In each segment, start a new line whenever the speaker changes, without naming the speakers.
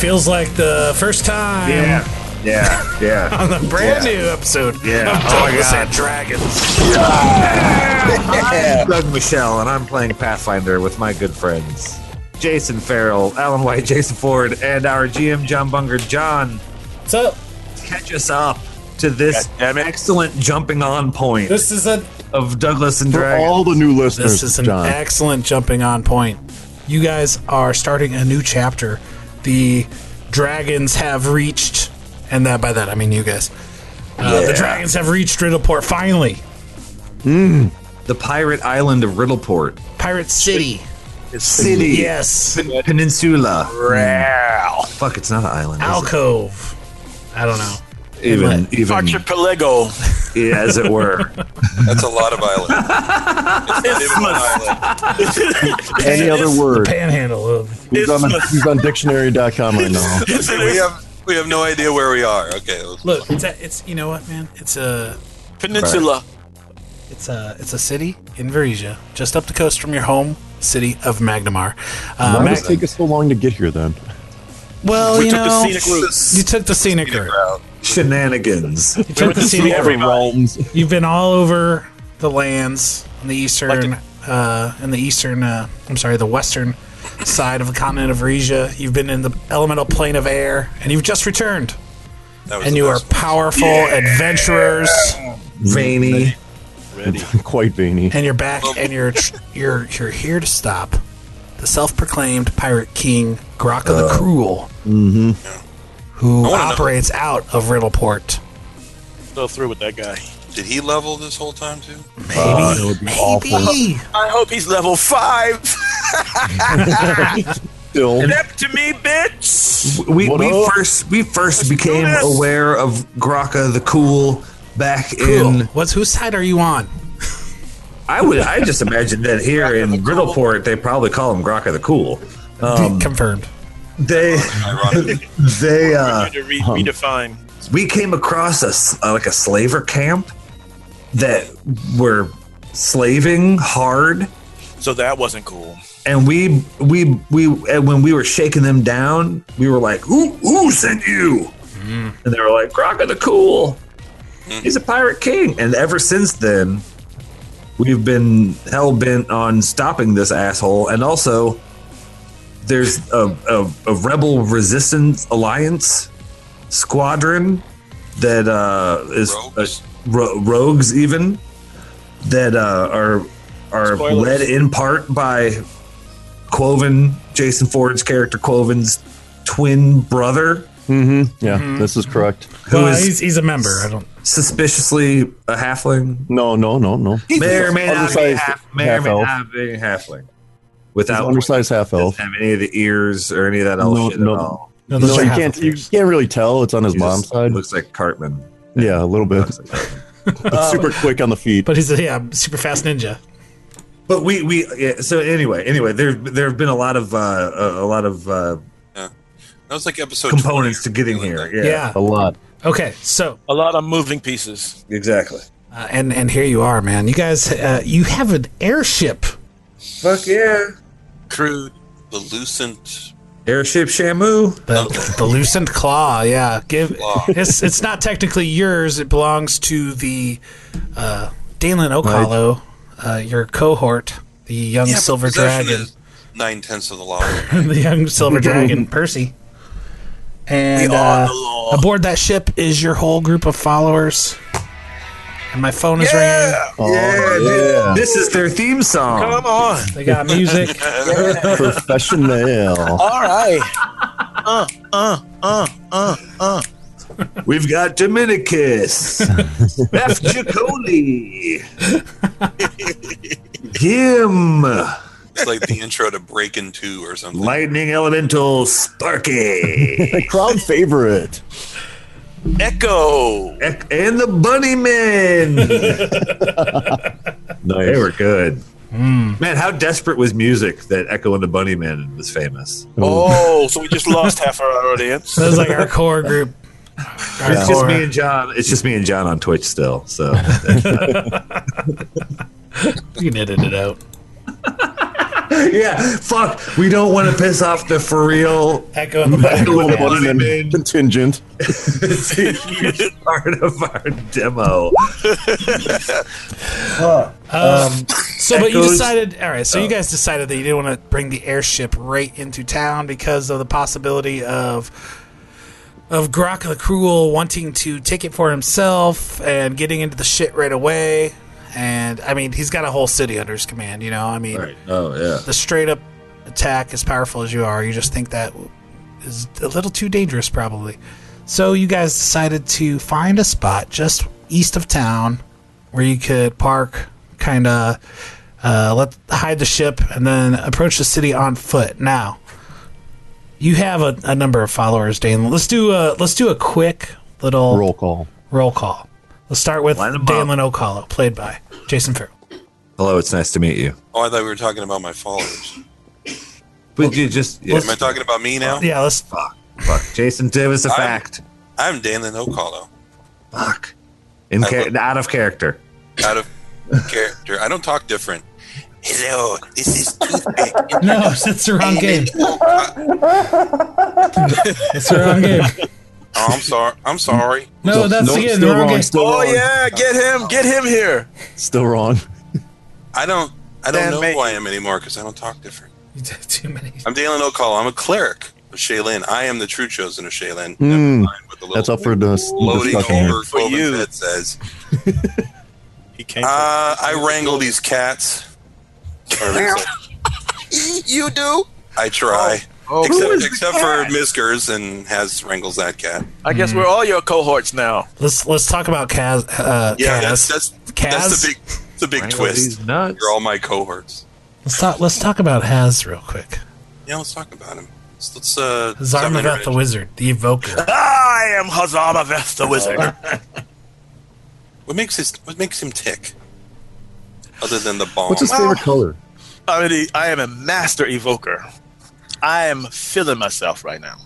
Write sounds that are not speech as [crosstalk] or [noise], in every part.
Feels like the first time
Yeah, yeah, [laughs] yeah.
on [laughs] the brand new episode of
Yeah. Oh my
Douglas
God.
and Dragons.
I'm Doug Michelle, and I'm playing Pathfinder with my good friends Jason Farrell, Alan White, Jason Ford, and our GM John Bunger. John,
What's up?
catch us up to this excellent jumping on point
This is a
of Douglas and
For
Dragon.
all the new listeners,
this is an
John.
excellent jumping on point. You guys are starting a new chapter. The dragons have reached, and that by that I mean you guys. Uh, The dragons have reached Riddleport finally.
the pirate island of Riddleport.
Pirate City.
City.
Yes.
Peninsula. Fuck, it's not an island. is it?
Alcove. I don't know.
even, even,
Archipelago.
[laughs] yeah, as it were.
That's a lot of island. It's not even an island.
Any other
It's
word?
The panhandle of
He's on, he's on dictionary.com right now.
We have we have no idea where we are. Okay, let's-
look. It's, a, it's you know what, man. It's a
Peninsula.
it's a it's a city in Varisia, just up the coast from your home city of Magnamar. Uh,
Why
Mag-
does it take us so long to get here then?
well,
We
you
took the
know,
scenic route.
you took the scenic, route.
well,
Shenanigans.
You took the scenic route.
Waltons.
You've been all over the lands on the eastern, uh, in the eastern, uh, I'm sorry, the western side of the continent of Rhesia. You've been in the elemental plane of air, and you've just returned.
that was
And
the
you are
best.
powerful adventurers,
Veiny.
Quite veiny.
and you're back, and you're tr- you're you're here to stop the self-proclaimed pirate king Graka the Cruel, who
wanna know-
operates out of Riddleport.
Go through with that guy.
Did he level this whole time too?
Maybe.
I hope he's level five.
Still,
Step to me, bitch.
We,
What
we
up?
first we first became
this.
aware of Graka the Cool back
Cool.
in.
What's whose side are you on?
I would I just imagine that here in Griddleport they probably call him Graka the Cool.
Confirmed.
They
[laughs]
Ironic.
they uh,
to re- redefine.
we came across a s- uh, like a slaver camp that were slaving hard
So that wasn't cool.
and we we we and when we were shaking them down, we were like, "Who who sent you?"
Mm-hmm.
And they were like, "Graka the Cool,
Mm.
he's a pirate king." And ever since then, we've been hell bent on stopping this asshole. And also, there's a, a, a rebel resistance alliance squadron that uh, is
Rogues.
uh, ro- rogues even that uh, are are
Spoilers.
led in part by Quoven, Jason Ford's character Quoven's twin brother,
yeah, this is correct.
who is
well, he's, he's a member. I don't.
suspiciously a halfling.
No, no, no, no.
May or may not be
Undersized
half, may or may
half-elf.
not be halfling.
He's an
Without
undersized half elf.
have any of the ears or any of that elf
No,
shit
no.
at all.
No, those
No,
are
you
half
can't. You
affairs.
can't really tell. It's on his
He
mom's
just
side.
Looks like Cartman.
yeah, a little bit.
Looks like Cartman.
[laughs] It's super quick on the feet.
But he's a yeah, super fast ninja.
But we we yeah, so anyway anyway there there have been a lot of uh, a, a lot of uh,
That was like episode
components to
20 or
getting
something
here.
like
Yeah,
Yeah.
A lot.
Okay. So
A lot of moving pieces.
exactly.
uh, and and here you are, man. You guys, uh, you have an airship.
Fuck yeah,
that. Crude, Belucent.
airship Shamu.
The, the Lucent Claw. Yeah. Give.
Claw.
It's it's not technically yours. It belongs to the uh, Dalen Okalo, uh, your cohort, the young
Yeah, but
silver
possession
dragon,
is Nine tenths of the law.
[laughs] the young silver [laughs] dragon Percy. And
We are
uh,
the law.
aboard that ship is your whole group of followers. And my phone is ringing.
Oh,
Yeah,
yeah.
dude, this is their theme song.
Come on.
They got
[laughs]
music.
Professional.
All right.
We've got [laughs] Dominicus, F. Jacoli, him.
It's
[laughs]
like the intro to Breaking Two or something.
Lightning Elemental [laughs] Sparky.
Crowd favorite.
Echo.
Ek- and the Bunny Men.
Nice.
they were good. Man, how desperate was music that Echo and the Bunny Men was famous?
Oh, so we just lost half our audience.
That was like our core group. Our
It's just
core.
me and John. It's just me and John on Twitch still. [laughs]
You
So
can edit it out.
yeah, fuck. We don't want to piss off the for real
Echo in the back.
Echo and the
Bunny
Bunny
Men
Men.
Contingent.
[laughs] It's a huge part of our demo.
So, but you
Echoes.
decided. All right. So you guys decided that you didn't want to bring the airship right into town because of the possibility of of Grok the Cruel wanting to take it for himself and getting into the shit right away. And I mean, he's got a whole city under his command. You know, I mean,
Oh yeah.
the straight up attack, as powerful as you are, you just think that is a little too dangerous, probably. So you guys decided to find a spot just east of town where you could park, kind of uh, let hide the ship, and then approach the city on foot. Now, you have a, a number of followers, Dane. Let's do a let's do a quick little
Roll call.
roll call. Let's start with
Line 'em
Dane
up.
O'Callo, played by Jason Farrell.
Hello, it's nice to meet you.
Oh, I thought we were talking about my followers.
But you just yeah,
Am I talking about me now?
Yeah, let's
fuck, fuck. Jason, give us a
I'm-
fact.
I'm Dan the No Callo.
Fuck. In
I
cha-
look-
out of character.
[laughs]
Out of character. I don't talk different. Hello, this is Toothpick.
No, that's the wrong game.
[laughs]
that's the wrong game.
Oh, I'm sorry. I'm sorry.
No, that's again the
still
wrong,
wrong,
game.
still
Oh
wrong,
yeah, get him, get him here.
Still wrong.
I don't. I don't
Dan
know
May-
who I am anymore because I don't talk different.
You did [laughs] too many.
I'm Dalen O'Call. I'm a cleric of Shaylin. I am the true chosen of Shaylin.
Mm. That's
all.
up for dis-
Loading
discussion. here.
over
For you.
Cloven's head says.
He came.
Uh, I wrangle these cats. you do? I try.
Oh,
except except for Miskers and has wrangles that cat.
I guess we're all your cohorts now.
Let's let's talk about Kaz. Uh,
Yeah,
Kaz.
that's that's,
Kaz?
that's the big the big twist.
These nuts.
You're all my cohorts.
let's talk. Let's talk about Haz real quick.
Yeah, let's talk about him. Let's, let's uh summon
Zarmaveth the
her.
wizard, the evoker.
I am Hazarmaveth the Wizard.
What makes his what makes him tick? Other than the bomb.
What's his favorite color?
I, mean, I am a master evoker. I am feeling myself right now.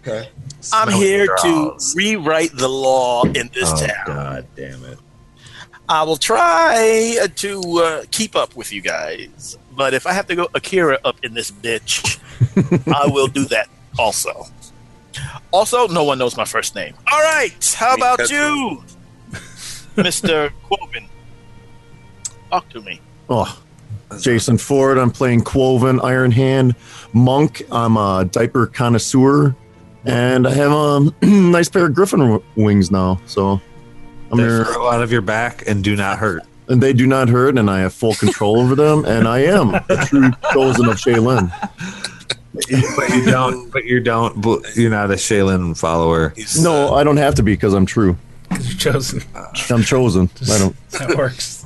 Okay.
I'm
Smelling
here
draws.
to rewrite the law in this
Oh,
town.
God damn it.
I will try uh, to uh, keep up with you guys, but if I have to go Akira up in
[laughs]
this bitch, I will do that also. Also, no one knows my first name. All right, how
Me
about
too.
[laughs] you, Mister Quoven? Talk to me.
Oh, Jason Ford. I'm playing Quoven Iron Hand Monk. I'm a diaper connoisseur, and I have a [clears throat] nice pair of griffin w- wings now. So I'm
They
your,
grow out of your back and do not hurt.
and they do not hurt, and I have full control over them. And I am the
[laughs]
true chosen of Shaylin.
but you don't. But you don't. But you're not a Shaylin follower.
He's,
No, I don't have to be because I'm true.
You're chosen.
I'm chosen. I
[laughs]
don't. [laughs]
That works.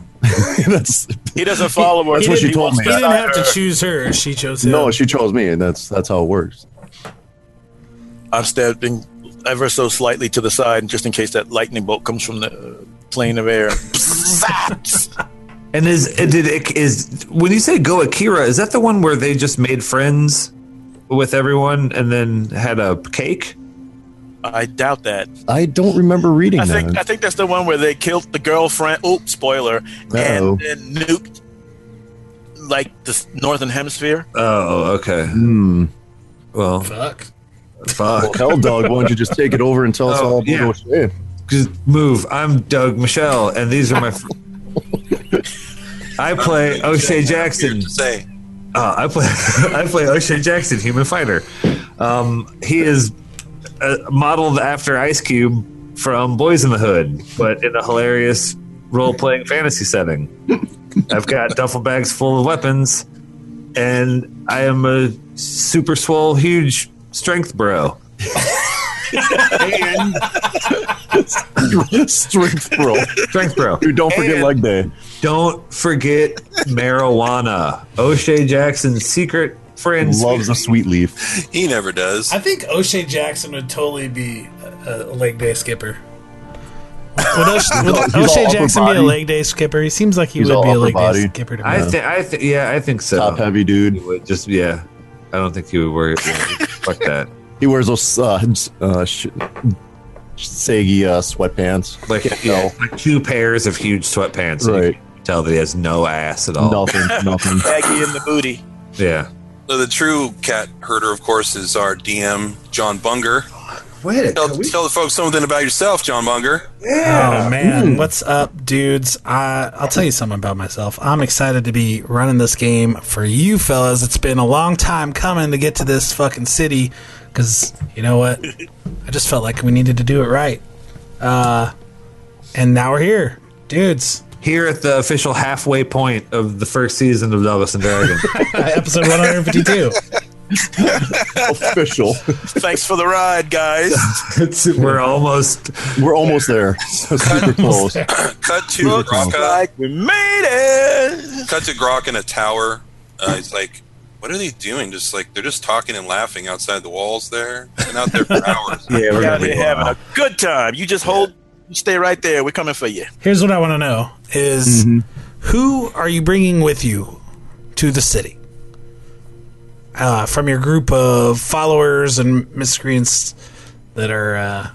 That's
He doesn't follow her.
That's what
He
you told
wants
me.
He didn't have to
her.
choose her; she chose him.
Oh, no. She chose me, and that's that's how it works.
I'm stepping ever so slightly to the side, just in case that lightning bolt comes from the uh, plane
[laughs]
of air.
And is uh, did it is when you say Go Akira? Is that the one where they just made friends with everyone and then had a cake?
I doubt that.
I don't remember reading
I
that.
think I think that's the one where they killed the girlfriend. Oh, spoiler!
Uh-oh.
And then nuked like the s- northern hemisphere.
Oh, okay.
Hmm.
Well,
Fuck.
fuck.
Hell, dog. Why don't you just take it over and tell us
Oh,
all about
yeah.
what you did?
Just move. I'm Doug Michelle, and these are my. Fr- I play O'Shea Jackson.
Weird to say.
Uh, I play [laughs] I play O'Shea Jackson, human fighter. Um, he is uh, modeled after Ice Cube from Boys in the Hood, but in a hilarious role playing fantasy setting. I've got duffel bags full of weapons, and I am a super swole, huge strength bro.
Strength, bro.
Strength bro.
Dude, don't forget
And-
leg day.
Don't forget marijuana. O'Shea Jackson's secret friend.
Loves a sweet leaf.
He never does.
I think O'Shea Jackson would totally be a, a leg day skipper. Would O'Shea,
[laughs]
would
He's all
O'Shea
upper
Jackson be a
body.
leg day skipper? He seems like he
He's
would
all
be a
upper
leg day
body.
skipper to me.
I think. I think. Yeah, I think so.
Top heavy dude.
He would just yeah. I don't think he would worry. yeah, fuck that.
He wears those uh, j- uh, sh- saggy uh, sweatpants.
Like yeah, it's like two pairs of huge sweatpants. so you
Right.
can Tell that he has no ass at all.
Nothing. Nothing.
Baggy in the booty.
Yeah.
So the true cat herder, of course, is our DM, John Bunger.
Wait a
Tell, tell the folks something about yourself, John Bunger.
Oh man, what's up, dudes? I, I'll tell you something about myself. I'm excited to be running this game for you fellas. It's been a long time coming to get to this fucking city, because you know what? I just felt like we needed to do it right, uh, and now we're here, dudes.
Here at the official halfway point of the first season of Novice and Dragon.
[laughs]
Episode 152.
Official.
Thanks for the ride, guys.
It's- we're almost
We're almost there. So super close.
Cut to Grokka.
like we made it.
Cut to Grok in a tower. Uh, he's like, "What are they doing? Just like they're just talking and laughing outside the walls there, and out there for hours."
Yeah, we're
We're
gonna
having a good time. You just hold, you stay right there. We're coming for you.
Here's what I want to know: is Mm-hmm. who are you bringing with you to the city uh, from your group of followers and miscreants that are? Uh,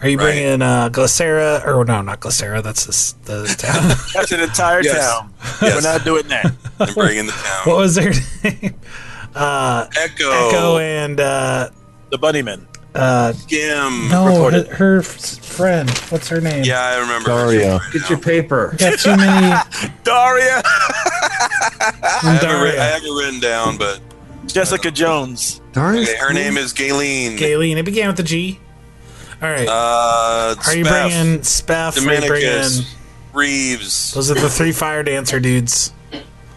are you
Right.
bringing uh, Glacera or no, not Glacera? That's this,
[laughs]
the town.
That's an entire
Yes.
town.
Yes.
We're not doing that.
And bringing the town.
what was their name?
Echo,
Echo and uh,
The bunnyman.
Gim.
no, her,
Recorded.
her f- friend. What's her name?
Yeah, I remember.
Daria.
get your paper.
Got
[laughs]
too many.
Daria.
I have, it, writ- I
Daria.
have it written down, but
Jessica Jones.
okay, her name is Galen.
Gaylene. It began with a G. All right.
Uh,
are you
Spaff,
bringing Spaff? Are you bringing?
Dominicus, Reeves,
Those are the three fire dancer dudes.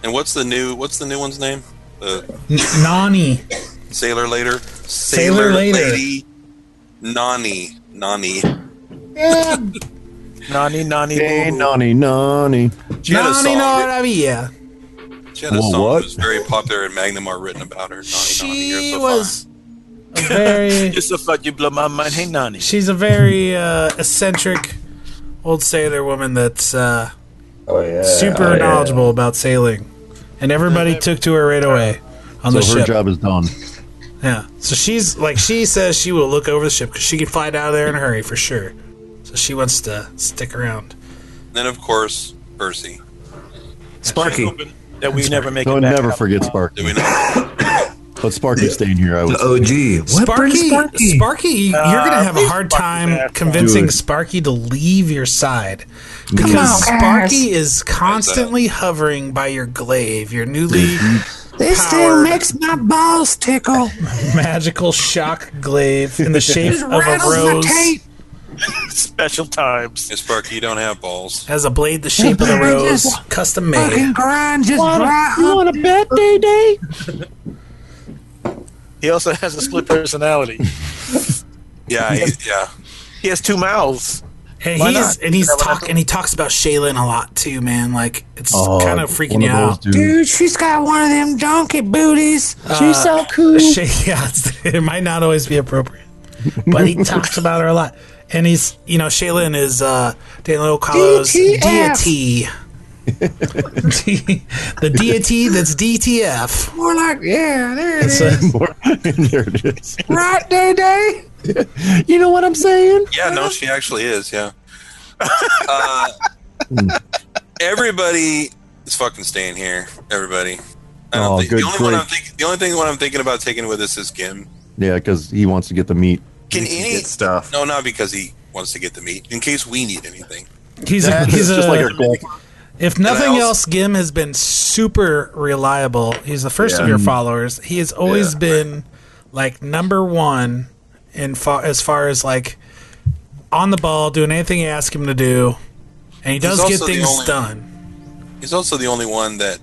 and what's the new? What's the new one's name? Uh,
Nani.
Sailor later.
Sailor Later.
lady. Nani. Nani.
Nani, Nani,
Hey,
Boo.
nonny, nonny.
She had a song.
Rabia.
She had a
Whoa,
song
what?
that was very popular in Magnamar written about her. Nani, Nani, you're
She
so
was a
[laughs]
very.
Just so fuck you blow my mind. Hey, Nani.
She's a very uh, eccentric old sailor woman that's uh,
Oh yeah.
super knowledgeable about sailing, and everybody took to her right away on the
So her
ship.
job is done.
Yeah. So she's like she says she will look over the ship because she can fly down there in a hurry for sure. So she wants to stick around.
fine. Then, of course, Percy.
Sparky.
That we never make
No,
it back
never
out.
forget
Do
Sparky.
we know?
[laughs]
But Sparky's staying here. I would. say.
OG. What brings
Sparky, Sparky, you're gonna
Uh,
have a
please
hard
Sparky's
time
asshole.
convincing
Dude.
Sparky to leave your side because Sparky is constantly hovering by your glaive, your newly
This
Power.
makes my balls tickle.
[laughs] magical shock glaive in the shape of a
rattles the
rose,
Special times.
Miss Sparky, you don't have balls.
has a blade the shape of the rose, custom made.
grind just dry
a bet, Day Day?
He also has a split personality.
[laughs]
Yeah, he, yeah.
he has two mouths.
And
Why
he's
not?
and he's
Is that what
talk
happened?
and he talks about Shaylin a lot too, man. Like it's
Oh,
kind of freaking you out.
Dude,
Shay, [laughs] yeah, it's- it might not always be appropriate, but he talks about her a lot. And he's, you know, Shaylin is uh, Daniel Calo's deity. D- [laughs] the deity that's DTF. More like, yeah, there it is.
[laughs] there it is.
right, Day Day.
You know what I'm saying?
Yeah, no, she actually is, yeah. [laughs] Uh, everybody is fucking staying here. Everybody. I don't
Oh,
think,
good
the only one
grief.
I'm thinking, the only thing one I'm thinking about taking with us is Gim.
Yeah, because he wants to get the meat.
Can any
Good stuff.
No, not because he wants to get the meat. In case we need anything.
He's, a,
It's
he's
just
a,
like our goal.
if nothing
also-
else, Gim has been super reliable. He's the first of
Yeah.
your followers. He has always
Yeah.
been like number one in far, as far as like on the ball, doing anything you ask him to do, and he does
also
get
the
things
only-
done.
He's also the only one that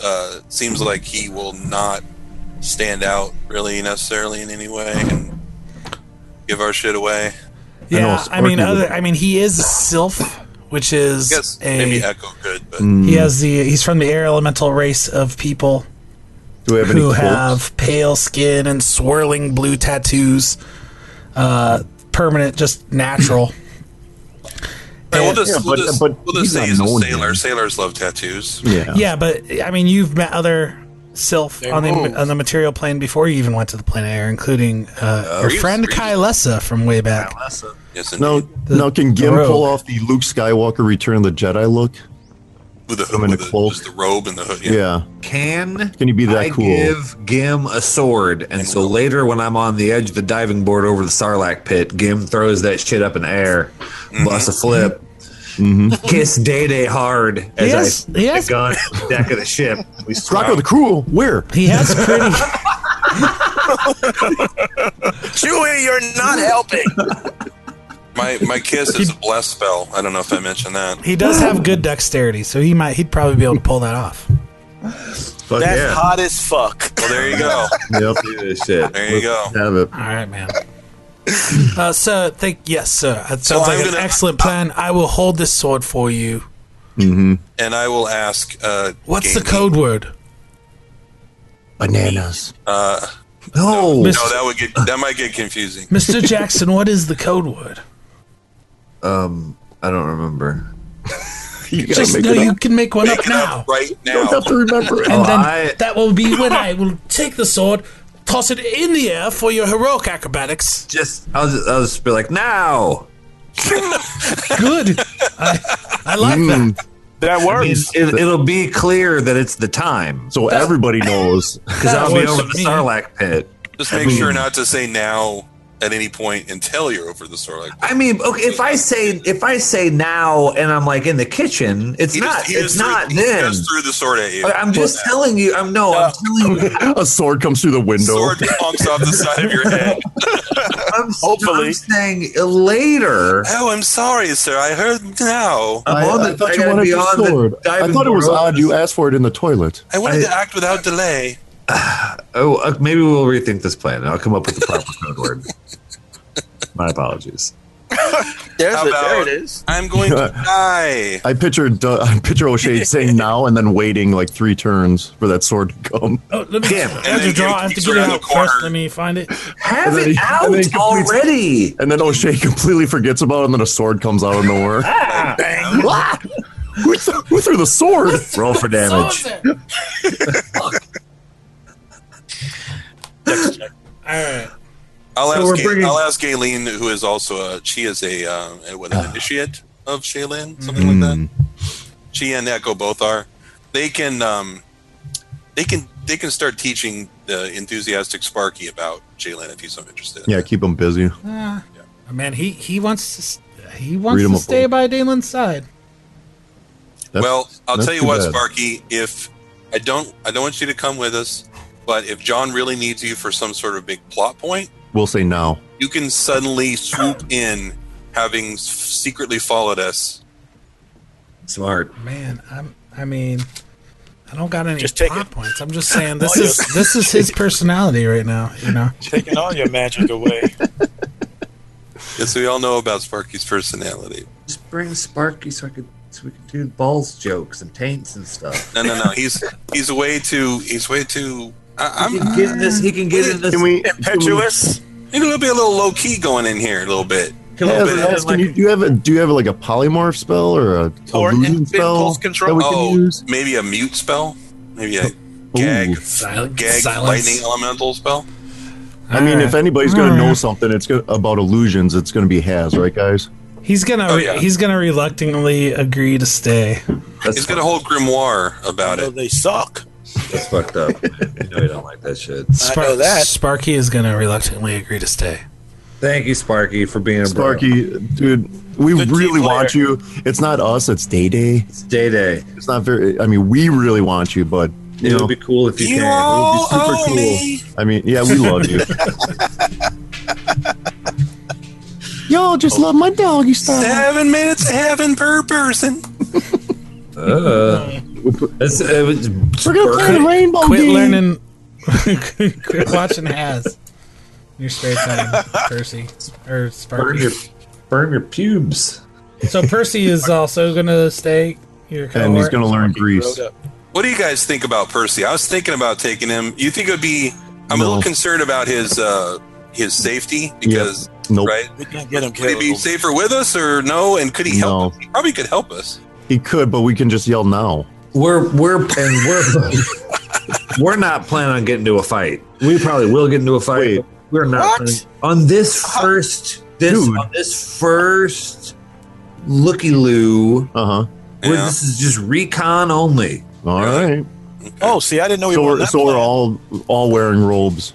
uh, seems like he will not stand out really necessarily in any way and give our shit away.
Yeah, I,
Sparky
mean,
would-
other, I mean, he is a sylph, which is
I guess
a
maybe Echo could,
Mm.
but
he has the he's from the air elemental race of people
Do we have any
who
quotes?
have pale skin and swirling blue tattoos, uh, permanent, just
[clears throat]
natural.
Hey, we'll
And-
just,
Yeah,
we'll
but-
just,
but
we'll just
he's
say
not
he's a
known
sailor.
yet.
Sailors love tattoos.
Yeah.
yeah, but I mean, you've met other sylph on the
move.
on the material plane before you even went to the planet air, including uh, your
Reese-
friend
Reese.
Kai Lessa from way back.
Yes, and
Now, now can Gim
rogue.
pull off the Luke Skywalker Return of the Jedi look?
with the
him
hood,
in
with
a
the,
cloak.
just the robe and the hood. Yeah.
Yeah.
Can
Can you be that
I
cool?
give Gim a sword, and so later when I'm on the edge of the diving board over the Sarlacc pit, Gim throws that shit up in the air, busts a flip,
Mm-hmm.
kiss Day Day hard as
Yes,
I
yes.
the gun on the deck of the ship. We
Rocco the Cruel. Where?
He
[laughs]
has pretty.
Chewie, you're
[laughs]
not helping.
My my kiss is a bless spell. I don't know if I mentioned that.
he does have good dexterity, so he might he'd probably be able to pull that off.
Fuck
That's
yeah.
hot as fuck.
Well, there
[laughs]
you go.
Yep.
Do this shit.
There you go.
Have it.
All right, man. Uh, so, think yes, sir. That sounds like
I'm
an
gonna-
excellent plan. I will hold this sword for you.
And I will ask. Uh,
What's the
Gamey,
code word?
Bananas.
Uh,
No.
Miss-
no, that would get that might get confusing.
Mr. Jackson, what is the code
[laughs]
word?
I don't remember.
you gotta
Just
make
no,
it
you [laughs]
up.
can make one up
Pick it
now.
up right
You
now.
have to remember it.
And then
I-
that will be when I will take the sword, toss it in the air for your heroic acrobatics.
Just I'll just, I'll just be like now.
[laughs]
Good. I, I like
Mm.
that.
That works.
It, it'll be clear that it's the
[laughs]
time
So everybody knows. [laughs]
because I'll be
works
over
for
the
me.
Sarlacc pit.
Just make sure not to say now at any point until you're over the store. Like
I mean, okay, if I say if I say now and I'm like in the kitchen, it's
he
not
just- he
it's
just threw-
not
he
then.
just threw the sword at you.
I- I'm just telling you. I'm no. I'm telling
[laughs]
you.
a sword comes through the window.
sword plonks off the side of
[laughs]
your head.
I'm,
Hopefully.
I'm saying later.
Oh, I'm sorry, sir. I heard now.
I'm
I,
on
I
the-
thought
I
you
gotta
wanted
be
your
on the
sword. I
diving
thought it was
board.
odd you asked for it in the toilet.
I wanted to act without delay.
Oh, uh, maybe we'll rethink this plan. I'll come up with the proper code word. My apologies.
There's
How
it. There
about-
it is.
I'm going to die.
I pictured uh, [laughs] I picture O'Shea saying now and then waiting like three turns for that sword to come.
Oh, let me,
Damn.
I have to
And
draw.
then
I have to
keeps
get it
around the
out first.
corner.
Let me find it.
Have
And then
it
he-
out
and then he completes-
already.
And then O'Shea completely forgets about it, and then a sword comes out of nowhere. [laughs] Ah! who, th- who threw the sword?
Roll for damage.
All right.
I'll
So
ask.
we're
Ga-
bringing-
I'll ask Gaylene, who is also a she is a um, a- what, an initiate of Shaylin, something like that. She and Echo both are. They can um, they can they can start teaching the enthusiastic Sparky about Shaylin if he's so interested. in
Yeah,
it.
keep him busy.
Oh, Man, he he wants to s- he wants
Read 'em
to
up,
stay
Old.
by Dalen's side.
That's-
well, I'll
that's
tell you
too
what,
bad.
Sparky. If I don't, I don't want you to come with us. But if John really needs you for some sort of big plot point,
We'll say now.
you can suddenly swoop in, having s- secretly followed us.
Smart.
Man, I'm I mean, I don't got any
Just take
plot
it. Oh,
points. I'm just
[laughs]
saying this is this is his personality right now. You know,
Taking all your magic away.
Yes, we all know about Sparky's personality.
Just bring Sparky so I could so we could do balls jokes and taints and stuff.
No, no, no. He's he's way too. He's way too. I,
He
I'm.
can get in this. He can get in this.
Can we?
Impetuous.
Maybe it'll be a little low key going in here a little bit.
He'll
Yeah, I was
open it
asking,
like-
you- do you have a, do you have like a polymorph spell or a
Or
illusion
infant
spell
pulse control-
that we can
Oh,
use?
maybe a mute spell. Maybe a
Oh,
gag, gag lightning elemental spell.
I mean, if anybody's going to
Alright.
know something, it's going about illusions. It's going to be Has, right, guys?
he's gonna
Oh,
re-
yeah.
he's gonna reluctantly agree to stay.
That's
He's got a whole grimoire about
No,
it.
they suck.
That's fucked up. You know you don't like that shit.
I know that.
Sparky is gonna reluctantly agree to stay.
Thank you, Sparky, for being a bro.
Sparky, dude, we
Good team
really want
player.
you. It's not us. It's Day Day.
It's day day.
It's not very. I mean, we really want you, but you
It
know,
would be cool if you,
You
can.
all
it would be super
owe
cool.
me.
I mean, yeah, we love you. Y'all just love my doggy style.
Seven minutes of heaven per person.
Uh, it's, it was-
We're gonna play the rainbow
Quit
game.
learning. [laughs] Quit watching has. Your spare time, Percy or
burn
Sparky.
your burn your pubes.
So Percy is also gonna stay your cohort.
and he's going to learn Greece.
What do you guys think about Percy? I was thinking about taking him. You think it would be? I'm
No.
a little concerned about his uh, his safety because
Nope.
right?
We can't get him
Would he be
killed.
safer with us or no? And could he help?
No.
Us? He probably could help us.
He could, but we can just yell now.
We're we're and we're we're not planning on getting into a fight. We probably will get into a fight.
Wait.
but We're not
What?
planning- on this first this
Dude.
on this first looky loo.
Uh huh.
Where
Yeah.
this is just recon only.
All right.
Oh, see, I didn't know he
So
wore
we're,
that.
so we're
plan.
all all wearing robes.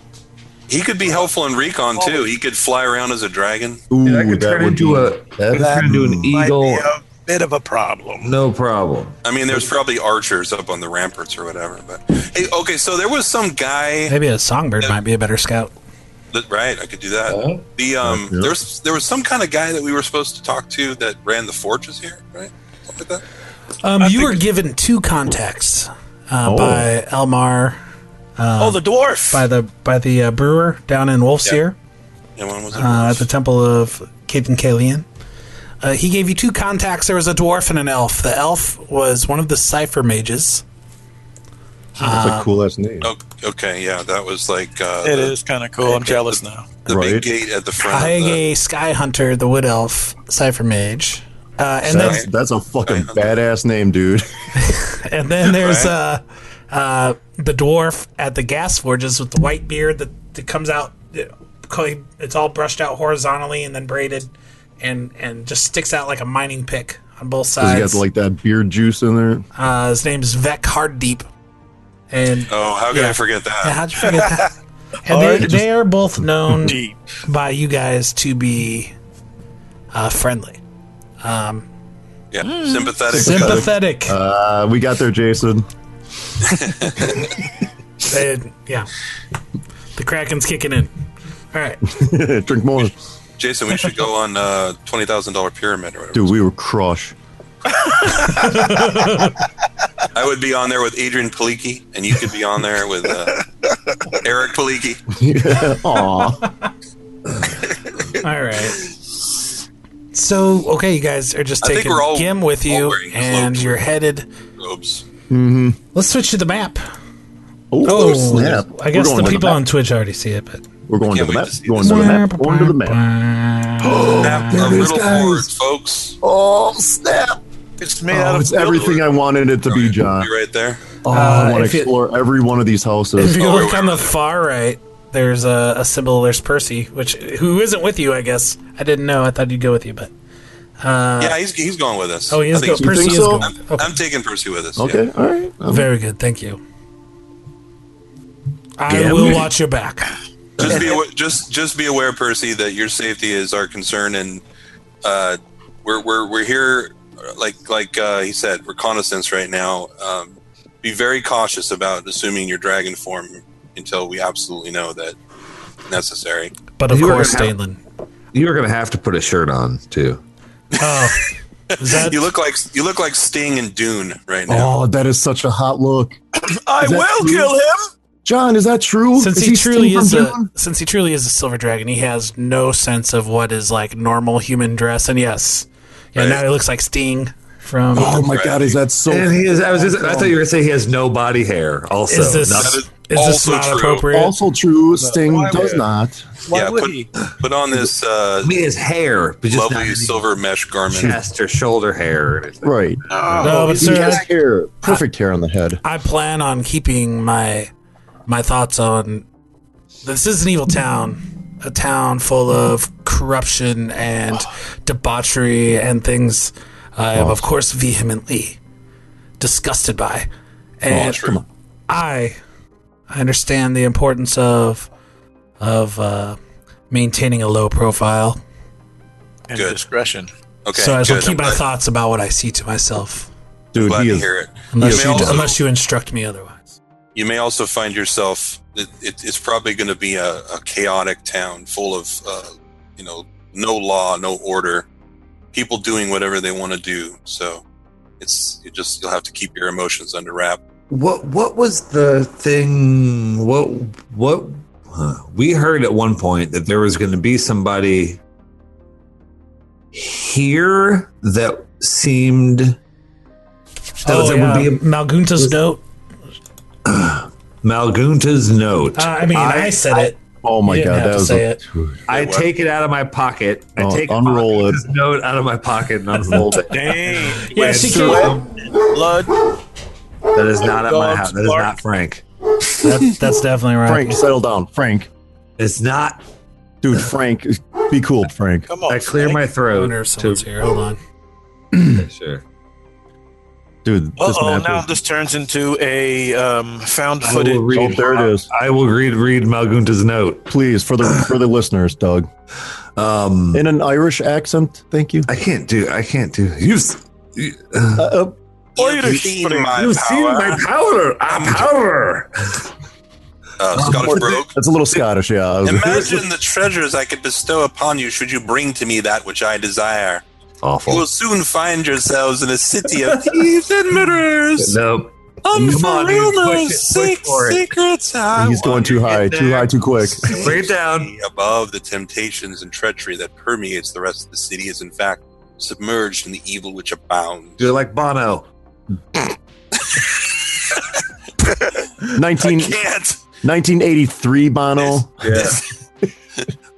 He could be helpful in recon too. He could fly around as a dragon.
Ooh,
Dude, I could turn
would
into
be-
a-
that-
That turn into an
Might
eagle.
be a bit of a problem.
No problem.
I mean, there's probably archers up on the ramparts or whatever. But hey, okay, so there was some guy
Maybe a songbird might be a better scout.
that right. I could do that. The um,
Yeah.
there's there was some kind of guy that we were supposed to talk to that ran the forges here, right? Something like that.
Um, you were given two contacts uh,
Oh.
by Elmar,
oh, the dwarf.
by the by the uh, brewer down in Wolfseer
And when was it?
uh, at the Temple of Captain Kalian. Uh, he gave you two contacts. There was a dwarf and an elf. The elf was one of the cipher mages.
That's a cool ass name.
Oh, okay, yeah, that was like uh,
it
the,
is kind of cool. I'm jealous now.
the
Right.
big gate at the
Uh,
front. of the-
Kaige Sky Hunter, the wood elf, cipher mage. Uh, and then
That's, that's a fucking badass name, dude.
And then there's
[laughs]
uh,
Right.
uh, the dwarf at the gas forges with the white beard that, that comes out. uh, It's all brushed out horizontally and then braided, and and just sticks out like a mining pick on both
He's
sides.
got like that beard juice in there.
uh, his name is Vec Harddeep, and
oh, how could
Yeah.
I forget that?
Yeah, how'd you forget
[laughs]
that? And they, they are both known
Deep.
by you guys to be uh, friendly,
Yeah, sympathetic.
sympathetic.
Uh, we got there, Jason. [laughs]
They- yeah, the Kraken's kicking in. All right.
Drink more,
Jason, we should go on uh, twenty thousand dollar pyramid or whatever.
dude. We were crush.
I would be on there with Adrian Paliki, and you could be on there
[laughs]
with uh, Eric Paliki.
Aw,
All right. So, okay, you guys are just
I think
taking
we're all-
Gim with
all
you,
wearing cloaks.
and you're headed.
Robes.
Let's switch to the map.
oh snap!
I guess
We're going
the
to
people
map.
on Twitch already see it, but
We're going to
Can't
the
wait
map.
to see
Going
this.
to the map. Going to the map. Oh,
Map of Riddle Forge, folks.
Oh snap!
It's made out
Oh,
of
it's everything I wanted it to be, John.
Be right there.
Oh, I want
uh, if
to
you-
explore every one of these
if
houses.
you
Oh,
look
wait,
on
wait,
the
wait.
far right, there's a, a symbol. There's Percy, which who isn't with you, I guess. I didn't know. I thought you'd go with you, but
yeah, he's, he's going with us.
oh, he
I
is. Go-
think he's-
Percy
think
is
so?
going. Oh.
I'm,
Okay,
I'm taking Percy with us.
Okay,
yeah.
all right. Um,
very good. Thank you. I
Gim.
will watch your back.
Just be awa- just just be aware, Percy, that your safety is our concern, and uh, we're we're we're here uh, like like uh, he said, reconnaissance right now. Um, be very cautious about assuming your dragon form until we absolutely know that it's necessary.
But of
You were
course,
gonna have-
Danelin.
You're gonna have to put a shirt on too.
Oh, is that
[laughs] You look like you look like Sting and Dune right now.
Oh, that is such a hot look,
[laughs] I
that
will
true?
kill him.
John. Is that true?
[laughs] since
Is
he, truly
Steve
is
from
a
Dune?
since he truly is a silver dragon, he has no sense of what is like normal human dress. And yes, yeah,
Right.
now he looks like Sting from.
Oh my god, is that so?
And he is. I was. Just, I thought you were gonna say he has no body hair. Also,
is this
Not-
That
is,
is
this
also
not
true.
appropriate?
Also true, Sting does not.
Why
yeah,
would
put,
he?
put on this uh,
I mean, his hair, but just not
lovely
any
silver mesh garment.
chest or shoulder hair or anything.
Right.
no, but
He
sir,
has hair. Perfect hair on the head.
I plan on keeping my my thoughts on this is an evil town, a town full of corruption and debauchery and things I am of course vehemently disgusted by. And
Oh, come on.
I I understand the importance of of uh, maintaining a low profile.
And
Good.
discretion.
Okay,
so I shall
good.
keep
I'm
my
glad-
thoughts about what I see to myself.
Dude,
Glad
he
to
is
hear it.
Unless
may
you,
also-
unless you instruct me otherwise.
you may also find yourself it, it, it's probably going to be a, a chaotic town full of uh, you know no law no order people doing whatever they want to do so it's you just you'll have to keep your emotions under wrap
What What was the thing? What What huh. we heard at one point that there was going to be somebody here that seemed that,
Oh,
that
yeah.
would be
Malgunta's note.
Malgunta's note.
Uh, I mean, I, said it.
Oh my
You didn't
god,
have
that
to
was
say
a,
it.
I take it out of my pocket. I
Oh,
take
unroll
Malgunta's note out of my pocket and unroll it. Dang.
Yeah, she can't.
Blood.
That is not at my
Dogs
house. That is
bark.
not Frank.
[laughs] That, that's definitely right.
Frank, settle down, Frank.
It's not.
Dude, Frank, be cool, Frank.
Come on.
I clear my
I
throat.
wonder if someone's
to-
here. Hold on.
Sure.
Dude,
Uh
this
oh!
map
Now
is-
this turns into a um, found
I will
footage.
Oh,
read.
there it is.
I will read read Malgunta's note.
Please, for the for the listeners, Doug,
Um,
in an Irish accent. Thank you.
I can't do. I can't do. You've
Uh, uh,
You've seen my power.
powder. I'm powder. [laughs]
Uh, Scottish brogue.
that's a little Scottish, yeah. I was- [laughs]
Imagine the treasures I could bestow upon you should you bring to me that which I desire. You
Awful.
will soon find yourselves in a city of thieves and murderers.
Nope. Come on, dude, push it,
Unforever
push
seek
for it.
secrets. I
He's going too high, too high, too quick.
Bring it down.
be above the temptations and treachery that permeates the rest of the city is in fact submerged in the evil which abounds.
Do it like Bono.
I
19,
can't.
1983 Bono.
Yeah.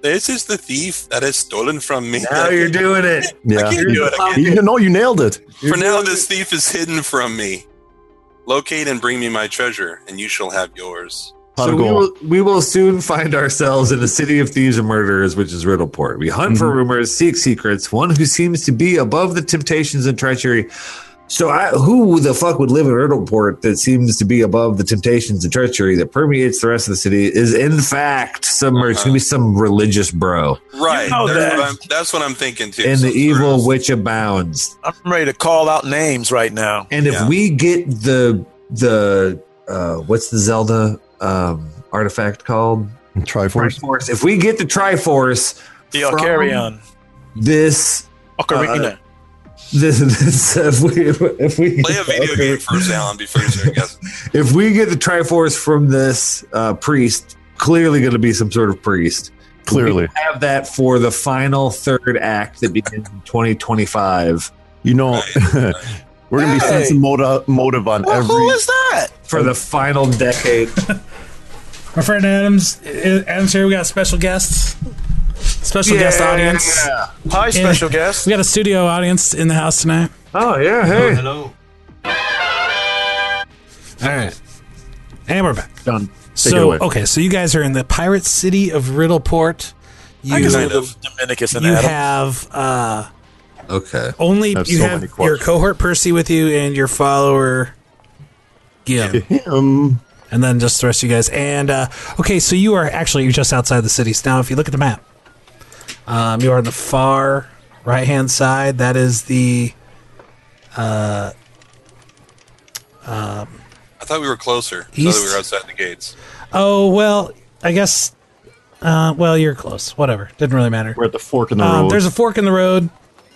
This is the thief that has stolen from me.
[laughs] Now you're doing it.
I
Yeah.
can't do it. I can't.
You, no, you nailed it.
[laughs] For now, this thief is hidden from me. Locate and bring me my treasure, and you shall have yours.
Pot
So
of
we
gold.
will, we will soon find ourselves in the city of thieves and murderers, which is Riddleport. We hunt for rumors, seek secrets. One who seems to be above the temptations and treachery. So, I, who the fuck would live in Riddleport that seems to be above the temptations and treachery that permeates the rest of the city is in fact submerged? It's gonna be some religious bro,
Right.
know
that's,
that.
What I'm, that's what I'm thinking too.
and
So
the
it's
evil
true.
which abounds.
I'm ready to call out names right now.
And if
Yeah.
we get the the uh, what's the Zelda um, artifact called?
Triforce.
Triforce. If we get the Triforce,
The Uh,
from
Alcarion.
This
Ocarina.
this, [laughs] this if we if we
Play a video
okay.
game first, Alan, before you start guessing.
if we get the Triforce from this uh, priest, clearly going to be some sort of priest.
Clearly.
we have that for the final third act that begins in 2025
You know, [laughs] we're going to be
Hey.
sensing motive, motive on
Well,
every.
who is that?
for the final decade.
My friend Adams, uh, Adams here. We got special guests, special guest audience.
Hi, special guest.
We got a studio audience in the house tonight.
Oh yeah, hey.
All right, and we're back.
Done. Take it
So
away.
okay, so you guys are in the pirate city of Riddleport. You,
I can see
you
the Dominicus and Adam.
have uh,
Okay.
only
I have
you
so many
have your
questions.
cohort Percy with you and your follower Gim,
[laughs] Him.
and then just the rest of you guys. And uh, okay, so you are actually you're just outside the cities now. If you look at the map, um, you are on the far right hand side. That is the
I thought we were closer. I
East.
thought we were outside the gates.
Oh well, I guess. Uh, well, you're close. Whatever, didn't really matter.
We're at the fork in the
Um,
road.
there's a fork in the road,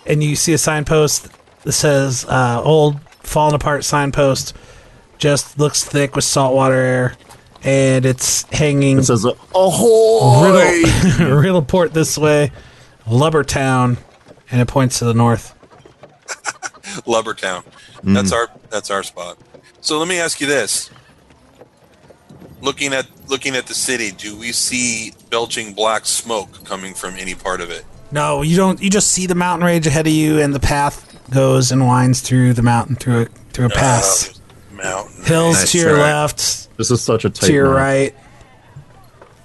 and you see a signpost that says uh, "old fallen apart signpost." Just looks thick with saltwater air, and it's hanging [laughs]
it says, ahoy!
Riddle, Riddleport this way, Lubbertown, and it points to the north.
Lubbertown. That's our that's our spot. So let me ask you this. Looking at looking at the city, do we see belching black smoke coming from any part of it?
No, you don't. You just see the mountain range ahead of you, and the path goes and winds through the mountain through a through a pass.
Uh, mountain.
Hills
Nice
to your
try.
left,
This is such a tight
to your
map.
right.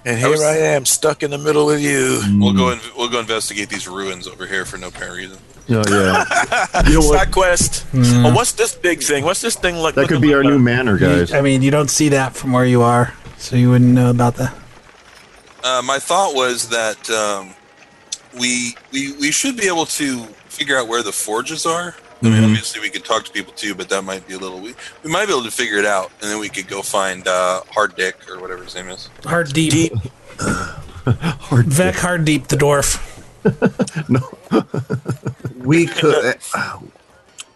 And here
I was-
I am, stuck in the middle of you.
[laughs] We'll go and we'll go investigate these ruins over here for no apparent reason.
No, Oh, yeah. you know what?
Side quest. Oh, what's this big thing? What's this thing like?
That could be our new manor, guys.
I mean, you don't see that from where you are, so you wouldn't know about that.
Uh, my thought was that um, we, we we should be able to figure out where the forges are. I mean, obviously, we could talk to people too, but that might be a little. We, we might be able to figure it out, and then we could go find uh, Hard Dick or whatever his name is.
Hard deep. [laughs] Vec hard deep the dwarf.
We could.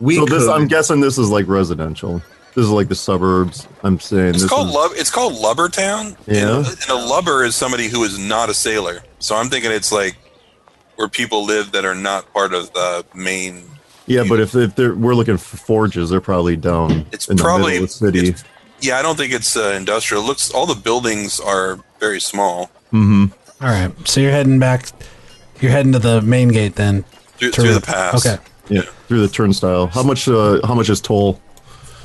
We
So this,
could.
I'm guessing this is like residential. This is like the suburbs. I'm saying
It's
this
called
is,
Lub. It's called Lubbertown.
Yeah.
and, and a lubber is somebody who is not a sailor. So I'm thinking it's like where people live that are not part of the main.
Yeah, but if, if they're, we're looking for forges, they're probably down
It's
in
probably
the middle of the city.
it's- yeah, I don't think it's uh, industrial. It looks all the buildings are very small
hmm
All right. So you're heading back. You're heading to the main gate then.
through,
to-
through the pass.
Okay.
Yeah, through the turnstile. How much? Uh, how much is
[laughs]
toll?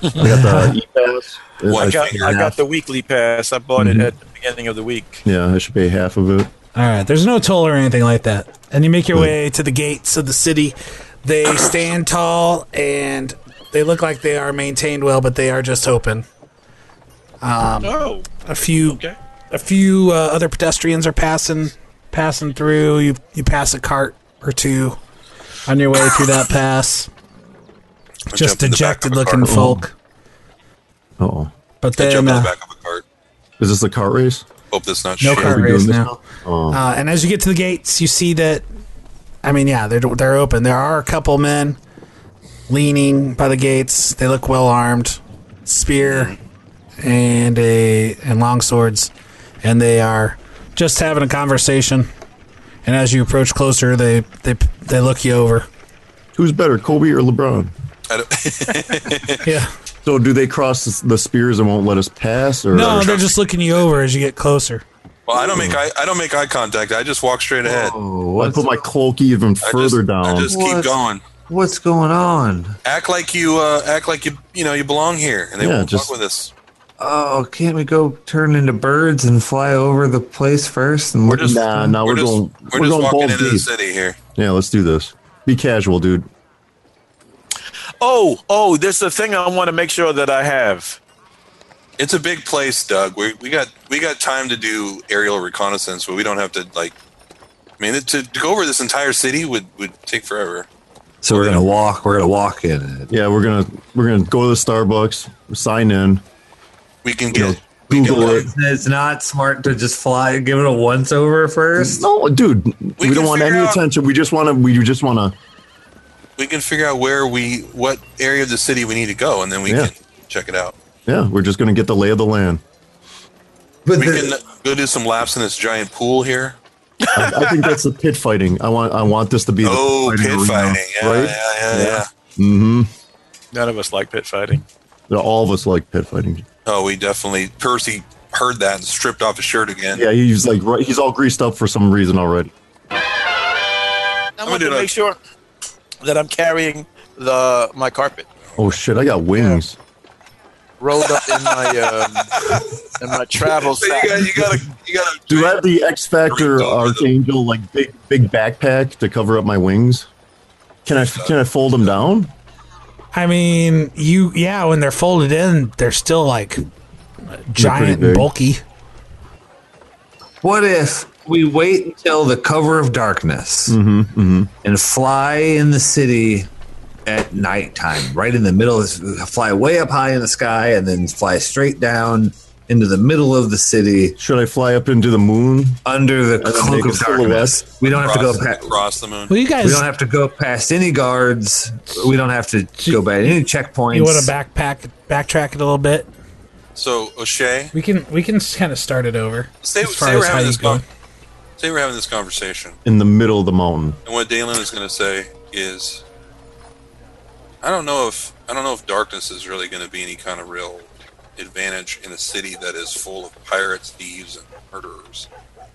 I got the e pass.
One
I-
I
I got,
figured
I
half.
got the weekly pass. I bought
Mhm.
it at the beginning of the week.
Yeah, I should pay half of it.
All right. There's no toll or anything like that. And you
Hmm.
make your way to the gates of the city.
[coughs]
They stand tall and they look like they are maintained well, but they are just open.
Oh,
A few
okay.
a few uh, other pedestrians are passing passing through. You you pass a cart or two on your way through
[coughs]
that pass.
I
Just
jumped in the back of
dejected
a
looking
cart.
folk.
Oh,
But
I
then
jumped in
uh,
the back of a cart.
is this a cart race?
Hope that's not
no
shit.
cart
we doing
race
this
now.
Oh,
Uh, and as you get to the gates, you see that. I mean, yeah, they're they're open. There are a couple men leaning by the gates. They look well armed, spear and a and long swords, and they are just having a conversation. And as you approach closer, they they they look you over.
who's better, Kobe or LeBron?
I don't- [laughs]
Yeah.
So do they cross the spears and won't let us pass? Or
No, they're just looking you over as you get closer.
well, I don't make eye, I don't make eye contact. I just walk straight ahead.
Oh, I put my cloak even
I
further
just,
down.
I just keep
What?
going.
What's going on?
Act like you uh, act like you you know you belong here, and they
Yeah,
won't
just-
fuck with us.
Oh, can't we go turn into birds and fly over the place first? And
We're just
nah, nah, we're,
we're, just
going. We're,
we're, just
going
walking
balls
into
deep.
the city here.
Yeah, let's do this. Be casual, dude.
Oh, oh, there's a thing I want to make sure that I have.
It's a big place, Doug. We we got we got time to do aerial reconnaissance, but we don't have to like. I mean, to, to go over this entire city would would take forever.
so we're gonna walk. We're gonna walk in it.
Yeah, we're gonna we're gonna go to the Starbucks, sign in.
We can get
know,
we can,
Google it.
we
It's not smart to just fly. Give it a once over first.
No, dude, we,
can
don't want
figure
any
out-
attention. We just want to. We just want to.
we can figure out where we what area of the city we need to go, and then we
Yeah.
can check it out.
Yeah, we're just gonna get the lay of the land.
But
We
the-
can go do some laps in this giant pool here.
I, I think that's the pit fighting. I want. I want this to be.
Oh,
the
pit
arena,
fighting! Yeah, yeah, yeah, yeah,
Mm-hmm.
None of us like pit fighting.
All of us like pit fighting.
Oh, we definitely. Percy heard that and stripped off his shirt again.
Yeah, he's like right, he's all greased up for some reason already.
I
gonna
want to
do that.
make sure that I'm carrying the my carpet
Oh shit, I got wings.
rolled up in my um, in my travel
So you
sack.
got you got to you got to
Do I have the X Factor
Green dog with a-
Archangel like big big backpack to cover up my wings? Can I can I fold them down?
I mean, you yeah, when they're folded in, they're still like giant and
big.
bulky.
what if we wait until the cover of darkness
Mm-hmm,
and fly in the city at nighttime, right in the middle? Of, fly way up high in the sky and then fly straight down into the middle of the city
Should I fly up into the moon?
under the
then
cloak
make
of
a silhouette.
darkness. We don't have to go
cross,
past.
across the moon.
Well, you
We
guys
don't have to go past any guards. We don't have to go by any checkpoints.
You want to backpack, backtrack it a little bit?
So O'Shea,
We can, we can kind of start it over.
say,
as far
say we're
as how
having
you
this
go.
con- say we're having this conversation,
in the middle of the mountain.
and what Dalen is going to say is, I don't know if I don't know if darkness is really going to be any kind of real advantage in a city that is full of pirates, thieves, and murderers.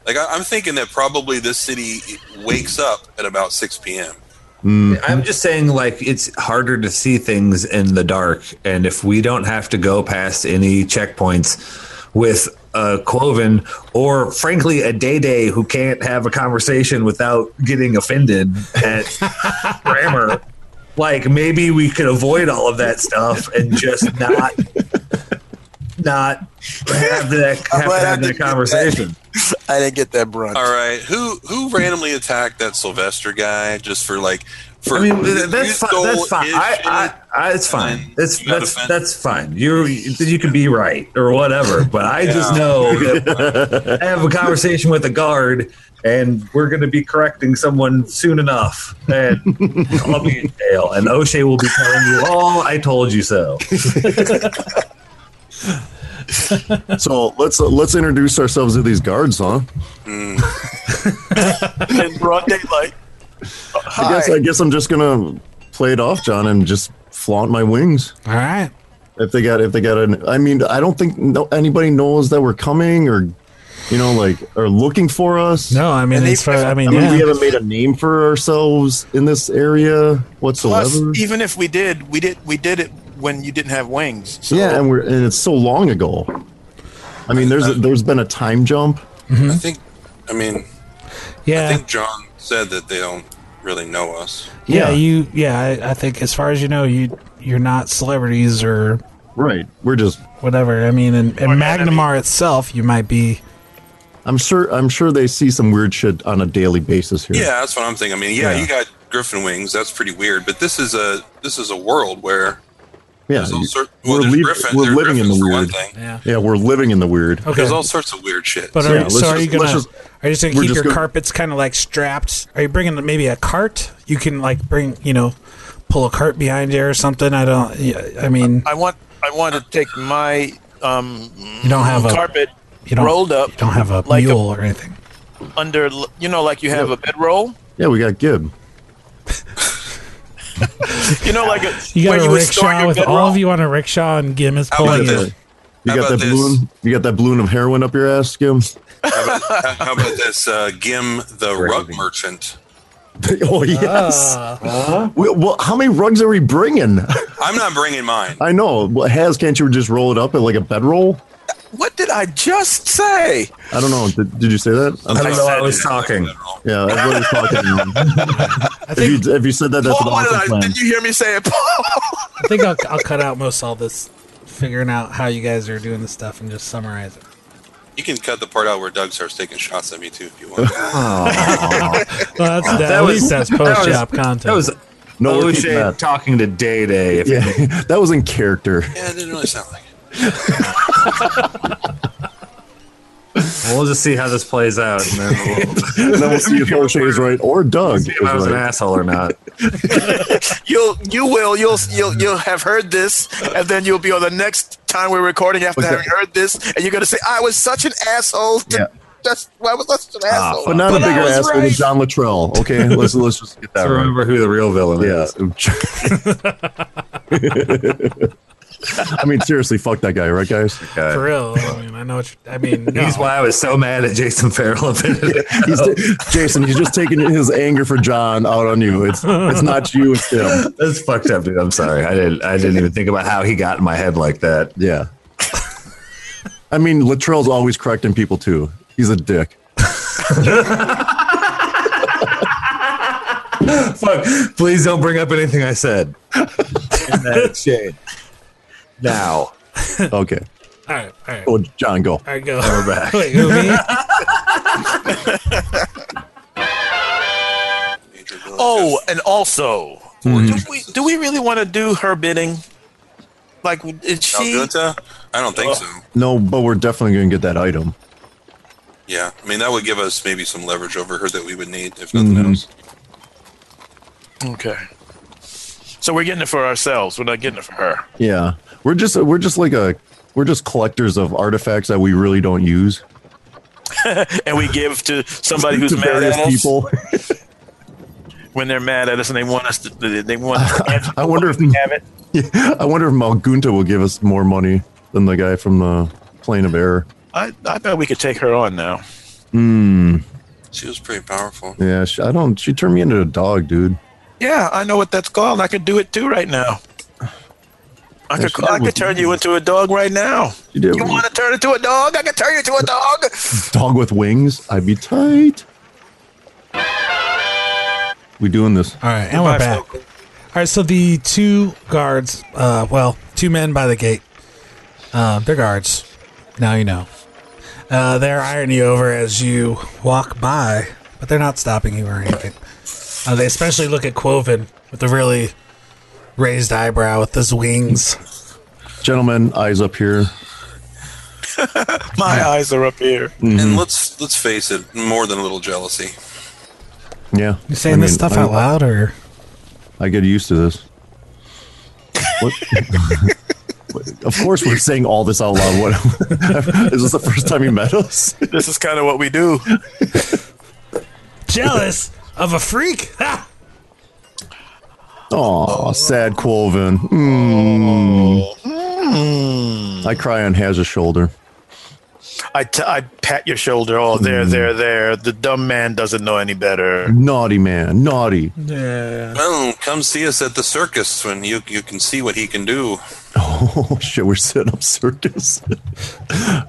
Like I, I'm thinking that probably this city wakes up at about 6 p.m.
I'm just saying, like, it's harder to see things in the dark. And if we don't have to go past any checkpoints with a Quoven or, frankly, a Day Day who can't have a conversation without getting offended at grammar, like, maybe we could avoid all of that stuff and just not. Not have that, have to
glad I
have that
didn't get that.
conversation.
I didn't get that brunt.
All right, who who randomly attacked that Sylvester guy just for like for?
I mean,
you- you
that's fine.
stole
That's fine.
his shit?
I, I, I, it's fine.
and
That's
you got
that's
offended.
that's fine. You you can be right or whatever, but I just
Yeah. [laughs]
know that I have a conversation with a guard, and we're going to be correcting someone soon enough, and I'll be in jail, and O'Shea will be telling you, "Oh, I told you so."
So let's uh, let's introduce ourselves to these guards, huh?
[laughs] In Mm. broad daylight.
I guess I guess I'm just gonna play it off, John, and just flaunt my wings.
All right.
If they got if they got an, I mean, I don't think no, anybody knows that we're coming or, you know, like are looking for us.
No, I mean,
And
it's
they-
fine. I mean,
I mean,
yeah.
we haven't made a name for ourselves in this area whatsoever.
Plus, even if we did, we did we did it when you didn't have wings. So
yeah, and we're and it's so long ago. I mean, there's there's been a time jump.
I think, I mean,
yeah.
I think John said that they don't really know us.
yeah,
Yeah.
you, yeah. I, I think as far as you know, you you're not celebrities or
Right. We're just.
whatever. I mean, and, and Magnamar itself, you might be.
I'm sure. I'm sure they see some weird shit on a daily basis here.
Yeah, that's what I'm thinking. I mean, yeah,
Yeah.
you got griffin wings. That's pretty weird. But this is a this is a world where
Yeah.
there's all sorts.
we're
Well, there's
leav-
griffin.
we're
there's
living in
griffins
the
for one
weird.
thing.
Yeah.
Yeah, we're living in the weird.
Okay.
There's all sorts of weird shit.
But
Yeah,
are, you
let's
so are
just-
you gonna?
let's just-
are you just gonna
we're
keep
just
your
gonna-
carpets kind of like strapped? Are you bringing maybe a cart? You can like bring you know, pull a cart behind you or something. I don't. yeah, I mean,
I want I want to take my um
you don't have a
carpet
you don't,
rolled up
You don't have a
like a-
mule or anything.
under l- you know like you have a bedroll.
Yeah, we got Gib.
You know like a,
[laughs] You got a
where would store
rickshaw
your
with
bedroll?
all of you on a rickshaw, and Gim is
How about
pulling
this?
it.
You
How
got
about
that
this?
balloon. You got that balloon of heroin up your ass, Gib. [laughs]
How about, [laughs] how about this? Uh, Gim the rug merchant.
oh yes.
Ah.
Well, well, how many rugs are we bringing? [laughs]
I'm not bringing mine.
I know. Well, Has can't you just roll it up at like a bedroll?
What did I just say?
I don't know. Did, did you say that? I'm
I don't know.
said
I was
it, like,
talking.
literal.
Yeah, everybody's talking.
[laughs] I
if,
think
you, if you said that, that's
Paul,
an
what did,
awesome
I,
plan.
did you hear me say it, Paul? [laughs]
I think I'll, I'll cut out most all this, figuring out how you guys are doing this stuff, and just summarize it.
You can cut the part out where Doug starts taking shots at me too, if
[laughs]
you want.
Well, that's, that, at
was-
least that's
that
post
was-
job content.
That was
No, we're keeping
O'Shea
that.
talking to Day Day. If
Yeah, [laughs] that was in
[laughs]
character.
yeah, it didn't really sound like it.
We'll just see how this plays out. And [laughs] then we'll see
And then we'll see if O'Shea is right or Doug is
if I was an
right.
asshole or [laughs] not.
You'll you will you'll you'll you'll have heard this, and then you'll be on the next time we're recording after having heard this, and you're gonna say I was such an asshole. To, [laughs] That's why I was such an asshole.
But not a
I
bigger
was
asshole than
right.
John Latrell.
[laughs]
Okay, let's let's just get that
So
right.
remember who the real villain
Yeah.
is. [laughs]
[laughs] I mean, seriously, fuck that guy, right, guys?
for real. I mean, I know what you're, I mean. No.
He's why I was so mad at Jason Farrell.
He's Jason, he's just taking his anger for John out on you. It's it's not you, it's him.
That's fucked up, dude. I'm sorry. I didn't. I didn't even think about how he got in my head like that.
Yeah. I mean, Latrell's always correcting people too. He's a dick.
Fuck. Please don't bring up anything I said. In that shade. [laughs] Now
Okay.
all right, all right, all
Oh, John, go.
right. Go.
we're back.
[laughs] Wait, who me?
Major Doug.
Oh, and also,
Hmm.
do we do we really want to do her bidding? Like, is she?
Algunta? I don't think so.
No, but we're definitely gonna get that item.
Yeah, I mean that would give us maybe some leverage over her that we would need if nothing
Mhm.
else.
Okay. So we're getting it for ourselves. We're not getting it for her.
Yeah. We're just we're just like a we're just collectors of artifacts that we really don't use.
And we give to somebody who's
to
mad
various
at us
people.
when they're mad at us and they want us to. They want. Us to have-
[laughs] I wonder if
have it.
[laughs] I wonder if Malgunta will give us more money than the guy from the plane of air.
I, I bet we could take her on now.
She was pretty powerful.
Yeah, she, I don't. She turned me into a dog, dude.
Yeah, I know what that's called. I could do it too right now. I
Yeah,
could,
she
I
did
could
with
turn you into a dog right now.
She did.
You want to turn into a dog? I can turn you into a
[laughs]
dog.
dog with wings. I'd be tight. We doing this?
All right, and we're back. All right, so the two guards, uh, well, two men by the gate, uh, they're guards. Now you know. Uh, they're eyeing you over as you walk by, but they're not stopping you or anything. Uh, they especially look at Quoven with a really raised eyebrow with his wings.
Gentlemen, eyes up here.
My eyes are up here.
And let's let's face it, more than a little jealousy.
Yeah.
You saying
I
this
mean,
stuff
I-
out loud, or
I get used to this. What? [laughs] of course, we're saying all this out loud. What? [laughs] Is this the first time you met [laughs] us?
This
[laughs]
is kind of what we do.
jealous of a freak? [laughs] Ha!
Oh, sad Quoven. Mm. I cry on Haz's shoulder.
I, t- I pat your shoulder. Oh, there,
Mm-hmm.
there, there. The dumb man doesn't know any better.
Naughty man, naughty. [laughs]
Well, come see us at the circus when you you can see what he can do.
Oh shit, we're setting up [laughs] circus.
Yeah,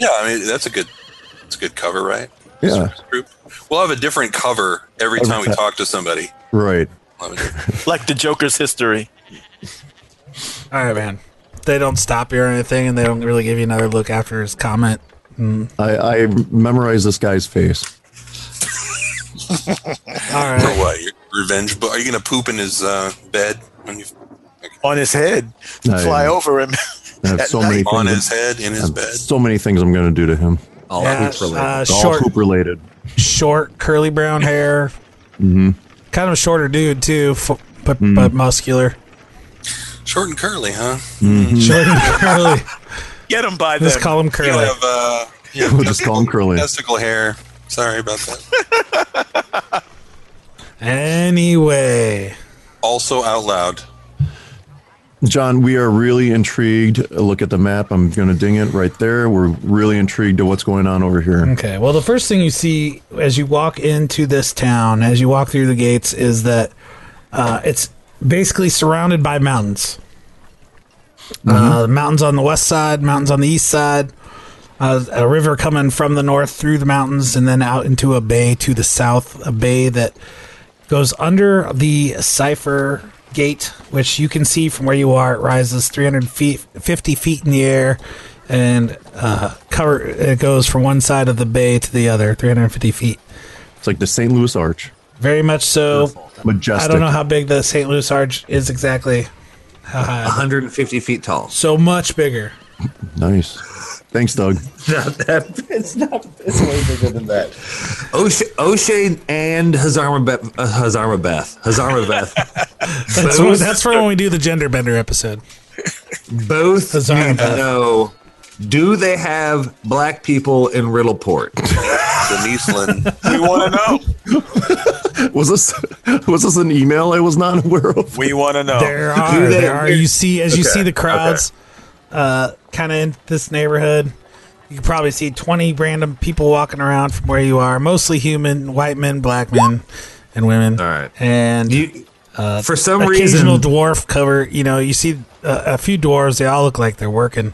I mean that's a good that's a good cover, right?
yeah,
Group. We'll have a different cover every time we talk to somebody.
right.
Love it.
Mm-hmm.
Like the Joker's history.
All right, man. They don't stop you or anything, and they don't really give you another look after his comment.
I, I memorized this guy's face.
All right.
Or what? Your revenge? But are you gonna poop in his uh, bed when you
On his head.
Oh,
I-
Fly over him. [laughs]
I have so many
on
things-
his head in his bed?
So many things I'm going to do to him.
All
Yeah,
poop related.
uh,
It's all
short,
poop related.
short, curly brown hair. Mm-hmm. Kind of a shorter dude too, f- but
Mm-hmm.
but muscular.
Short and curly, huh?
Short and
[laughs]
curly.
Get him by
Let's
the
call him
Mm-hmm. You
curly.
have uh,
[laughs]
you have
We'll just call him curly.
testicle hair. Sorry about that. [laughs]
Anyway,
also out loud.
John, we are really intrigued. Look at the map. I'm going to ding it right there. We're really intrigued to what's going on over here.
okay. Well, the first thing you see as you walk into this town, as you walk through the gates, is that uh, it's basically surrounded by mountains.
Mm-hmm.
Uh, mountains on the west side, mountains on the east side. Uh, a river coming from the north through the mountains and then out into a bay to the south, a bay that goes under the cipher gate, which you can see from where you are. It rises 350 feet in the air and uh, cover. It goes from one side of the bay to the other, 350 feet.
It's like the St. Louis Arch.
Very much so. I
Majestic.
don't know how big the St. Louis Arch is exactly.
150 feet tall.
So much bigger.
Nice. Thanks, Doug.
Not that. It's not. It's way bigger than that. O'Shea, O'Shea and Hazarma Beth. Uh, Hazarma Beth.
[laughs]
Hazarma Beth.
That's, when- that's for when we do the gender bender episode.
Both
Hazarma
need
Beth.
to know. Do they have black people in Riddleport?
[laughs]
Denise Lynn.
We want to know.
Was this was this an email I was not aware of?
We want to
Oh. [laughs]
[laughs]
know.
There are,
that.
there are. You see, as you see the crowds, uh, kind of in this neighborhood, you can probably see twenty random people walking around from where you are. Mostly human, white men, black men, and women.
All right.
and uh,
You, for some
[laughs]
reason,
occasional dwarf cover. You know, you see uh, a few dwarves. They all look like they're working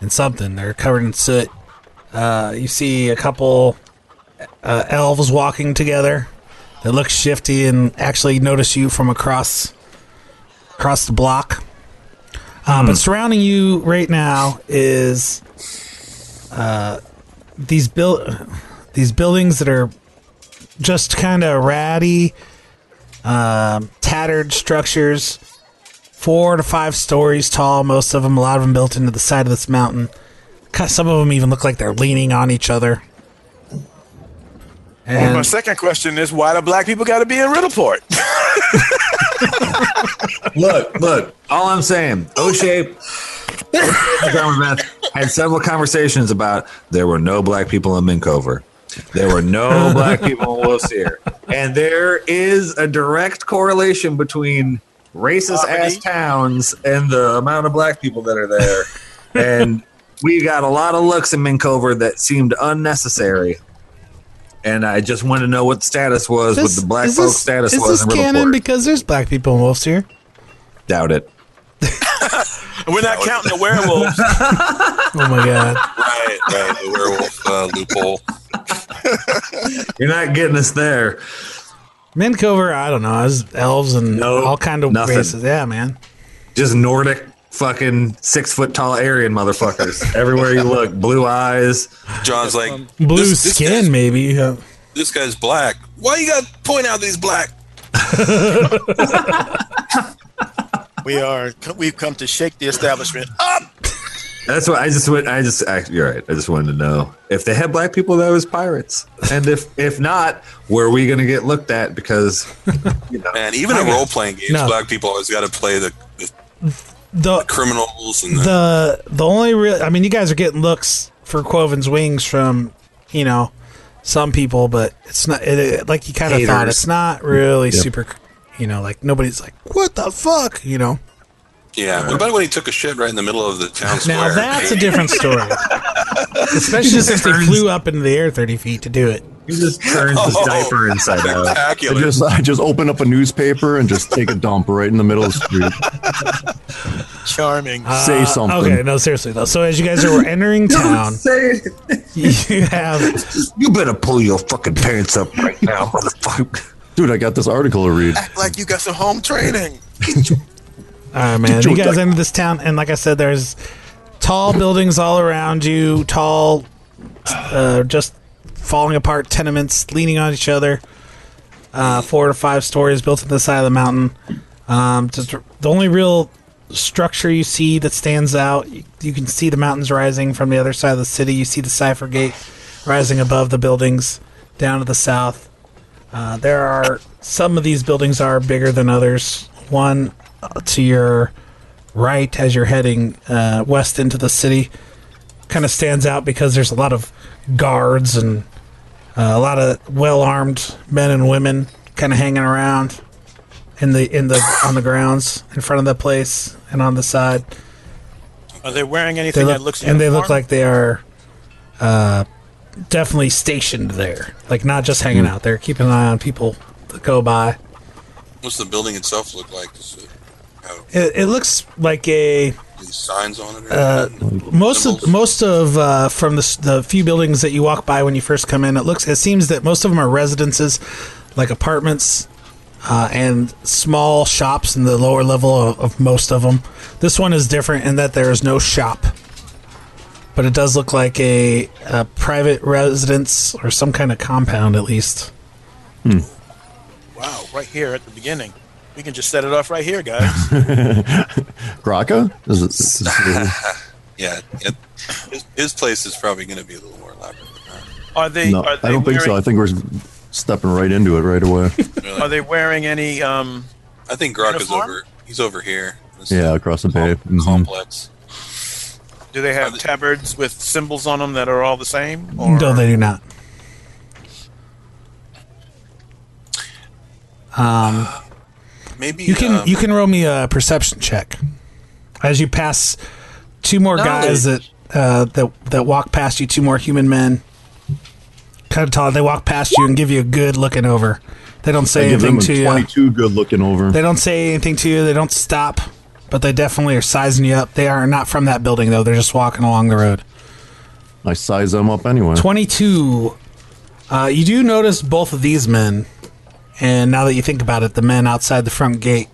in something. They're covered in soot. Uh, you see a couple uh, elves walking together. They look shifty and actually notice you from across across the block. Uh,
Hmm.
But surrounding you right now is uh, these build these buildings that are just kind of ratty um, tattered structures, four to five stories tall. Most of them, a lot of them, built into the side of this mountain. Ca- Some of them even look like they're leaning on each other.
My
And
second question is why do black people got to be in Riddleport? [laughs]
look, look. All I'm saying, O'Shea,
[laughs]
O'Shea had several conversations about there were no black people in Minkover. There were no black people in Wilsere. And there is a direct correlation between racist ass towns and the amount of black people that are there. and we got a lot of looks in Minkover that seemed unnecessary. And I just want to know what the status was,
This-
what the black
is
folk
this-
status
is this
was in
canon
Riddleport.
because there's black people in wolves here.
Doubt it.
We're not counting the werewolves.
Oh my
[laughs]
god!
Right, right. The werewolf uh, loophole.
You're not getting us there.
Mincover, I don't know. It's elves and
No,
all kind of
nothing.
races. Yeah, man.
just Nordic fucking six foot tall Aryan motherfuckers. Everywhere you look, blue eyes.
John's like
Um, Blue
this- this
skin,
guy's-
maybe. Uh,
this guy's black. Why you got to point out that he's black?
we are. We've come to shake the establishment.
Oh,
That's what I just went. I just I, you're right. I just wanted to know if they had black people that was pirates, and if if not, were we gonna get looked at because you know
Man, even in role playing games,
No.
black people always got to play the, the
the
criminals and the,
the the only real I mean you guys are getting looks for Quoven's wings from you know some people but it's not it, it- like you kind of thought
Haters.
it's not really super You know, like nobody's like, what the fuck? You know.
Yeah. What about when he took a shit right in the middle of the town
Now
square?
that's a different story. Especially since they flew up into the air 30 feet to do it.
He just turns his
Oh.
diaper inside out.
I
spectacular.
just I just open up a newspaper and just take a dump right in the middle of the street.
Charming.
Say something.
Uh, Okay, no, seriously though. So as you guys are entering town,
Say it.
you have
You better pull your fucking pants up right now, motherfucker.
Dude, I got this article to read.
like you got some home training.
all right, man. You guys enter this town, and like I said, there's tall buildings all around you, tall, uh, just falling apart tenements leaning on each other, uh, four to five stories built on the side of the mountain. Um, just the only real structure you see that stands out, you, you can see the mountains rising from the other side of the city. You see the Cipher Gate rising above the buildings down to the south. Uh, there are some of these buildings are bigger than others. One uh, to your right as you're heading uh, west into the city kind of stands out because there's a lot of guards and uh, a lot of well-armed men and women kind of hanging around in the in the on the grounds in front of the place and on the side.
Are they wearing
They
anything
look,
that looks
and they look
uniform?
like they are uh, definitely stationed there, like not just
Hmm.
hanging out there, keeping an eye on people that go by.
What's the building itself look like? Does it have
It, it looks like a
these signs on it? Or anything?
most of
Symbols?
most of uh, from the, s- the few buildings that you walk by when you first come in, it looks it seems that most of them are residences, like apartments, uh, and small shops in the lower level of, of most of them. This one is different in that there is no shop, but it does look like a, a private residence or some kind of compound at least.
wow, right here at the beginning. We can just set it off right here, guys.
Graka? Is it, is it-
[laughs]
Yeah. yeah. His, his place is probably going to be a little more elaborate than
[laughs] Are they?
no,
are they
I don't think so. I
wearing-
think we're stepping right into it right away.
that. Really.
Are they wearing any? Um,
I think Grok is
Uniform?
over. He's over here. This
yeah, across the bay.
com-
Mhm.
Complex.
do they
Are
have
they-
tabards with symbols on them that are all the same? Or
No, they do not.
Maybe
You can
um,
you can roll me a perception check as you pass two more guys that uh, that that walk past you. Two more human men, kind of tall. They walk past you and give you a good looking over. They don't
I
say
give him
anything
a
to uh, you.
22 good looking over.
They don't say anything to you. They don't stop, but they definitely are sizing you up. They are not from that building though. They're just walking along the road.
I size them up anyway.
22. Uh, you do notice both of these men, and now that you think about it, the men outside the front gate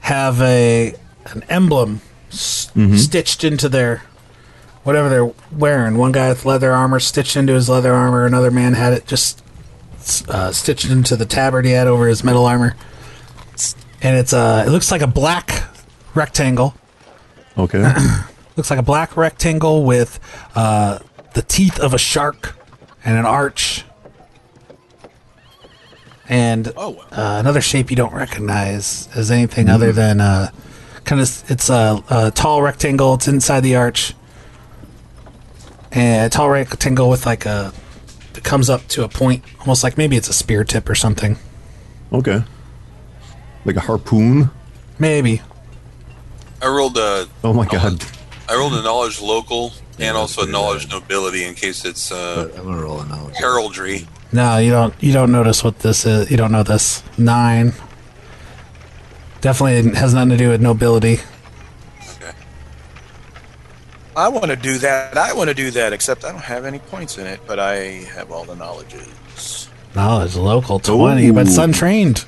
have a an emblem s- stitched into their whatever they're wearing. One guy with leather armor stitched into his leather armor. Another man had it just uh, stitched into the tabard he had over his metal armor, and it's uh, it looks like a black rectangle
Okay.
looks like a black rectangle with uh, the teeth of a shark and an arch and uh, another shape you don't recognize as anything other than uh, kind of it's a, a tall rectangle it's inside the arch and a tall rectangle with like a that comes up to a point almost like maybe it's a spear tip or something
Okay. Like a harpoon?
maybe
I rolled a
Oh my god.
I rolled a knowledge local and also a knowledge nobility in case it's uh,
I'm gonna roll a knowledge.
heraldry.
No, you don't. You don't notice what this is. You don't know this. Nine. Definitely has nothing to do with nobility.
Okay.
I want to do that. I want to do that. Except I don't have any points in it, but I have all the knowledges.
Knowledge local twenty, but it's untrained.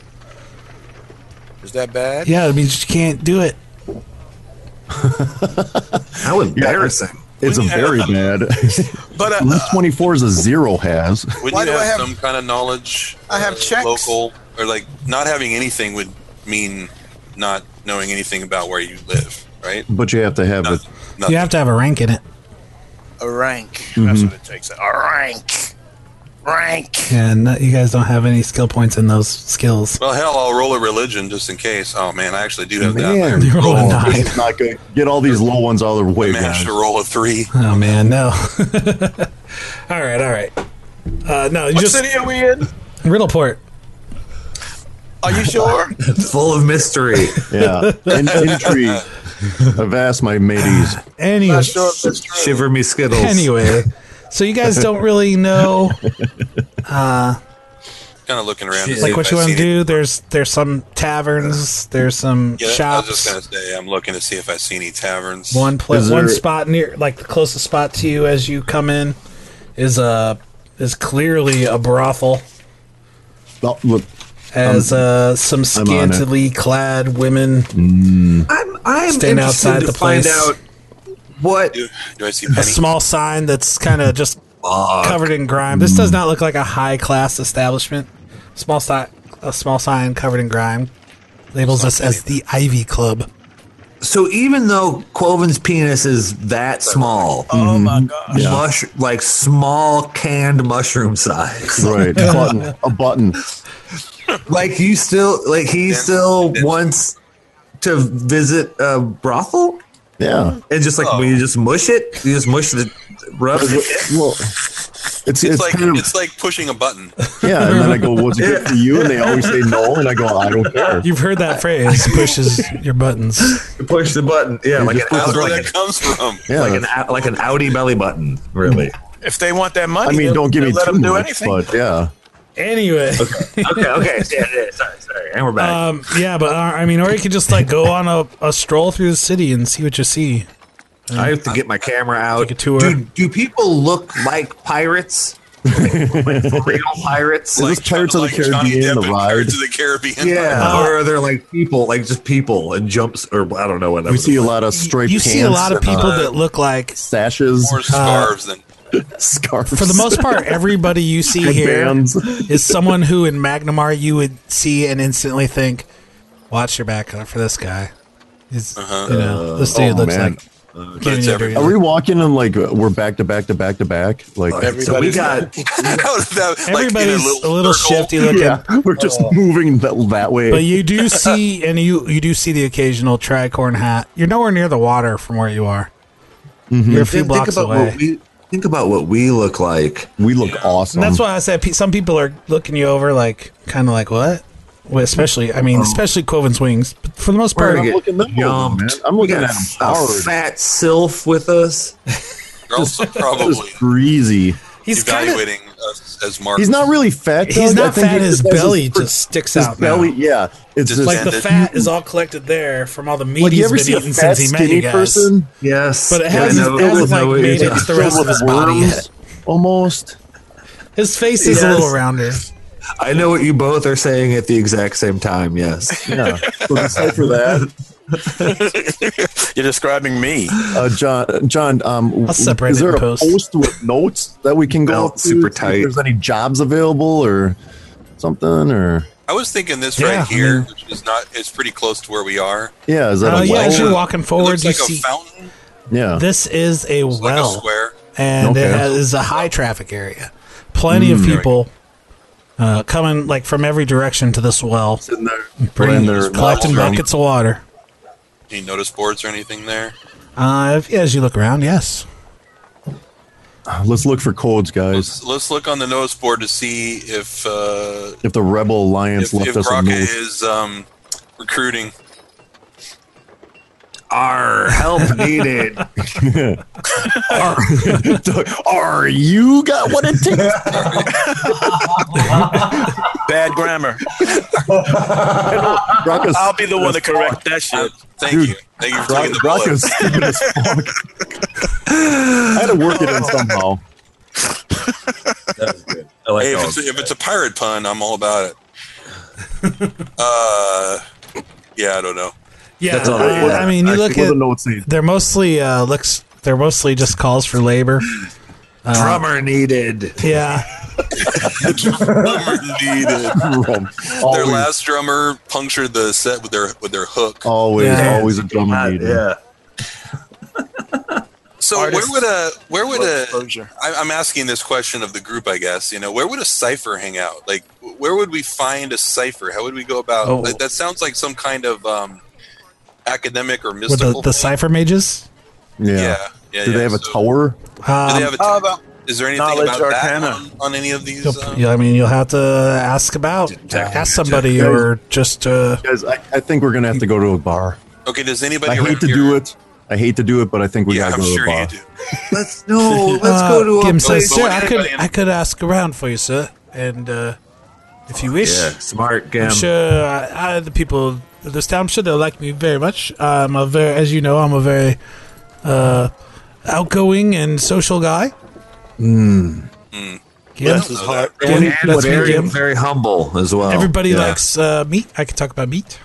Is that bad?
Yeah, it means you can't do it.
How embarrassing.
It's a very bad.
But uh,
Mm-hmm.
Left 24 is a zero has.
Wouldn't
Why do
you
I
have,
have-
some kind of knowledge? uh,
I have checks.
Local or like not having anything would mean not knowing anything about where you live, right?
But you have to have it.
Nothing. Nothing.
You have to have a rank in it.
a rank. That's what it takes. A rank. Rank.
And not- you guys don't have any skill points in those skills.
Well, hell, I'll roll a religion just in case. Oh man, I actually do have
Man,
that.
You're rolling
oh,
nine.
this is not good. Get all these low ones out of the
I
way,
managed
guys.
to roll a three.
Oh man, no. [laughs] all right, all right. Uh, no, you
What
just
city are we in?
Riddleport.
Are
[laughs]
you sure?
full of mystery.
Yeah, and intrigue. Avast my mateys.
Anyway,
Not sure if that's true.
Shiver me skittles.
anyway, so you guys don't really
[laughs]
know
Kind of looking around.
Shit.
see
like
if
what
I
you want
see
to
any-
do. There's there's some taverns, there's some
Yeah, I was
shops.
just gonna say I'm looking to see if I see any taverns.
One place,
Is
one
there-
spot near, like the closest spot to you as you come in, is a is clearly a brothel.
Oh, look,
As uh,
I'm
some
on it.
scantily clad women,
I'm I'm
Stand
interested
outside
to
the
find
place.
out what
Do, do I see
a
Penny?
small sign that's kind of just covered in grime. This does not look like a high class establishment. Small si- a small sign covered in grime labels this as the Ivy Club.
So even though Quoven's penis is that small, mm-hmm.
Oh my gosh.
mush like small canned mushroom size,
right, button, a button.
like you still like he still wants to visit a brothel
Yeah.
and just like
Oh.
when you just mush it, you just mush the rub.
Well, it's it's,
It's like
kind of
it's like pushing a button.
yeah, and then I go, "What's good for you?" And they always say no, and I go, "I don't care."
You've heard that [laughs] phrase, pushes your buttons.
[laughs] push the button, yeah, like an,
just push
That's
out,
where
like,
that
an,
comes from.
Yeah,
like an out- like an Audi belly button, really.
If they want that money,
I mean,
they'll-
don't give me
they'll let
too
them do
much,
anything.
but yeah,
Anyway,
okay, okay, yeah, yeah, sorry, sorry, and we're back.
um, yeah, but uh, I mean, or you could just like go on a, a stroll through the city and see what you see.
I have to get my camera
Mm.
out.
Take a tour.
Do, do people look like pirates? like for
[laughs]
real pirates?
Is this Pirates of the
Johnny
Caribbean,
Depp
the
in
ride?
Pirates of the Caribbean.
yeah, or are there like uh, people, like just people and jumps, or I don't know what that
we
was.
see a lot of striped
You
pants,
see a lot of
and, uh,
people that look like,
sashes,
More scarves than
[laughs]
[laughs]
scarves
for the most
[laughs]
part, everybody you see here
bands.
is someone who in Magnamar you would see and instantly think, "Watch your back for this guy." He's, you know, this dude
oh,
looks
man.
like. Getting
it's
your
every-
dirty
Are we walking and like we're back to back to back to back? Like
So we got
Out of that, like, in
Everybody's a little
circle.
shifty
[laughs]
looking,
yeah, we're just moving that, that way.
but you do see, and you you do see the occasional tricorn hat. You're nowhere near the water from where you are.
Mm-hmm.
You're a few
think,
blocks
about
away.
what we think about what we look like.
we look awesome.
And that's why I said pe- some people are looking you over, like kind of like what? Well, especially, I mean, especially Quoven's wings. But for the most
Oh. We're
part,
gonna
looking
get
them over, man.
jumped.
I'm
We
looking
got
at
a,
them
a
hard.
fat sylph with us.
They're also probably
Just breezy.
he's kind of
evaluating us as Mark.
He's not really fat.
he's
Doug. I
not
think
fat.
he
His
just has
belly
per-
just sticks
his
out.
belly.
now.
Yeah, it's just,
like the fat is all collected there from all the meat
Like you
he's
ever
been
see a
eating
fat
since he met you
skinny
guys.
person?
Yes,
But it
Yeah, I
hasn't,
know-
it hasn't
I know
like
what
made
you're
it to
talking
the rest of
Filled
his
with
body
worms,
yet.
Almost.
His face is a
Yes.
little rounder.
about. [laughs] I know what you both are saying at the exact same time. [laughs] Yes,
Yeah. So decipher
[laughs]
that.
You're describing me.
Uh, John, John, um,
I'll separate
is
it
there
in
a
post.
post with notes that we can go
Belt
up to
super
see
tight.
If there's any jobs available or something, or
I was thinking this
Yeah,
right
I
here,
mean-
which is not. It's pretty close to where we are.
yeah, is that
Uh,
a
yeah,
well?
as you're
It
walking
It
forward,
looks
you
like a
see
fountain,
yeah,
this is a
like
well,
a square.
and it
Okay.
has, is a high traffic area. Plenty
Mm.
of people uh, coming like from every direction to this well,
in there,
bringing,
in there
collecting buckets of water.
Any notice boards or anything there?
Uh, if, as you look around, yes.
Let's look for codes, guys.
Let's, let's look on the notice board to see if uh,
If the Rebel Alliance
if,
left
if
us a
Rocket
note, [laughs]
is um, recruiting.
our help needed.
are you got what it
[laughs]
takes?
Bad grammar.
Rocket's,
I'll be the one to correct that shit.
Thank
Dude,
you. Thank you for taking the
Rock,
bullet.
Rocket's stupid as fuck.
[laughs]
I had to work it in somehow.
I like
Hey, if
dogs.
it's, if it's a pirate pun, I'm all about it. uh, yeah, I don't know.
Yeah,
That's all
uh,
right, yeah.
I mean, you look
What
at
the note say?
they're mostly uh, looks. They're mostly just calls for
[laughs]
labor.
uh, drummer needed.
Yeah,
Drum.
Their
Always,
last drummer punctured the set with their with their hook.
always,
Yeah.
always a drum
Not-
needed.
yeah.
So
Artists
where would a where would
love
a
exposure.
I, I'm asking this question of the group, I guess. You know, where would a cipher hang out? Like, where would we find a cipher? How would we go about?
Oh.
That, that sounds like some kind of um, academic or
with
mystical.
the, the
thing.
cipher mages.
Yeah.
Yeah, yeah.
Do they
yeah.
have a
So-
tower?
Do they
Um,
have a
How
tower?
about
Is there anything
Knowledge
about that
Arcana.
on, on any of these?
You'll-
uh,
yeah, I mean, you'll have to ask about, ask somebody, or just uh,
Guys, I, I think we're gonna have to go to a bar.
Okay, does anybody?
I
around
hate to
here-
do it. I hate to do it, but I think we
Yeah,
gotta
I'm
go
sure
to a bar.
you do.
Let's no. Let's
uh,
go to a
Gim
place.
says, "Sir,
But
I
when
could,
anybody-
I could ask around for you, sir, and uh, if you wish."
Yeah, smart Gim.
I'm sure I, I, the people of this town, I'm sure they'll like me very much. I'm a very, as you know, I'm a very uh, outgoing and social guy. Yeah,
Bless his heart.
Gim,
and
that's me,
very,
Gim.
very humble as well.
Everybody
Oh, Yeah.
likes uh, meat. I can talk about meat.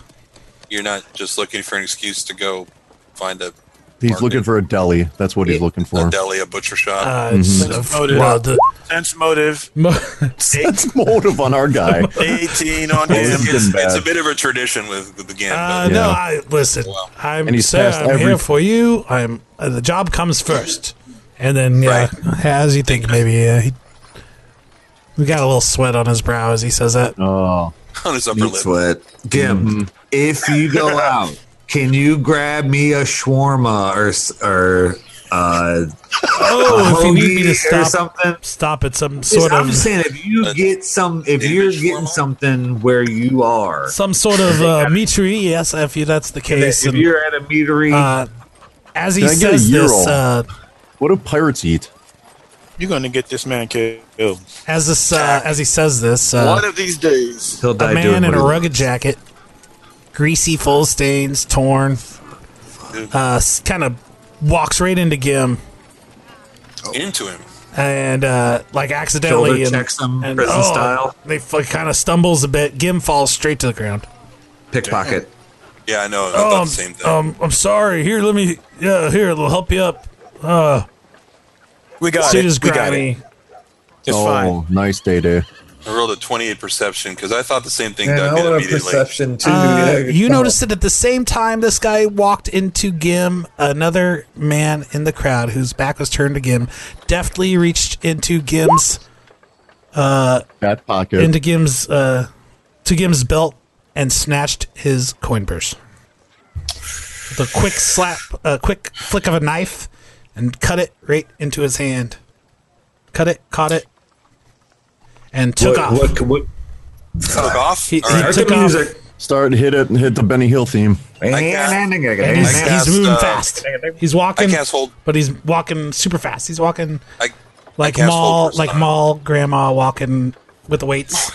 You're not just looking for an excuse to go find a,
He's
Market.
looking for a deli. That's what he's looking
a
for.
deli, a butcher shop.
Uh, it's, uh,
Motive.
well, the-
Sense motive.
mo- [laughs]
That's motive on our guy.
18 on
it's,
him.
it's-
been bad.
it's a bit of a tradition with, with the game.
Uh,
but
No, I listen.
Wow.
I'm
And he's
sir,
passed
I'm
every-
here for you. I'm uh, the job comes first, and then yeah, as you think maybe uh, he, we got a little sweat on his brow as he says that.
Oh,
on his upper
Meat
lip.
sweat. Gim,
Mm-hmm.
if you
[laughs]
go out, can you grab me a shawarma or s- or uh,
Oh, if you need me
hoagie
to
or
stop,
something?
stop at some
Just-
sort
I'm
of
just saying, if you
Uh,
get some, if
David
you're getting
shawarma?
something where you are,
some sort of uh, meatery. Yes, if you, that's the case.
if
And,
you're at a meatery,
uh, as he
Can I get a
says this,
Euro?
uh,
what do pirates eat?
You're going to get this man killed.
as this, uh, as he says this, uh,
One of these days.
he'll
a
die doing
man in
what
a
he-
rugged jacket, greasy, full stains, torn, uh, kind of walks right into Gim
Into him.
and uh, like accidentally
Shoulder
and, oh,
checks him, prison style.
They like, kind of stumbles a bit. Gim falls straight to the ground.
pickpocket.
Yeah, I know. I
Oh,
thought
I'm,
the same thing.
um, I'm sorry. Here, let me. Yeah, here, it'll help you up. Uh,
We got
suit
it.
is
We got
grimy.
it. It's
oh,
fine.
nice day day.
I rolled a 28 perception because I thought the same thing
Man,
Doug
I
did
want a
immediately.
perception too.
Uh,
yeah.
you noticed that at the same time this guy walked into Gim, another man in the crowd whose back was turned to Gim, deftly reached into Gim's
Fat pocket.
into Gim's uh, to Gim's belt and snatched his coin purse. With a quick slap, a quick flick of a knife, and cut it right into his hand. Cut it, caught it, and took off.
What, what, what,
Took off?
He-
All
he
right.
took
American
off.
music.
Start hit it and hit the Benny Hill theme.
And
I
he's,
cast,
he's moving
uh,
fast. He's
I
walking,
cast hold.
but he's walking super fast. He's walking
I,
like
cast
mall,
hold for
like
style.
mall grandma walking with the weights.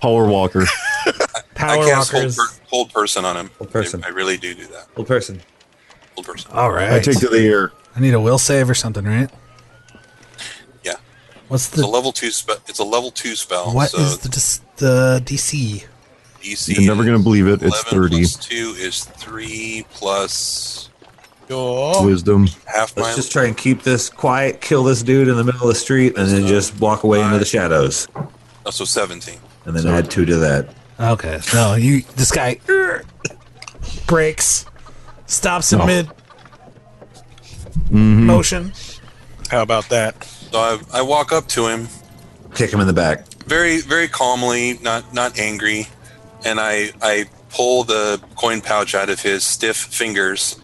Power Walker.
I
Power
cast hold,
walkers.
per, hold person on him.
Hold person.
I, I really do do that.
Old person.
Hold person.
All right.
I take to the ear.
I need a will save or something, right?
Yeah.
What's
It's a
the
level two spell. It's a level two spell.
what
so
is the dis- the DC?
DC?
You're never gonna believe it. It's
11
thirty.
Plus two is three plus
Wisdom.
half my.
Let's just try and keep this quiet. Kill this dude in the middle of the street, and
Uh,
then just walk away into the shadows,
oh, so 17.
and then add two to that.
Okay. No, you. This guy [laughs] er, breaks, stops in
Oh.
No.
mid
Mm-hmm.
motion.
How about that?
So I, I walk up to him
Kick him in the back.
very very calmly, not not angry, and I I pull the coin pouch out of his stiff fingers,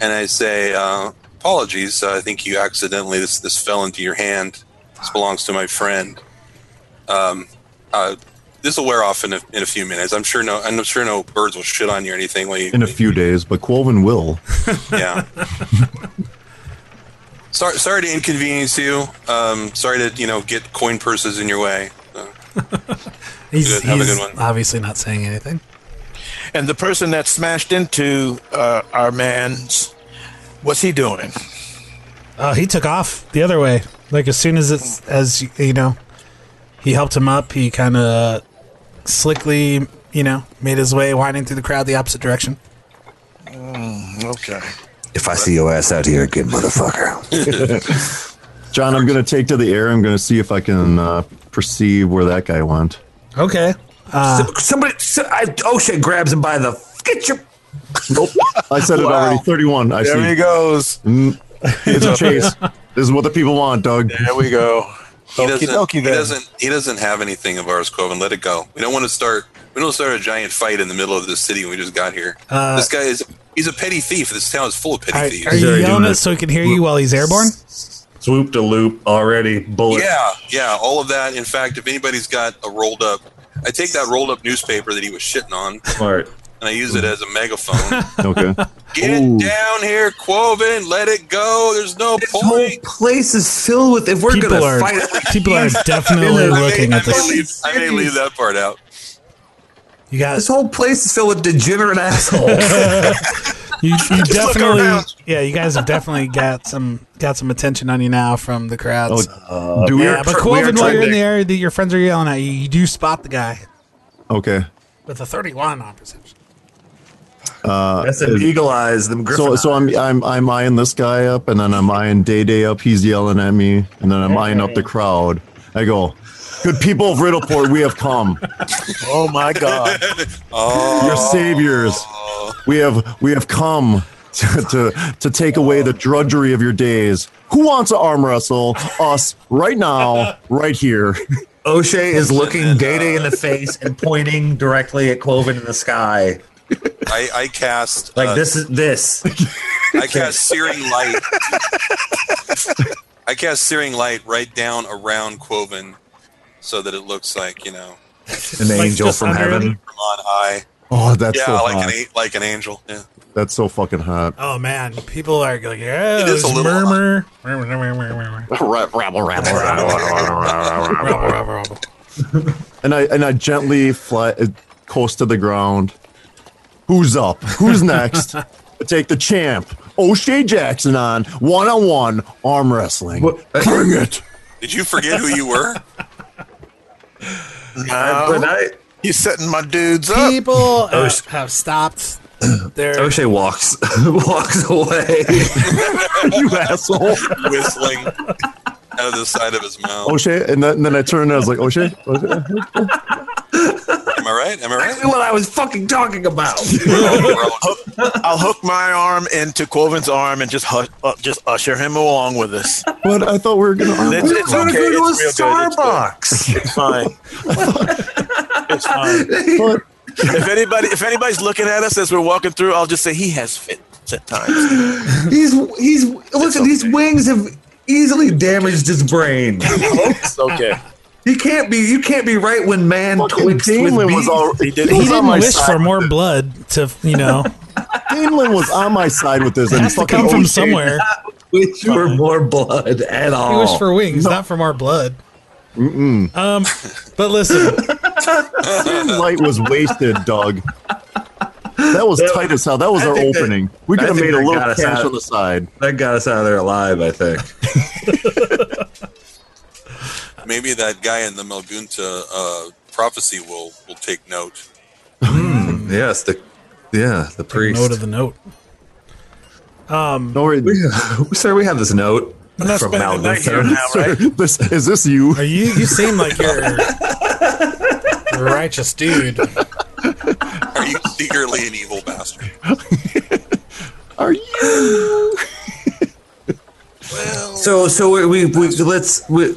and I say, uh, "Apologies, I think you accidentally this this fell into your hand. This belongs to my friend. Um, uh, this will wear off in a, in a few minutes. I'm sure no I'm sure no birds will shit on you or anything while you
In a few days, but Quoven will. [laughs]
yeah. sorry, sorry to inconvenience you. Um, sorry to you know get coin purses in your way. Uh,
He's,
Good, have a
he's
good one.
obviously not saying anything.
And the person that smashed into uh, our man's, what's he doing?
Uh, he took off the other way. Like as soon as it's as you- you know, he helped him up. He kind of slickly, you know, made his way winding through the crowd the opposite direction.
Okay.
If I see your ass out here again, motherfucker.
John, I'm gonna take to the air. I'm gonna see if I can uh, perceive where that guy went.
Okay.
Uh, Somebody, so, I, O'Shea grabs him by the get your. Nope.
I said it already. Thirty-one. I
There
see.
he goes.
It's a chase. this is what the people want, Doug.
There we go.
he
Okie
doesn't.
dokie
he
then.
doesn't. He doesn't have anything of ours, Coven. Let it go. We don't want to start. We don't start a giant fight in the middle of this city when we just got here.
Uh,
this guy is. He's a petty thief. This town is full of petty
Are,
thieves.
are you
already
yelling
doing
it
it.
so he can hear you while he's airborne?
swoop to loop already. Bullet.
Yeah, yeah, all of that. In fact, if anybody's got a rolled up, I take that rolled up newspaper that he was shitting on, and
Smart.
I use it as a
[laughs]
megaphone.
Okay.
Get
Ooh.
down here, Quoven. Let it go. There's no
This whole
point.
place is filled with. If we're
People
gonna
are-
fight,
[laughs]
People are definitely
I may-
looking
I
at
may
this.
leave- I may leave that part out.
You got
this whole place is filled with degenerate assholes.
[laughs]
you, you
look
definitely
around.
yeah you guys have definitely got some got some attention on you now from the crowds
Do we?
yeah but
tr- we are
Quoven while
trying
you're in
to-
the area that your friends are yelling at you you do spot the guy
Okay.
with a 31 on perception
That's an eagle eyes. Them griffin.
So
eyes.
so I'm I'm I'm eyeing this guy up, and then I'm eyeing Day Day up. He's yelling at me, and then I'm eyeing up the crowd. I go, "Good people of Riddleport, we have come.
Oh my god.
[laughs] Your saviors. We have we have come." [laughs] To, to to take away the drudgery of your days. Who wants to arm wrestle us right now, right here?
[laughs]
[laughs]
O'Shea is looking Day in the face and pointing directly at Cloven in the sky.
I, I cast
Like
uh,
this is this.
I cast searing light. I cast searing light right down around Quoven, so that it looks like you know
An angel
just
from
under
heaven.
him?
from on high.
Oh, that's
yeah,
so
like
hot.
an an like an angel. Yeah.
That's so fucking hot.
[laughs]
oh man people are like yeah
It is a
this
little
murmur Murmur, murmur, murmur, murmur.
[laughs]
Rubble, rubble, rubble.
and I and I gently fly uh, close to the ground. Who's up?
[laughs]
Who's next? I take the champ, O'Shea Jackson, on one on one arm wrestling. Bring it!
Did you forget who
[laughs]
you were?
I- but I-
You're setting my dudes up.
[laughs] people have, have stopped their
O'Shea walks [laughs] walks away.
you asshole,
Whistling out of the side of his mouth.
O'Shea. And then, and then I turned and I was like, O'Shea, O'Shea?
Am I right? Am I right?
what I was fucking talking
[laughs]
about.
We're all- we're all-
I'll hook my arm into Quovin's arm and just hu- uh, just usher him along with us.
but I thought we were gonna. Arm
It's,
wrestle.
it's okay. It's real good. It's good.
Starbucks.
It's fine. it's fine.
But
If anybody if anybody's looking at us as we're walking through, I'll just say he has fit at times.
he's he's look at these wings have easily damaged his brain.
It's okay.
He can't be you can't be right when man
fucking
twixt with
Daimlin was
bees. [laughs]
all.
He did.
he
He,
on
didn't
my
wish
side
for more blood to you know
Daimlin was on my side with this,
it
and
has to
fucking
come from
O'Shea-
somewhere
wish for more blood at
He
all.
wished for wings, not for more blood. Um, but listen,
[laughs] light was wasted, Doug. That was tight as hell. That was
I
our
think that-
opening. we
I
could have
think
made a
that
little
got us
cash
out.
on the side.
that got us out of there alive,
[laughs]
I think.
Maybe that guy in the Melgunta uh, prophecy will will take note.
yes, the yeah, the priest.
note of the note.
Don't worry.
Sir, [laughs] we have this note
I'm not spending the night here now,
[laughs]
right?
[laughs] This, is this you?
Are you? You seem like you're a righteous dude.
Are you secretly an evil bastard?
[laughs] Are you?
So, so we, we, we let's we,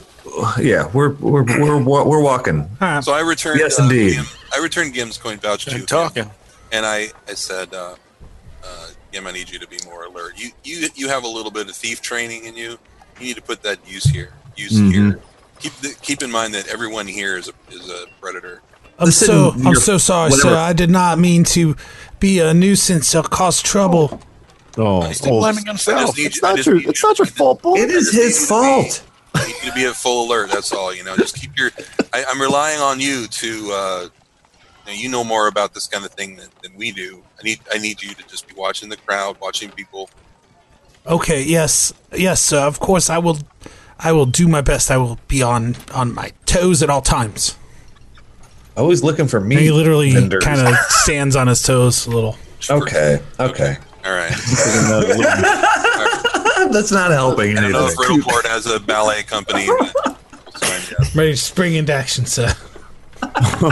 yeah, we're we're we're wa- we're walking.
So I returned. uh,
Yes, indeed.
Gim- I returned Gim's coin voucher to him,
talking.
and I I said, uh, uh, Gim, I need you to be more alert. You you you have a little bit of thief training in you. You need to put that use here. Use
Mm-hmm.
here. Keep the, keep in mind that everyone here is a is a predator.
I'm
Listen,
so I'm
you're-
so sorry,
whatever.
sir. I did not mean to be a nuisance or cause trouble.
Oh, oh,
Blaming himself.
need
it's
you- I
not
just
your.
need
It's
you-
not your fault, boy.
It is his fault.
I need you to be at full alert. That's all. You know, just keep your. I, I'm relying on you to. Uh, you, know, you know more about this kind of thing than, than we do. I need. I need you to just be watching the crowd, watching people.
Okay. Yes. Yes, sir. Of course, I will. I will do my best. I will be on on my toes at all times.
Always looking for me.
And he literally
vendors.
kind of stands on his toes a little.
Okay, okay.
All right.
That's not helping
I don't know if
anything.
Riddleport has a ballet company. but we'll find out.
Ready to spring into action, sir.
All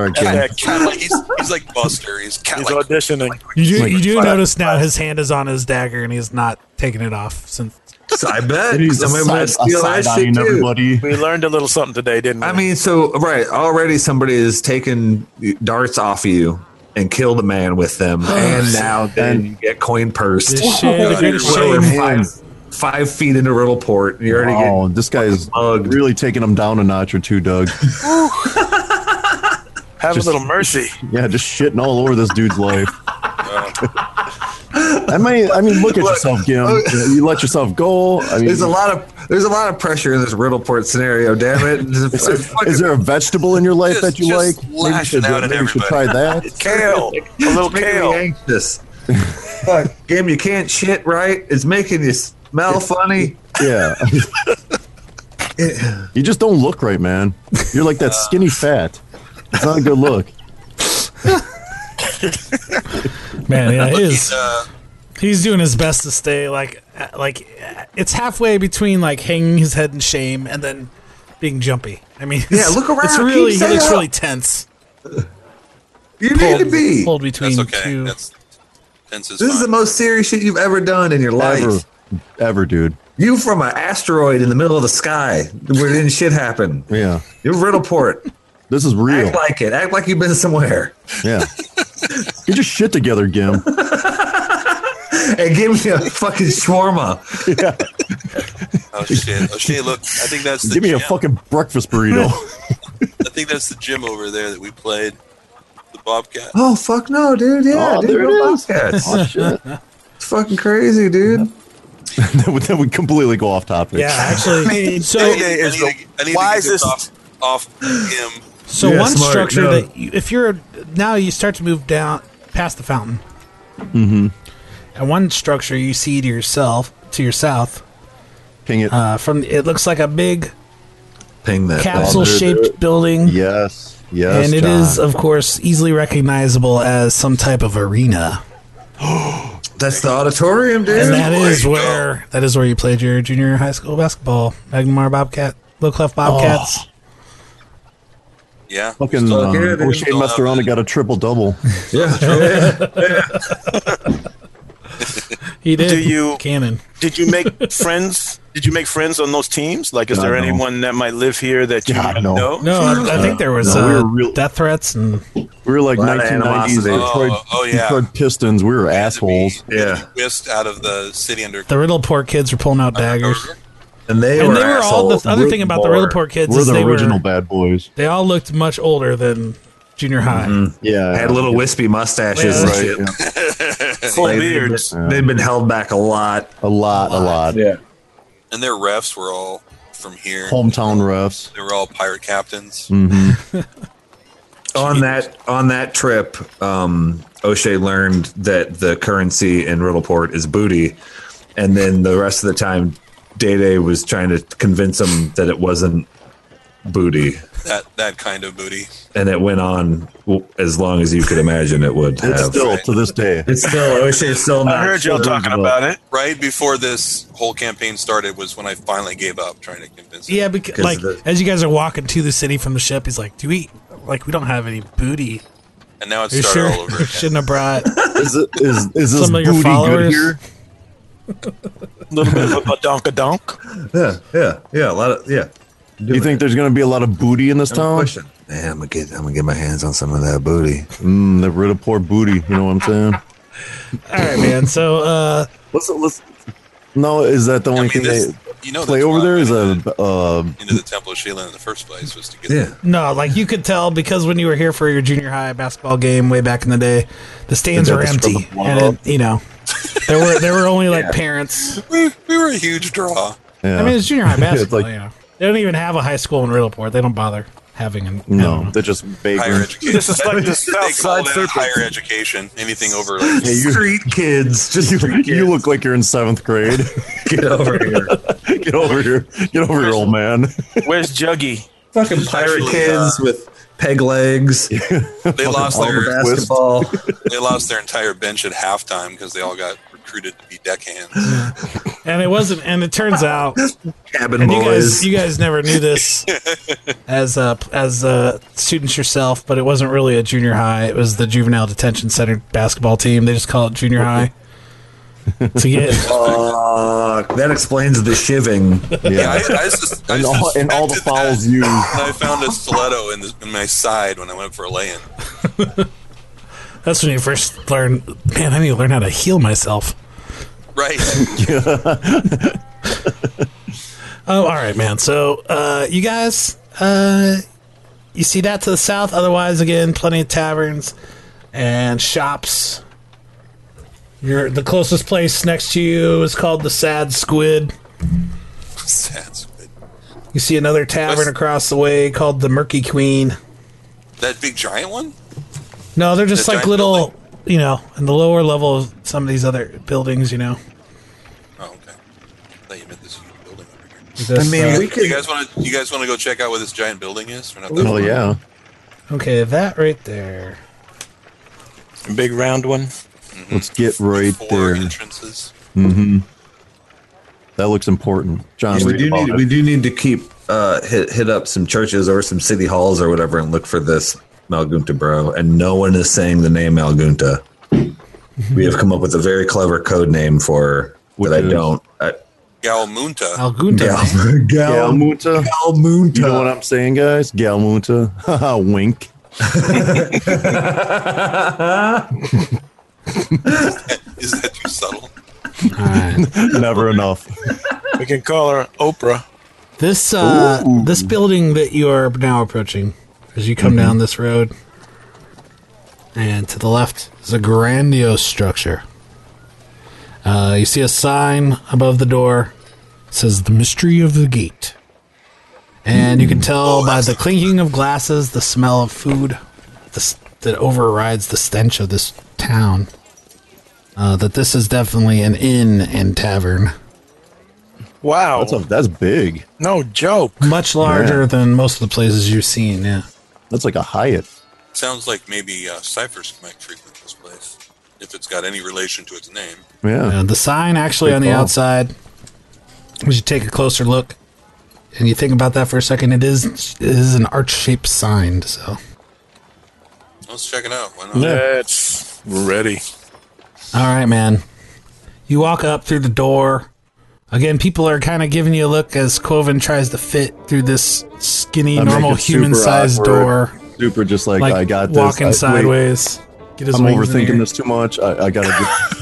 right,
Yeah,
gang.
Kind of like he's, he's like Buster. He's kind
He's
of like
auditioning.
You do, you do
fuck.
notice now his hand is on his dagger and he's not taking it off since
So I bet
He's a
somebody might
side, a
steal that
side
shit
eyeing
too.
everybody.
We learned a little something today, didn't we?
I mean, so right already somebody is taking darts off you and killed
[sighs]
a man with them, and now then you get coin pursed. [laughs]
this shit, the greatest
Well,
shame.
five, five feet into Riddleport, and you're already
Wow, this guy is
mugged.
really taking him down a notch or two, Doug. [laughs]
Have
Just-
a little mercy.
Yeah, just shitting all over this dude's life.
uh,
I mean, I mean, look at yourself, Gim. You let yourself go. I mean,
Oh. There's a lot of there's a lot of pressure in this Riddleport scenario. Damn
[laughs]
it!
Is there, is there a vegetable in your life
Just-
that you
just
like? Maybe you
lashing
should, do-
out at
maybe you should try
everybody. [laughs]
that.
kale?
A little
It's making
kale.
[laughs]
me anxious. Fuck, Gim, you can't shit right. It's making you smell funny.
Yeah. you just don't look right, man. You're like that skinny fat. It's not a good look.
Man, yeah, it is.
Uh,
He's doing his best to stay like uh, like uh, it's halfway between like hanging his head in shame and then being jumpy. I mean, it's-
look
It's
around,
really
keep
he looks
saying
really
up.
tense.
You need to be.
pulled between
that's okay.
two.
That's tense is
This is the
fine.
most serious shit you've ever done in your life.
Ever, ever, dude.
You from an asteroid in the middle of the sky where didn't shit happen.
Yeah.
You're Riddleport.
[laughs] This is real.
Act like it. Act like you've been somewhere.
Yeah. Get your shit together, Gim.
And give me a fucking shawarma.
oh shit! Oh shit! Look, I think that's the
Give me a
gym.
fucking breakfast burrito.
I think that's the gym over there that we played. The Bobcat.
Oh fuck no, dude. Yeah,
Oh,
dude,
there it
real
is.
Bobcats.
oh shit.
It's fucking crazy, dude.
that, would, that would completely go off topic.
Yeah,
[laughs]
actually. so
I need,
is
I need to, I need to get this
wisest-
off, off him.
so
Yeah,
one
smart,
structure
no.
that you, if you're now you start to move down past the fountain. Mm-hmm. And one structure you see to yourself to your south
Ping it.
uh, from it looks like a big
Ping that.
capsule
thing.
shaped building.
yes. Yes.
And it
John.
is, uh, of course, easily recognizable as some type of arena,
That's the auditorium, dude.
and that is where that is where you played your junior high school basketball. Magnamar Bobcat, Low Clef Bobcats.
Yeah.
Fucking
Still-
uh,
here, dude.
O'Shea messed around and got a triple double.
yeah. yeah.
He did.
Do you-
cannon?
Did you make friends? Did you make friends on those teams? Like, is
God,
there
no.
anyone that might live here that you
God, no.
know?
No, I, I think there was
No, we
uh,
were real-
death threats and
We were like
Lot of
1990s
animosity.
Detroit,
Oh, oh, yeah.
Detroit Pistons. We were assholes.
yeah.
Whisked out of the city under.
the Riddleport kids were pulling out daggers.
And they
And
were,
they were all the
assholes.
other thing about the
Root
Riddleport kids
We're
is
the
they
original
were
bad boys.
they all looked much older than junior high.
Yeah.
Had little wispy mustaches and
right.
shit.
yeah.
Full
Like, they've,
beards.
been, they've been held back a lot.
A lot, a lot.
Yeah.
And their refs were all from here.
Hometown refs.
They were all pirate captains.
Mm.
on that on that trip, um, O'Shea learned that the currency in Riddleport is booty, and then the rest of the time, Day Day was trying to convince him that it wasn't booty,
That that kind of booty.
and it went on w- as long as you could imagine it would have.
It's still to this day.
it's still O'Shea's still not.
I heard y'all talking about it.
Right before this whole campaign started was when I finally gave up trying to convince. him.
Yeah, because
'Cause
like
the-
as you guys are walking to the city from the ship, he's like, "Do we like we don't have any booty?
And now it's
You
started
sure [laughs]
all
[laughs]
over again.
shouldn't have brought
Is, it, is, is this
some of your
booty good
followers."
here?
A little
[laughs]
bit of a donk a donk.
Yeah, yeah, yeah. A lot of yeah.
Do you think there's going to be a lot of booty in this town?
Question. Man, I'm gonna get I'm gonna get my hands on some of that booty.
Mm, the rid of poor booty. You know what I'm saying?
All right, man. So uh,
Let's, let's, no, is that the
I
only
mean,
thing
this-
they
you know,
play
that's
over
why I
there? Is
went
a
into-
uh,
into the Temple of Sheila in the first place was to get
Yeah.
no, like you could tell because when you were here for your junior high basketball game way back in the day, the stands
They
were
did the
empty,
scrub
and
up.
it, you know there were there were only like parents.
We, we were a huge draw.
yeah.
I mean,
[laughs]
it's junior high basketball.
like-
you know, they don't even have a high school in Riddleport. They don't bother having an
no, they're just
Higher
[laughs] vagrant.
education.
This is like the
[laughs] they
South
call
Side
that
Serpent.
higher education. Anything over like
Hey, you,
Street [laughs] kids, just
you, you look like you're in seventh grade. [laughs]
get over here.
Get over here. Get over here, old man.
Where's Juggy?
Fucking pirate
actually,
kids
uh,
with peg legs.
they lost
All the
their
basketball.
[laughs] they lost their entire bench at halftime because they all got recruited to be deckhands.
And it wasn't. And it turns
[laughs]
out,
Cabin
and you guys,
boys.
you guys never knew this as uh, as uh, students yourself, but it wasn't really a junior high. It was the juvenile detention center basketball team. They just call it junior
[laughs]
high. To get
Fuck, that explains the shiving.
Yeah, I, I, sus- I
And all, and all the
suspected
fouls
that.
you.
And I found a stiletto in, the, in my side when I went for a lay-in.
that's when you first learn. Man, I need to learn how to heal myself.
Right. [laughs]
Oh, all right, man. So, uh, you guys, uh, you see that to the south. Otherwise, again, plenty of taverns and shops. Your the closest place next to you is called the Sad Squid.
That's good.
You see another tavern
What's-
across the way called the Murky Queen.
That big giant one?
No, they're just
The
like
giant
little,
building?
you know, in the lower level of some of these other buildings. You know,
Oh, okay. I thought you meant this huge building over
I
here.
This,
mean,
uh,
we
You
could.
guys want to? You guys want to go check out where this giant building is? We're not that
Oh
far.
yeah.
okay, that right there.
Big round one.
Let's get right
Four
there.
entrances.
That looks important. John,
Yeah, we
read
do
about
need
it.
we do need to keep uh, hit hit up some churches or some city halls or whatever and look for this Malgunta bro. And no one is saying the name Malgunta. we have come up with a very clever code name for her
Which
that I
is?
don't. I,
Galmunta.
Algunta.
[laughs] Gal, Gal,
Galmunta.
Galmunta.
You know what I'm saying, guys? Galmunta. Haha, [laughs] wink.
Is that too subtle?
All right.
Never enough.
We can call her Oprah.
This uh, this building that you are now approaching, as you come down this road, and to the left is a grandiose structure. Uh, you see a sign above the door, It says "The Mystery of the Gate," and you can tell by the clinking of glasses, the smell of food, the, s- that overrides the stench of this town, uh, that this is definitely an inn and tavern.
Wow.
That's a, that's big.
no joke.
Much larger than most of the places you've seen, yeah.
That's like a Hyatt.
Sounds like maybe uh, ciphers might frequent this place, if it's got any relation to its name.
Yeah.
Uh, the sign actually on the
call.
outside, as you take a closer look and you think about that for a second, it is it is an arch shaped sign. So,
Let's check it out. Why not?
Yeah.
That's ready.
all right, man, you walk up through the door. Again, people are kind of giving you a look as Quoven tries to fit through this skinny,
I make
normal
it super
human sized
awkward.
door.
Super just like,
Like
I got this. I-
walking
wait,
sideways. Get his
I'm
wings in the
overthinking
air.
this too much. I, I gotta [laughs]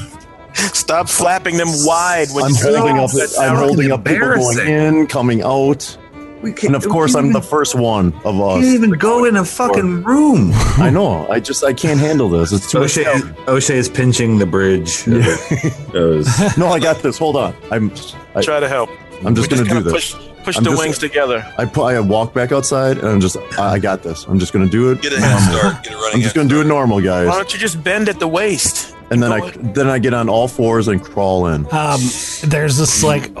get
Stop flapping them wide when
I'm
you
holding up
That's
I'm holding up people going
embarrassing.
in, coming out.
We can't,
And of course I'm the first one of [laughs]
We can't
us.
even go in a fucking room.
I know. I just I can't handle this. It's too much.
O'Shea, O'Shea is pinching
[laughs]
the bridge. [laughs] Goes.
No, I got this. Hold on. I'm I,
try to help.
I'm just
we just
gonna do
gotta
this.
push push
I'm
the
just-
wings together.
I pu- I walk back outside and I'm just I, I got this. I'm just gonna do it.
Get a head start. Get a running.
I'm just
head
gonna do it
start.
normal,
Why
guys.
don't you just bend at the waist?
And then I then I get on all fours and crawl in.
um, there's this like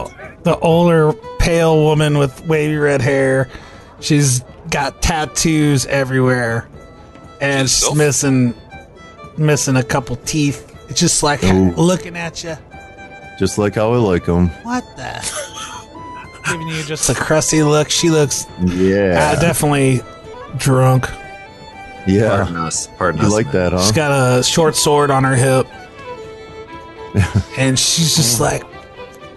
the older pale woman with wavy red hair. She's got tattoos everywhere, and
She's
she's
filthy.
missing missing a couple teeth. It's just like looking at you.
Just like how I like them.
What the? Giving you just a crusty look. She looks uh,
Yeah.
definitely drunk.
Yeah.
Pardon us. Pardon
You
us.
like that,
She's
huh?
got a short sword on her hip. and she's just like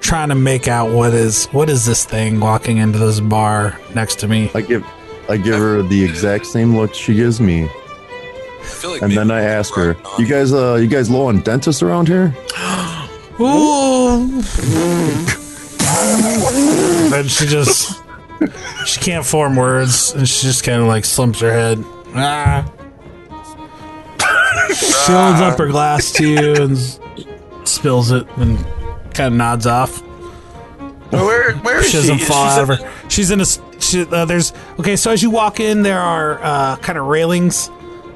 trying to make out what is what is this thing walking into this bar next to me.
I give I give her the exact same look she gives me.
I feel like
And
maybe
then I
we
ask
were
her,
on-
You guys uh you guys low on dentists around here?
Ooh. [laughs] then she just she can't form words and she just kind of like slumps her head. Ah. she holds up her glass to you and s- spills it and kind of nods off.
Where where is
she
she?
doesn't
Is
fall
she
out of
some-
her. She's in a. s- She, uh, there's okay. So as you walk in, there are uh, kind of railings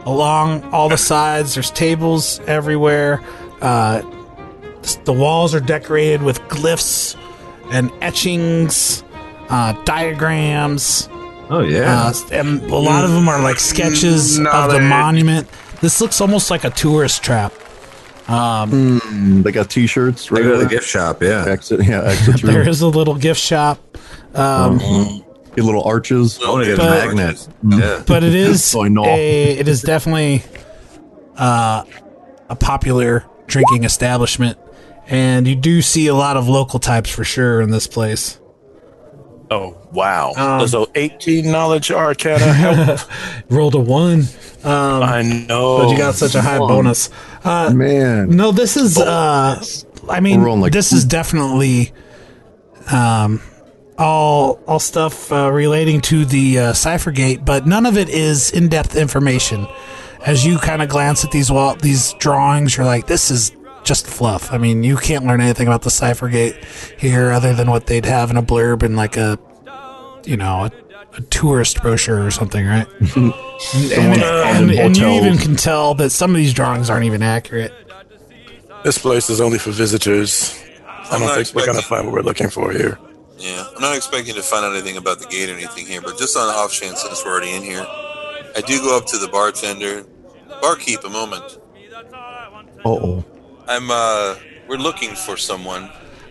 along all the sides. There's tables everywhere. Uh, s- the walls are decorated with glyphs and etchings, uh, diagrams,
Oh yeah.
uh, and a lot of them are like sketches of the
Knowledge.
monument. This looks almost like a tourist trap.
Mm, They got t-shirts,
they
right?
go to the gift shop. Yeah.
Exit, yeah, exit
[laughs] There
Hmm.
through.
is a little gift shop,
Get little arches.
I want to get a
But-
magnet. Yeah.
but it
[laughs]
is
So I know.
a it is definitely uh, a popular drinking establishment, and you do see a lot of local types for sure in this place.
Oh wow.
Um,
so 18 knowledge arcana
[laughs]
help.
Rolled a one,
I know.
Oh.
but you got such a high bonus. Uh,
Man.
no, this is uh, I mean,
We're rolling like-
this is definitely um, all all stuff uh, relating to the uh, Ciphergate, but none of it is in depth information. As you kind of glance at these wall these drawings, you're like, this is just fluff. I mean, you can't learn anything about the Ciphergate here other than what they'd have in a blurb and like a you know a, a tourist brochure or something, right? and, and- and- and you even can tell that some of these drawings aren't even accurate.
This place is only for visitors. I
I'm
don't
not
think we're gonna
expecting-
find what we're looking for here.
Yeah, I'm not expecting to find out anything about the gate or anything here, but just on the off chance since we're already in here, I do go up to the bartender, barkeep. A moment.
oh.
I'm. uh We're looking for someone.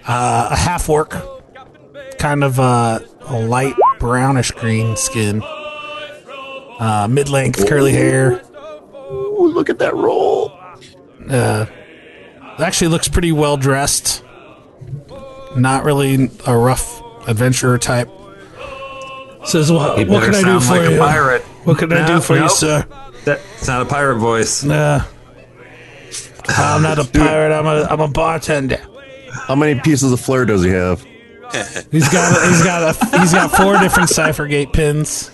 uh, a half orc, kind of uh, a light brownish green skin, uh, mid length curly hair.
Ooh, look at that roll.
uh, Actually, looks pretty well dressed. Not really a rough adventurer type. Says, "What, what can I do for
like
you?
a pirate.
What can I
No,
do for you,
nope.
sir?"
That's not a pirate voice.
Uh, I'm not a pirate. I'm a I'm a bartender.
How many pieces of flair does he have?
He's got he's got a, he's got four different ciphergate pins.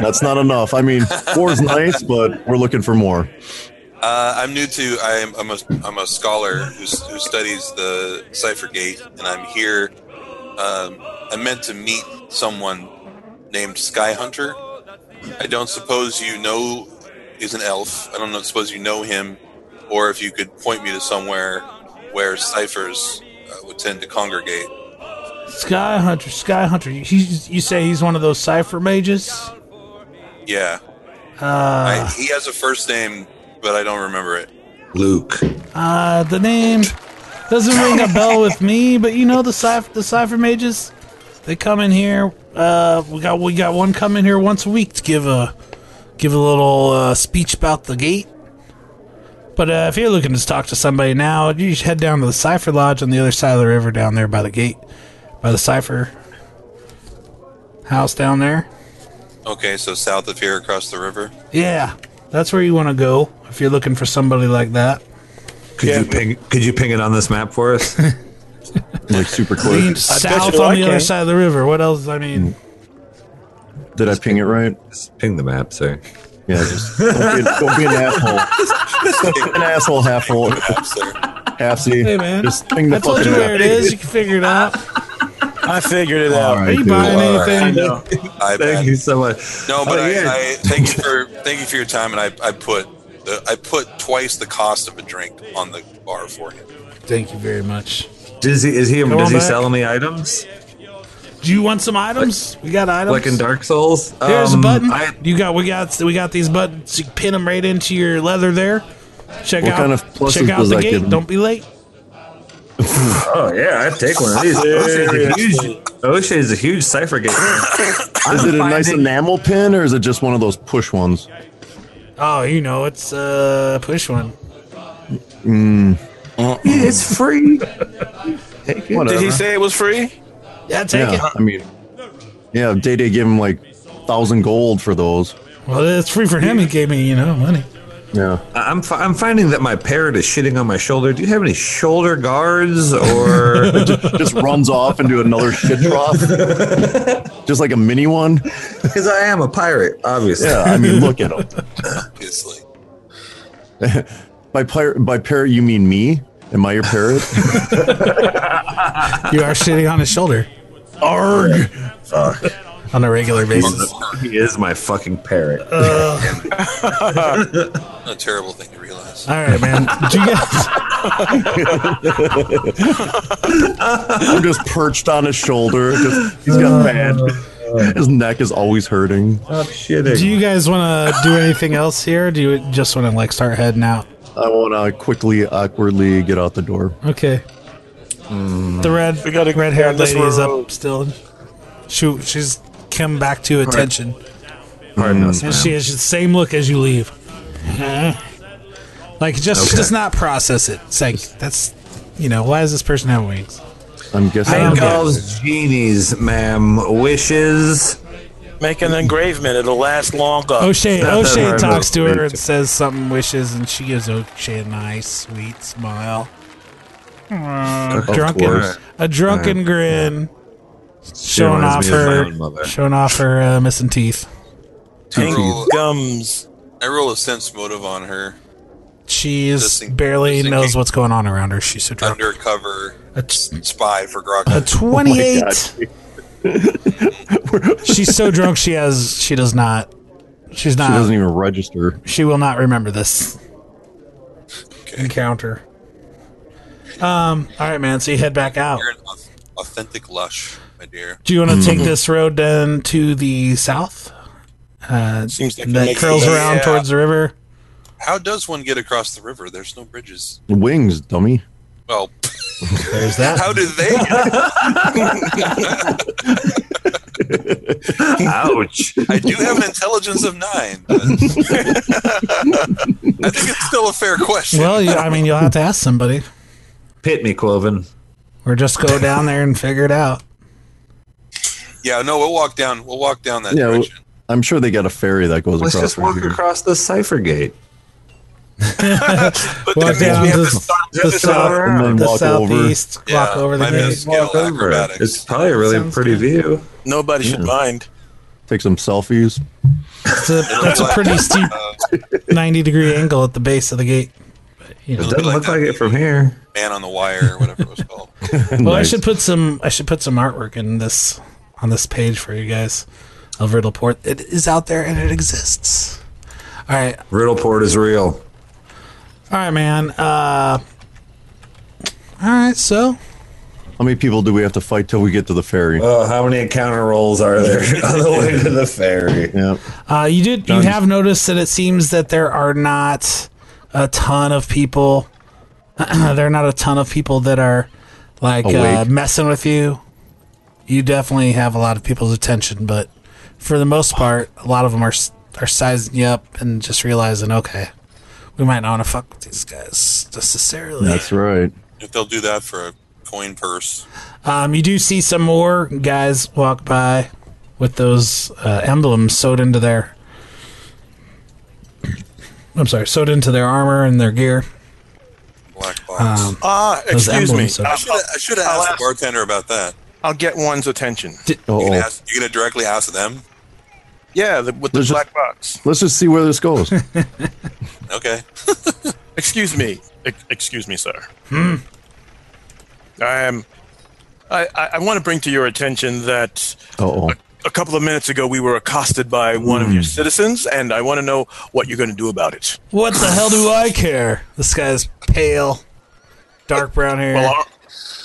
That's not enough. I mean, four is nice, but we're looking for more.
Uh, I'm new to. I'm, I'm a. I'm a scholar who's, who studies the cipher gate, and I'm here. Um, I meant to meet someone named Sky Hunter. I don't suppose you know is an elf. I don't know, suppose you know him, or if you could point me to somewhere where ciphers uh, would tend to congregate.
Sky Hunter, Sky Hunter. He's, you say he's one of those cipher mages?
Yeah,
Uh,
I, he has a first name, but I don't remember it.
Luke.
uh, the name doesn't ring a bell with me, but you know the cipher, the cipher mages. They come in here. Uh, we got we got one come in here once a week to give a give a little uh, speech about the gate. But uh, if you're looking to talk to somebody now, you should head down to the Cipher Lodge on the other side of the river, down there by the gate, by the Cipher house down there.
Okay, so south of here, across the river.
Yeah, that's where you want to go if you're looking for somebody like that.
Could you ping? Could you ping it on this map
[laughs]
for us?
Like super
Lean
quick.
south
you
on
I
the other
can.
side of the river. What else? I mean,
Did I ping it right?
Just ping the map, sir.
Yeah, just don't be, don't be an asshole. Don't be an asshole, half hole,
[laughs]
Perhaps there.
halfsy.
Hey, man.
Just ping the
I told
fucking
you where
map.
it is. You can figure it out.
I figured it
[laughs] All
out.
[laughs] right,
Are you
dude.
buying
All right.
anything?
I
Thank
bet.
you so much.
No, but
Oh,
I,
yeah.
I thank you for thank you for your time, and I, I put the, I put twice the cost of a drink on the bar for him.
Thank you very much.
Does he is he
Come
does
on
he
back.
sell any items
Do you want some items? we got items.
like in Dark Souls?
There's
Um,
a button.
I,
you got. We got. We got these buttons. You can pin them right into your leather there. Check
What
out.
kind of pluses
check out
does
the
that
gate.
give me?
Don't be late.
oh yeah, I'd take one of
[laughs]
these. O'Shea's a huge. O'Shea is a huge cipher game.
Is it a nice enamel pin or is it just one of those push ones?
Oh, you know it's uh push one.
It's free.
Did
Whatever.
he say it was free?
Yeah, take
yeah, I mean, yeah, Day Day gave him like thousand gold for those.
it. Well, it's free for him. He gave me, you know, money.
Yeah.
I- I'm fi- I'm finding that my parrot is shitting on my shoulder. Do you have any shoulder
[laughs]
guards or?
just runs off into another shit trough. just like a mini one.
Because I am a pirate, obviously.
Yeah, I mean, look at him.
Obviously,
By pirate, by parrot, you mean me? Am I your parrot?
You are shitting on his shoulder. Arg. On a regular basis.
He is my fucking parrot.
Uh,
a terrible thing to realize.
All right, man. Do you guys?
I'm just perched on his shoulder. Just, he's got bad. [laughs] His neck is always hurting.
Stop shitting.
Do you guys want to do anything else here? Or do you just want to like start heading out?
I want to quickly, awkwardly get out the door.
Okay.
Hmm.
The red,
We gotta
red
go
haired
this
lady is up
road.
still. She, she's come back to attention,
Pardon us,
and
ma'am.
Mm. she has the same look as you leave. Like just she
Uh-huh. Okay.
does not process it. It's like that's, you know, why does this person have wings?
I'm guessing.
I am
It calls genies, ma'am. Wishes.
Make an engravement. It'll last longer.
Oh,
O'Shea
Not that
O'Shea
hard,
talks to
but-
her and says something wishes, and she gives O'Shea a nice, sweet smile. a drunken,
course.
a drunken grin, showing off
reminds me of my
her,
own mother.
showing off her uh, missing teeth.
roll,
Gums.
I roll a sense motive on her.
She is
Just in-
barely
just in
knows
case.
what's going on around her. She's so drunk.
Undercover
A, t-
spy for
a
Uh,
Grok.
twenty-eight. she's so drunk she has she does not she's
She
not
doesn't
she,
even register.
will not remember this
Okay.
encounter. Um. All right, man. So you head back out.
You're an au- authentic lush, my dear.
Do you want to take this road then to the south? Uh,
Seems like it
that
makes
curls
sense.
around
Yeah.
towards the river.
How does one get across the river? There's no bridges.
Wings, dummy.
Well,
There's that.
how did they? Get?
[laughs]
Ouch.
I do have an intelligence of nine. but- [laughs] I think it's still a fair question.
Well, you, I mean, you'll have to ask somebody,
Hit me, Cloven.
or just go down there and figure it out.
yeah, no, we'll walk down. We'll walk down that
Yeah, well-
direction.
I'm sure they got a ferry that goes
Let's
across.
just walk
right here.
across the cipher gate.
[laughs] But
Walk
that means
down
we have to
this-
stop.
The, south,
and then
the
walk over.
southeast, walk over the
my
gate.
best skill
Over.
acrobatics.
It's probably a really
Sounds
pretty
good.
view.
Nobody should mind.
Take some selfies.
That's a, that's a pretty steep
Uh,
90 degree angle at the base of the gate. But, you know.
It doesn't
like
look
that.
like it from here.
man on the wire, or whatever it
[laughs]
was called.
Well, I
Nice.
should put some I should put some artwork in this on this page for you guys of Riddleport. It is out there and it exists. All right,
Riddleport is real.
all right, man. Uh, all right, so
How many people do we have to fight till we get to the ferry?
Oh, how many encounter rolls are there [laughs] on the way to the ferry?
yeah.
Uh, you did. You have noticed that it seems that there are not a ton of people. [clears throat] there are not a ton of people that are like uh,
Awake.
messing with you. You definitely have a lot of people's attention, but for the most part, a lot of them are s- are sizing you up and just realizing, okay, we might not want to fuck with these guys necessarily.
That's right.
If they'll do that for a coin purse,
Um, you do see some more guys walk by with those uh, emblems sewed into their. I'm sorry, sewed into their armor and their gear. Um,
black box.
Um,
Ah,
Those
excuse me.
emblems are-
I'll,
I should have I should have
I'll
asked the
ask-
bartender about that.
I'll get one's attention.
You
Oh,
gonna, ask, you gonna directly ask them?
Yeah, the, with the
There's a-
black box.
let's just see where this goes.
Okay.
Excuse me. Ex- excuse me, sir. Hmm. I am. I, I, I want to bring to your attention that
Oh,
a couple of minutes ago we were accosted by one of your
Hmm.
citizens, and I want to know what you're going to do about it.
What the hell do I care? This guy's pale, dark brown hair. [laughs]
Well, aren't,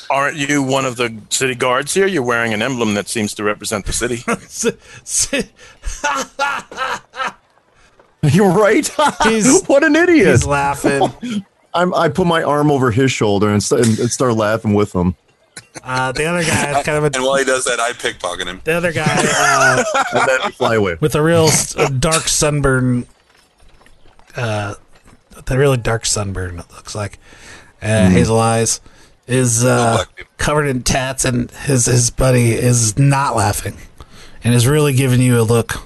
aren't you one of the city guards here? You're wearing an emblem that seems to represent the city.
[laughs] you're right. [laughs]
He's-
what an idiot!
He's laughing.
I'm, I put my arm over his shoulder and, st- and start laughing with him.
Uh, the other guy, has kind of
And
a,
while he does that, I pickpocket him.
the other guy uh,
And then fly away.
with a real s- a dark sunburn. Uh, with a really dark sunburn. It looks like uh,
Hmm.
hazel eyes is uh,
black people.
covered in tats, and his his buddy is not laughing, and is really giving you a look.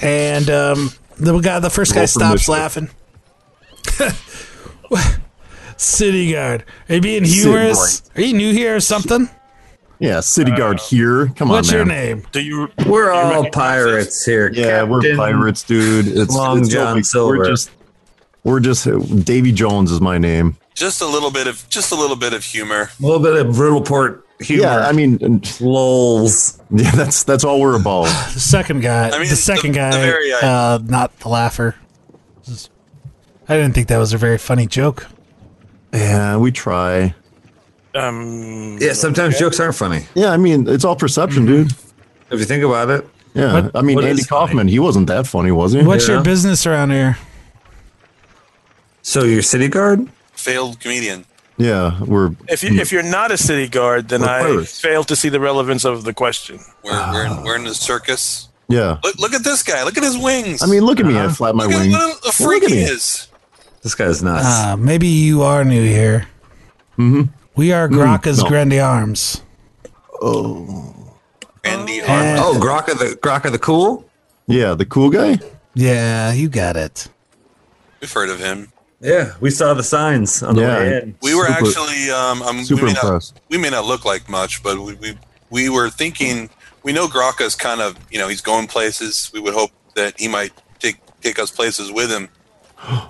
And um, the guy, the first guy,
Roll for
stops
mischief.
laughing. What? [laughs] City guard, are you being humorous? Are you new here or something?
Yeah, city guard here. Come
What's
on,
your
man.
name?
Do you?
We're all pirates here.
Yeah, we're
Captain.
pirates, dude. It's
Long
it's no
John
big-
Silver.
We're just, we're just Davy Jones is my name.
Just a little bit of just a little bit of humor.
A little bit of Riddleport humor.
Yeah, I mean, [laughs] and-
lols.
yeah, that's that's all we're about.
The second guy.
I mean,
the
the-
second
the
guy.
very idea.
uh, not the laugher. This is- I didn't think that was a very funny joke.
Yeah, we try.
Um,
Yeah, sometimes jokes aren't funny.
Yeah, I mean, it's all perception, dude.
If you think about it,
Yeah, I mean,
what
Andy
is funny?
Kaufman, he wasn't that funny, was he?
What's your
Yeah.
business around here?
so you're city guard.
Failed comedian.
Yeah, we're
if you if you're not a city guard, then
We're
I
pirates.
fail to see the relevance of the question.
We're we're, in, we're in the circus.
yeah.
Look, look at this guy. Look at his wings.
I mean, Uh-huh. look at me. I flap my
look at
wings.
what a- a
Look
freak
at
he
me.
is.
This guy's nuts.
Uh, maybe you are new here. Mm-hmm. Mm, We are Graka's
no.
Grandy Arms.
Randy
And-
Arm.
oh, Grok of the Grok of the cool.
Yeah, the cool guy.
Yeah, you got it.
We've heard of him.
Yeah, we saw the signs on the
Yeah.
way in.
We were
Super-
actually um, um,
Super
we may not,
impressed.
we may not look like much, but we, we we were thinking we know Grokka's kind of you know he's going places. We would hope that he might take take us places
[gasps]
with him,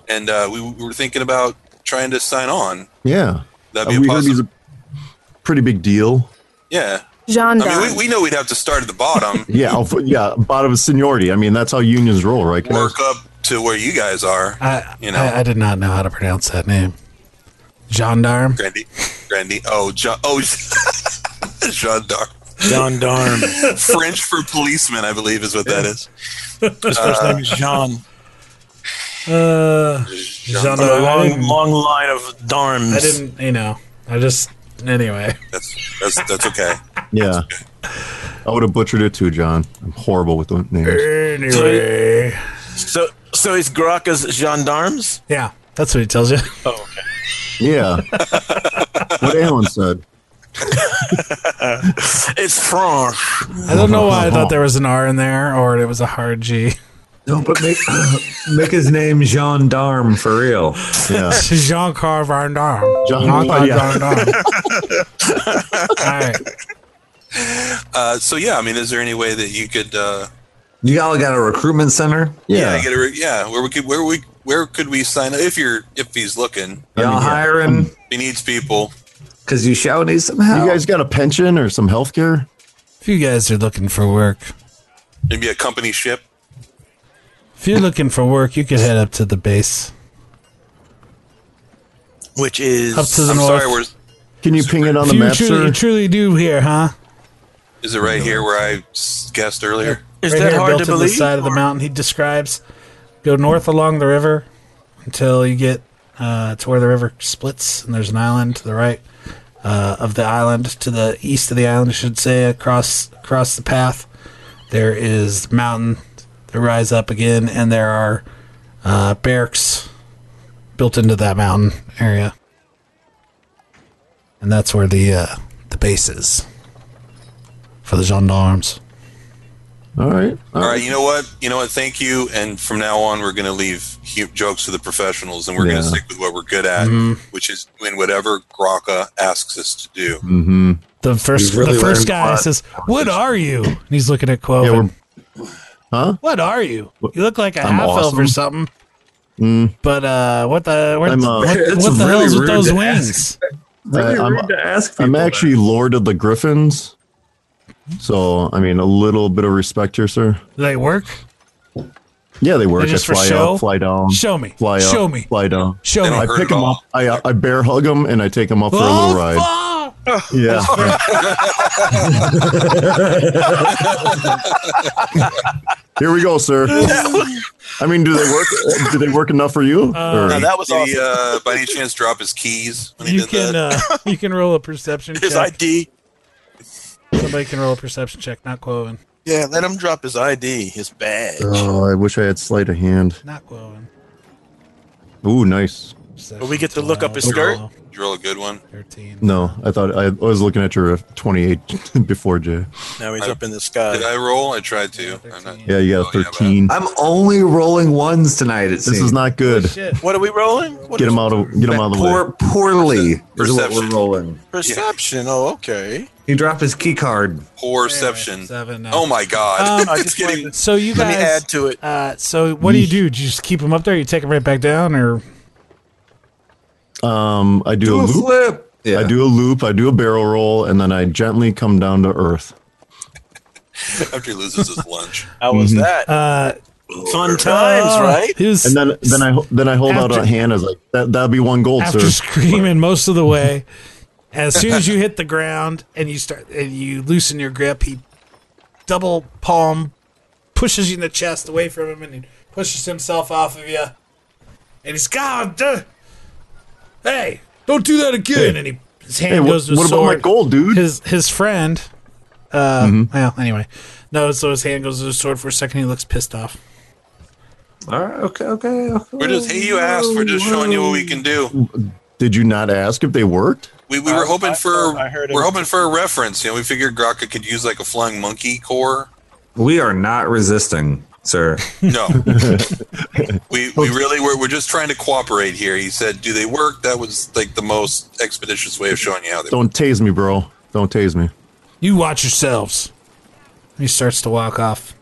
and uh, we, we were thinking about trying to sign on.
Yeah.
That'd
Uh,
be
we
a
heard he's
possible.
a pretty big deal.
yeah,
Jean
I mean
Don.
we, we know we'd have to start at
[laughs]
the bottom,
Yeah, I'll put- yeah, bottom of seniority. I mean, that's how unions roll, right? guys?
work up to where you guys are.
I,
You know.
I, I did not know how to pronounce that name. Gendarme.
Grandy, Grandy. Oh, John. Oh, [laughs] gendarme.
John Darm.
French for policeman, I believe, is what that is.
His first name is John.
Uh,
A
gendarme. I
long,
didn't-
long line of Darms.
I didn't, you know, I just, anyway.
That's that's that's okay.
Yeah. I would have butchered it too, John. I'm horrible with the names.
Anyway.
So, so is Grokka's gendarmes?
Yeah, that's what he tells [laughs] you.
Oh, okay.
Yeah. what Alan said.
It's French.
I don't know why I thought there was an R in there or it was a hard G.
No, but make [laughs] make his name Jean Darm for real.
Yeah.
Jean Claude Van Damme.
Jean-
Claude
yeah.
Van
[laughs]
Damme. All right.
Uh, so yeah, I mean, is there any way that you could? Uh,
You all got a recruitment center?
yeah,
Yeah.
get a, re- yeah. Where we could, where we, where could we sign up if you're if he's looking?
Y'all hiring?
He needs people.
Because you shall need some help.
You guys got a pension or some health care?
If you guys are looking for work,
Maybe a company ship.
if you're looking for work, you could head up to the base.
Which is
Up to the
I'm
north.
sorry. Where
Can you ping it on
if
the
you
map,
truly,
sir?
truly do here, huh?
is it? Right here, where I s- guessed earlier.
is
right
that
here,
hard
built
to
in
believe?
the side of the
or-
mountain he describes. Go north along the river until you get uh, to where the river splits, and there's an island to the right uh, of the island, to the east of the island, I should say, across across the path. There is the mountain that rise up again, and there are uh, barracks built into that mountain area, and that's where the uh, the base is for the gendarmes.
All right. All
All
right.
right, you know what? You know what? Thank you. And from now on, we're going to leave hu- jokes to the professionals, and we're going
Yeah. Mm-hmm.
to stick with what we're good at, which is doing whatever Grokka asks us to do.
Mm-hmm.
The first,
We've really
the first
learned a
guy
lot.
says, "What are you?" And he's looking at Quoven.
Yeah, we're. Huh?
what are you? You look like a
I'm
half elf
awesome.
or something.
Mm.
But uh, what the what,
I'm, uh,
what,
It's
what the
really
hell's with
rude
those
to
wings?
Really
I- I'm-
rude to ask people
I'm
that.
actually Lord of the Griffins. So, I mean, a little bit of respect here, sir.
Do they work?
Yeah, they work.
They're just
I
for
fly
show?
up, fly down.
Show me.
Fly up,
Show me.
Fly down.
Show
They
me.
don't
I
hurt
pick
at
him
all.
up. I, I bear hug him and I take him up for a
Oh,
little ride.
fuck!
Yeah. [laughs] Here we go, sir. I mean, do they work? Do they work enough for you? Or-
Now, that was
Did
awesome.
he, uh, by any chance, drop his keys when he
You
did
can
that?
uh, you can roll a perception
[laughs] His
check.
ID.
Somebody can roll a perception check. Not Quoven.
Yeah, let him drop his ID, his badge.
oh, I wish I had sleight of hand.
Not Quoven.
Ooh, nice.
But we get to look up his
Perception,
Did you roll a good one.
12, Thirteen.
No, I thought I was looking at your 28 [laughs] before Jay.
Now he's
I-
up in the
Did
sky.
I roll? I tried to. I'm not,
Yeah, you got
Oh,
a
yeah, but-
13.
I'm only rolling ones tonight. It
This is not good.
Shit.
What are we rolling? What
Get
is-
him out of get him out of the way.
Poor, poorly is what
Perception.
we're rolling.
Perception. Oh,
[laughs]
okay.
He dropped his key card.
Perception.
Seven. now.
Oh my god!
Um, I
it's getting
So you
Let
guys
me add to it.
Uh, so what do you do? Do you just keep them up there? You take them right back down, or
Um, I do,
Do
a
a
loop.
flip. Yeah.
I do a loop. I do a barrel roll, and then I gently come down to earth.
[laughs] after he loses his lunch.
How was that?
uh, Oh.
Fun times,
Uh,
right?
His,
And then then I ho- then I hold out
After-
a hand as like that that'll be one gold,
after
sir.
screaming most of the way, as soon as you hit the ground and you start and you loosen your grip, he double palm pushes you in the chest away from him, and he pushes himself off of you, and he's God, duh. hey, don't do that again, and he his hand
Hey, what,
goes to his
what about
sword.
my gold, dude? Mm-hmm.
his his friend uh well anyway no so his hand goes to his sword for a second he looks pissed off
All right. Okay. Okay. okay.
We're just hey, you asked. We're just showing you what we can do.
Did you not ask if they worked?
We, we were hoping for
I heard it.
we're hoping for
[laughs]
a reference. You know, we figured Grokka could use like a flying monkey core.
We are not resisting. sir.
[laughs]
No, [laughs] we we really were. We're just trying to cooperate here. He said, "Do they work?" That was like the most expeditious way of showing you how they. Work.
Don't tase me, bro. Don't tase me.
You watch yourselves. He starts to walk off.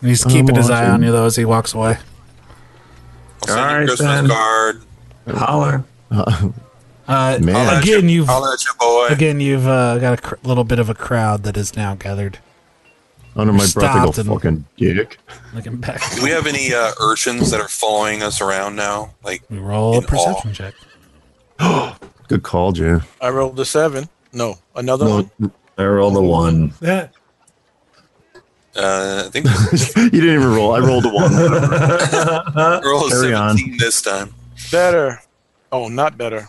And he's keeping his eye on you though as he walks away.
I'll send you
All
a
right,
Christmas
then.
card.
Holler.
Uh,
Man.
I'll let
again,
you,
you've
I'll let you, boy.
again you've uh, got a cr- little bit of a crowd that is now gathered.
Under my breath, I go
Stopped and-
fucking dick.
Looking back,
Do we have any uh, urchins that are following us around now? Like,
we roll a
In
perception check.
Good call, Jay. [laughs]
I rolled a seven. No, another one.
I rolled a one.
Yeah.
uh, I think
you didn't even roll. I rolled a one.
Earl is
Carry on.
17 this time.
Better. Oh, not better.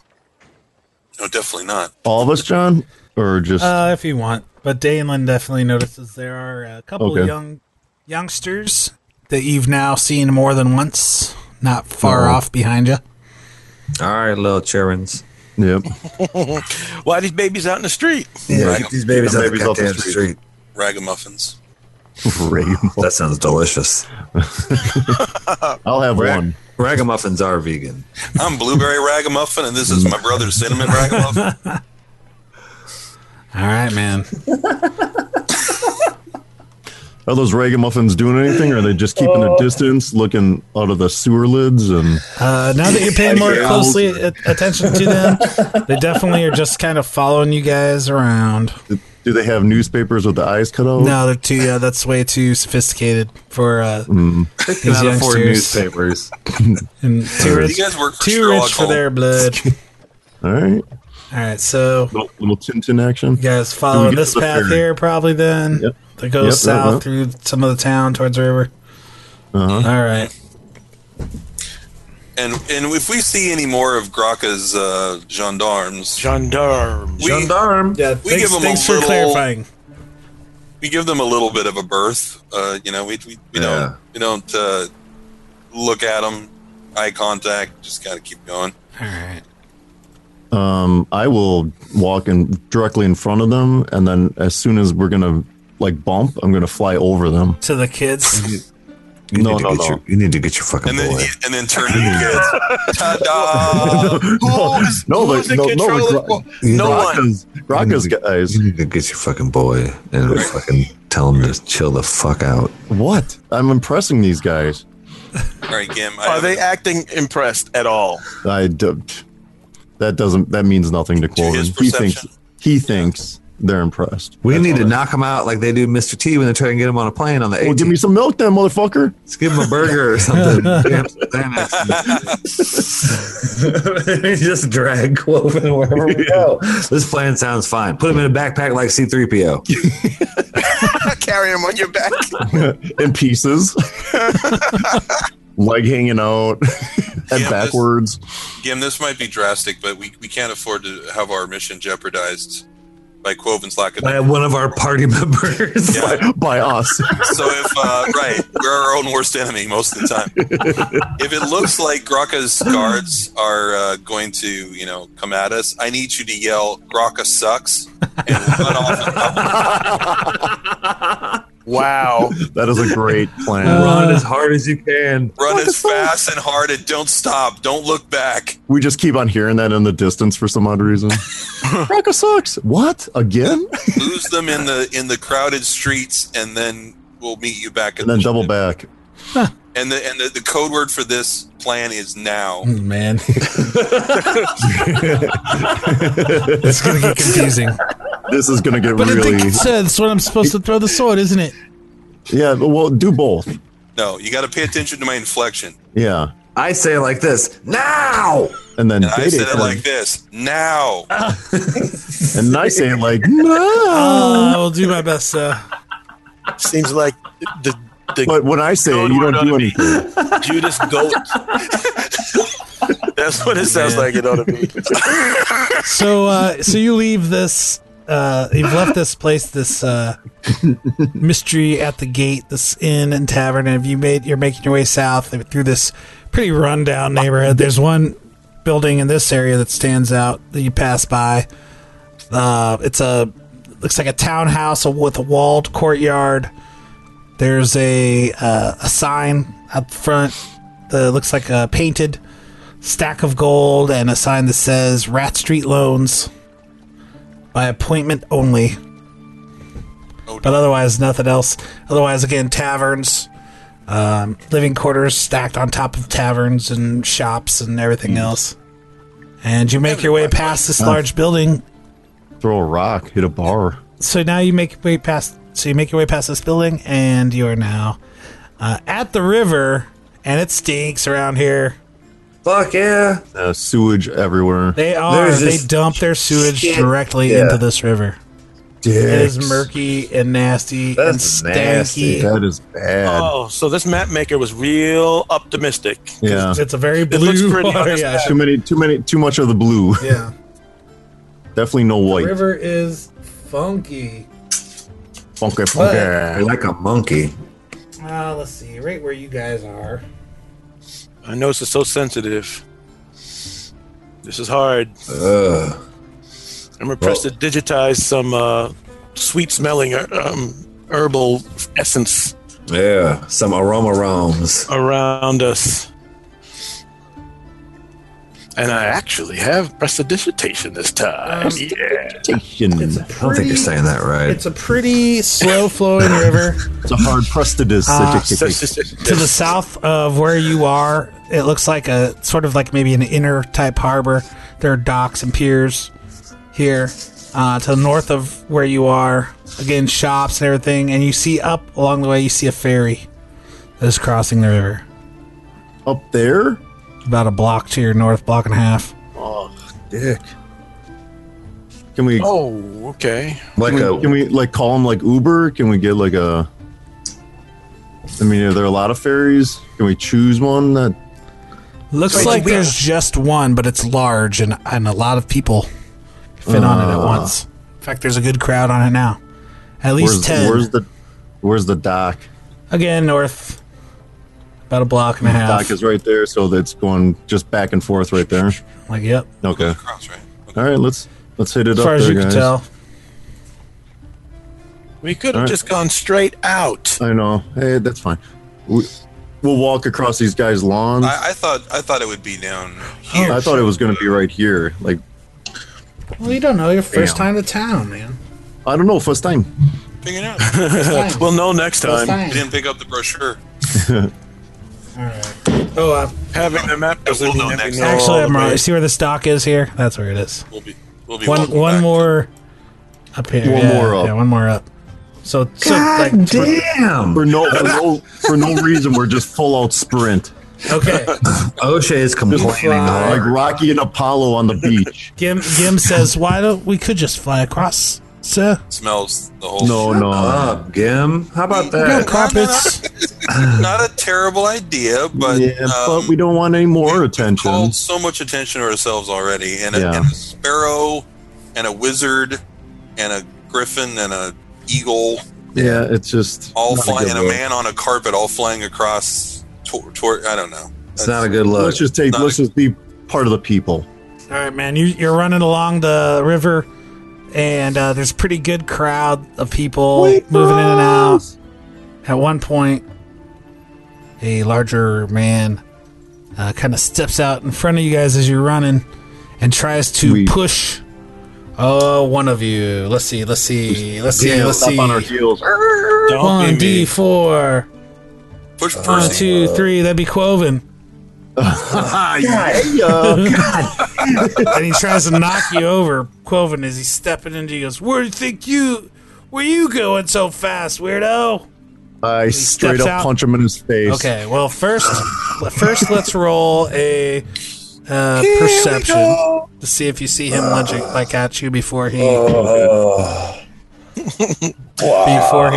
No, definitely not.
All of us, John, or just
Uh, if you want, but Daylin definitely notices there are a couple
Okay.
young youngsters that you've now seen more than once, not far off behind you.
All right, little childrens.
yep. [laughs]
Why these babies out in the street?
Yeah,
Right.
get these babies
The
out
babies
the
off the
goddamn
street.
street.
Ragamuffins.
Rainbow.
That sounds delicious.
I'll have one.
Ragamuffins are vegan.
I'm blueberry ragamuffin, and this is my brother's cinnamon ragamuffin.
All right, man.
Are those ragamuffins doing anything? Or are they just keeping
Oh.
a distance, looking out of the sewer lids? And
Uh, now that you're paying more
Yeah.
closely a- attention to them, they definitely are just kind of following you guys around.
do they have newspapers with the eyes cut out?
No, they're too. Uh, that's way too sophisticated for uh, these
Not afford
youngsters.
newspapers.
And too
You
rich,
guys work for
too
Sherlock
rich for
Holmes.
their blood.
All right.
All right, so
Little, little Tintin action.
you guys following
get
this
to the
path
ferry?
here, probably. Then
Yep.
they go
Yep, yep,
south
yep.
through some of the town towards the river. All right.
And and if we see any more of Graka's uh, gendarmes,
Gendarme.
we,
Gendarme.
Yeah.
We
thanks
give 'em a
thanks for
little-
clarifying.
we give them a little bit of a berth. Uh, you know, we we, we
Yeah.
don't we don't uh, look at them, eye contact. Just gotta keep going.
All right.
Um, I will walk in directly in front of them, and then as soon as we're gonna like bump, I'm gonna fly over them.
To the kids.
You
No,
need to
no,
get
no.
Your, you need to get your fucking
And then
boy.
and then turn to the kids. Ta-da!
[laughs] no, no,
who's
the,
in
no,
control
no,
of
the
the
Gro-
ball? No one.
Graka's, Graka's guys.
You need to get your fucking boy and [laughs] fucking tell him to chill the fuck out.
What? I'm impressing these guys.
All right, Gim. I
Are
have-
they acting impressed at all?
I do, that doesn't that means nothing to Quoven.
his
He
perception.
thinks he thinks they're impressed.
We need to knock him out like they do Mr. T when they're trying to get him on a plane on the 18th.
Well, give me some milk, then, motherfucker. [laughs]
Let's give him a burger or [laughs] something. Damn, Xanax. [laughs] Just drag Cloven wherever we go. [laughs] This plan sounds fine. Put him in a backpack like [laughs] C3PO.
[laughs] Carry them on your back.
in [laughs] pieces, leg hanging [laughs] out, head
Yeah,
backwards.
Again, this might be drastic, but we, we can't afford to have our mission jeopardized by Quoven's
[laughs]
lack of.
By one of our party [laughs] members.
Yeah.
By us,
So if uh,
[laughs]
right, we're our own worst enemy most of the time. if it looks like Graka's guards are uh, going to, you know, come at us, I need you to yell "Graka sucks" and run
[laughs]
off.
Wow.
that is a great plan.
Run as hard as you can.
Run as fast and hard and don't stop. Don't look back.
we just keep on hearing that in the distance for some odd [laughs] reason. Raka sucks. What again?
Lose them in the in the crowded streets, and then we'll meet you back. At
And then
the
double
ship.
back.
And the and the, the code word for this plan is now.
Man. [laughs] it's gonna get confusing.
This is gonna get
But I
really.
think it says when I'm supposed to throw the sword, isn't it?
Yeah, but well, do both.
No, you got to pay attention to my inflection.
Yeah,
I say it like this now.
and then
And I
Day-Day
said it
says-
like this. Now,
and I say it like [laughs] no.
Uh, I will do my best. Uh,
Seems like the the
But when I say it, you don't do anything.
Judas goat. That's what it sounds like it ought to
[laughs]
be.
so, uh, so you leave this. Uh, you've left this place, this uh, mystery at the gate, this inn and tavern, and you made you're making your way south through this pretty rundown neighborhood. There's one building in this area that stands out that you pass by. Uh, it's a looks like a townhouse with a walled courtyard. There's a uh, a sign up front that looks like a painted stack of gold and a sign that says Rat Street Loans by appointment only. But otherwise, nothing else. Otherwise, again, taverns, um, living quarters stacked on top of taverns and shops and everything else. And you make your way past this large building
Throw a rock, hit a bar.
so now you make your way past so you make your way past this building and you are now uh, at the river and it stinks around here
Fuck yeah.
Uh, sewage everywhere.
they are
There's
they
this
dump their sewage
shit.
directly
Yeah.
into this river it is
Dicks.
murky and nasty
That's
and stanky
nasty.
That is bad.
Oh, so this map maker was real optimistic.
yeah.
it's a very blue
looks pretty
water,
honest.
yeah,
Too many, too many, too much of the blue. [laughs]
[laughs]
yeah.
Definitely no white.
river is funky
Funky,
You're
funky.
like a monkey.
uh, let's see right where you guys are
I know this is so sensitive. This is hard.
Ugh.
I'm repressed to digitize some uh, sweet smelling um, herbal essence
Yeah. Some aroma roms.
around us. And I actually have prestidigitation this time. yeah.
It's
I don't think you're saying that right.
it's a pretty slow
[laughs]
flowing river
a hard prestidus.
Ah, to
to
the south of where you are, it looks like a sort of like maybe an inner type harbor. There are docks and piers here. Uh, to the north of where you are, again, shops and everything. And you see up along the way, you see a ferry that is crossing the river.
Up there?
About a block to your north, block and a half.
Dick. Can we,
Oh, okay.
like
can,
a
we, can we, like call them like Uber? Can we get like a? I mean, are there a lot of ferries? Can we choose one that?
Looks
Wait,
like
we-
there's just one, but it's large and, and a lot of people fit on it at once. In fact, there's a good crowd on it now. At least
Where's,
10.
where's the, where's the dock?
Again, north. About a block and a half.
Dock is right there, so that's going just back and forth right there.
like, yep.
Okay.
Cross, right?
All right, let's let's hit it
As
up
far as
there,
you can
guys.
tell.
We could have
Alright.
just gone straight out.
I know. Hey, that's fine. We, we'll walk across these guys' lawns. I,
I, I thought I thought it would be down here.
thought it was going to be right here. Like
Well, you don't know. Your first
Damn.
time to
[laughs]
town, man.
I don't know, first time.
Figure it out.
First time.
We'll know next
First
time.
You didn't pick up the brochure.
All right. Oh, uh,
Having the map doesn't
We'll know
mean that
next
we
time.
know all
actually,
the
I'm right.
way.
You see where the stock is here? That's where it is.
We'll be we'll be
One
walking
one
back.
more up here.
One
Yeah,
more up.
Yeah, one more up. So, so like,
God damn.
For no, for no, for no reason, we're just full out
[laughs]
sprint,
okay.
O'Shea is complaining.
fly.
like
hard.
Rocky and Apollo on the beach.
Gim Gim says, "Why don't we could just fly across, sir?
Smells the whole.
No, no,
Up, Gim. How about
We got
that?
carpets.
not a terrible idea, but
yeah,
um,
but we don't want any more attention.
called so much attention to ourselves already, and a,
Yeah.
and a sparrow, and a wizard, and a griffin, and a eagle,
Yeah, it's just
all
not a
flying,
good
and a
look.
man on a carpet, all flying across. Toward, toward I don't know.
It's not a good look.
Let's just take.
Not a-
Let's just be part of the people.
All right, man. You, you're running along the river, and uh, there's a pretty good crowd of people moving in and out. At one point, a larger man uh, kind of steps out in front of you guys as you're running and tries to
We-
push. Oh, one of you. Let's see. Let's see. Let's see.
Yeah,
Let's
up
see.
on our heels.
Ah,
Don't
One
be
D
mean.
four.
Push
One
Uh,
Percy.
two three. That'd be Quoven.
Ah,
and he tries to knock you over. Quoven, as he's stepping into, he goes, "Where do you think you, where you going so fast, weirdo?"
[laughs] I straight
steps
up
out.
punch him in his face.
Okay, well first, first let's roll a uh, perception to see if you see him lunging like at you before he before he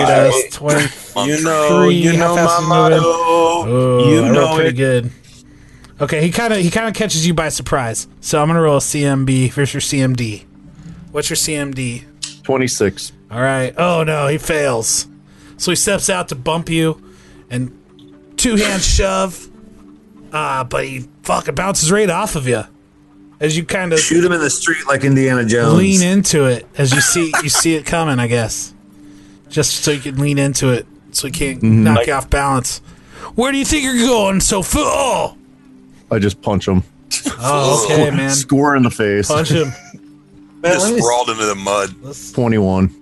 does twenty.
You know, you
Three,
know
how
my
fast we're moving.
motto.
Oh,
You
I rolled
know
pretty
it.
good. Okay, he kind of he kind of catches you by surprise. So I'm gonna roll a CMB versus your CMD. What's your CMD?
twenty six.
All right. Oh no, he fails. So he steps out to bump you, and two hand shove. Ah, but he fucking bounces right off of you as you kind of
Shoot him in the street like Indiana Jones.
lean into it. As you see, you see it coming. I guess just so you can lean into it. so he can't
Mm-hmm.
knock you off balance. Where do you think you're going, so fool?
I just punch him.
Oh, okay, man.
Score in the face.
Punch him.
Just sprawled into the mud.
Let's-
21.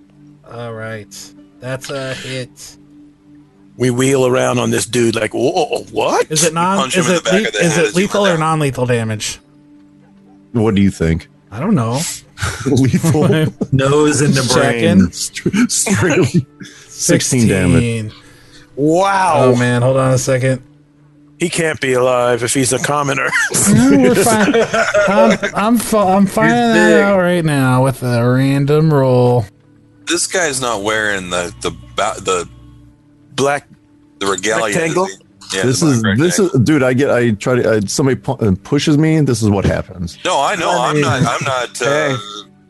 All right, that's a hit.
We wheel around on this dude like, whoa, whoa, what?
Is it non?
punch him
Is
in the
it,
back
le-
of the
is
head as
it
you
lethal
run
or
down.
non-lethal damage?
What do you
[laughs]
think?
I don't know.
Lethal.
Nose in the
[laughs]
brain.
Second.
Str- Straight 16 damage.
Wow.
Oh man, hold on a second.
he can't be alive if he's a commoner.
[laughs]
No, we're fine. I'm I'm, fi- I'm finding that out right now with a random roll.
This guy's not wearing the the ba- the
Black.
the regalia.
Rectangle?
is he? Yeah,
This
the
is
black
this is
rectangle.
dude. I get. I try to. I, somebody pu- uh, pushes me. This is what happens.
No, I know. I'm not. I'm not. Uh,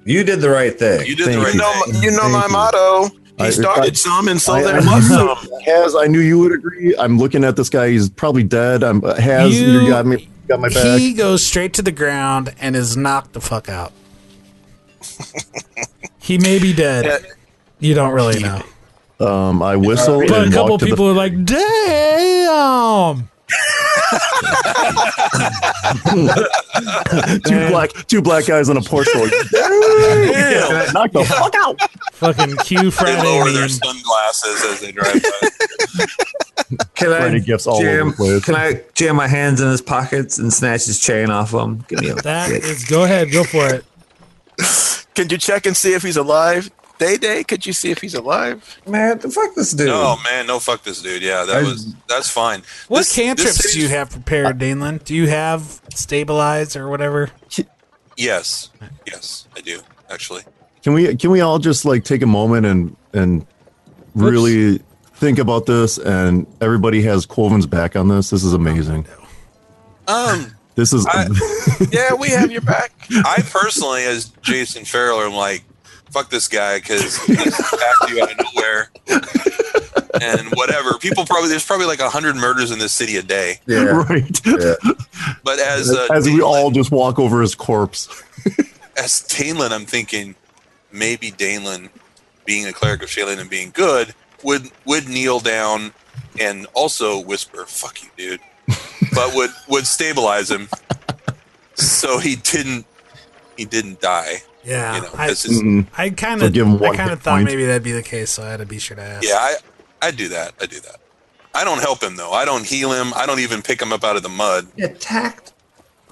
You did the right thing.
you did the
Thank
right
you.
thing.
No,
You know
Thank
my
you.
motto. He
I-
started
I-
some, and so
I-
there
I-
must some.
Has I knew you would agree. I'm looking at this guy. He's probably dead. I'm has you,
You-
got me got my back.
He goes straight to the ground and is knocked the fuck out. he may be dead. You don't really know.
um, I whistle.
But a
and
couple
walk to the-
people are like, damn.
two black two black guys on a porch. like,
Yeah.
Knock the fuck out.
Fucking Q
They lower
Friday.
their
meme.
sunglasses as they drive
[laughs]
by.
Can I
Brandon gifts all over
jam?
the place.
Can I jam my hands in his pockets and snatch his chain off him? Give me a
That
dick.
is, go ahead, go for it.
Can you check and see if he's alive? Day Day, could you see if he's alive?
man. The fuck this dude.
No man, no fuck this dude. Yeah, that
I-
was that's fine.
What
This-
cantrips
this
do you
city's-
have prepared, Daneland? Do you have stabilize or whatever?
Yes, yes, I do actually.
Can we can we all just like take a moment and and really think about this? And everybody has Colvin's back on this. This is amazing.
Um,
This is [laughs]
I-
Yeah, we have your back.
I personally, as Jason Farrell, am like, fuck this guy because he just attacked you out of nowhere and whatever. People probably there's probably like hundred murders in this city a day.
Yeah.
right.
But as uh,
As we
Daneland-
all just walk over his corpse. [laughs]
as Danelin, I'm thinking maybe Danelin, being a cleric of Shaylin and being good, would would kneel down and also whisper "fuck you, dude," but would would stabilize him so he didn't he didn't die.
Yeah,
You know,
I,
this is,
Mm-mm.
I
Mm-hmm.
kind
So
of,
give him
I
one
kind of
hit
thought
point.
maybe that'd be the case, so I had to be sure to ask.
yeah, I I do that. I do that. I don't help him though. I don't heal him. I don't even pick him up out of the mud.
He attacked.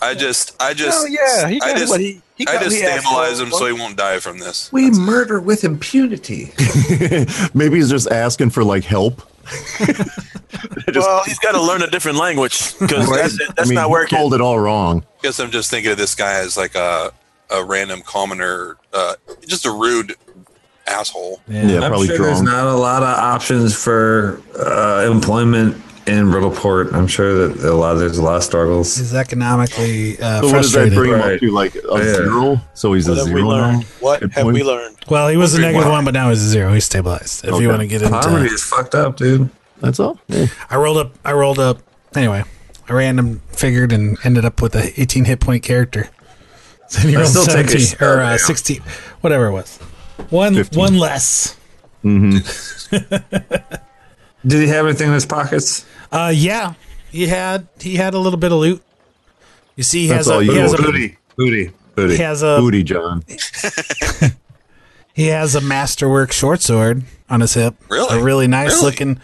I just I just
Oh, yeah. He
I
got
just
what he, he
I
got
just
what he asked
stabilize him
for.
so he won't die from this.
We murder with impunity.
Maybe he's just asking for like help.
well, he's got to learn a different language because that's, that's
I mean,
not
he
working.
Called it all wrong.
guess I'm just thinking of this guy as like a a random commoner, uh, just a rude asshole.
Yeah, probably
I'm sure there's
drunk.
not a lot of options for uh, employment in Riddleport. I'm sure that a lot there's a lot of struggles.
He's economically uh,
so what does that
frustrated.
bring him up
Right.
to? Like a
Yeah.
zero? So he's
What
a
have we
zero now?
learned? What
Good
have
point.
we learned?
[laughs]
well, he was a negative
Wow.
one, but now he's a zero. He's stabilized. If
Okay.
you want to get into,
Poverty is fucked up, dude.
That's all. Yeah.
I rolled up. I rolled up. Anyway, I random figured and ended up with a 18 hit point character. [laughs] So he rolled
still take a
17
shot,
or uh,
man.
16, whatever it was. One
15.
one less.
Did he have anything in his pockets?
Uh, yeah, he had he had a little bit of loot. You see, he
That's
has a
all you
he has
want.
a,
Booty, booty, booty.
he has a
Booty John.
he has a masterwork short sword on his hip.
Really?
a really nice
Really?
looking,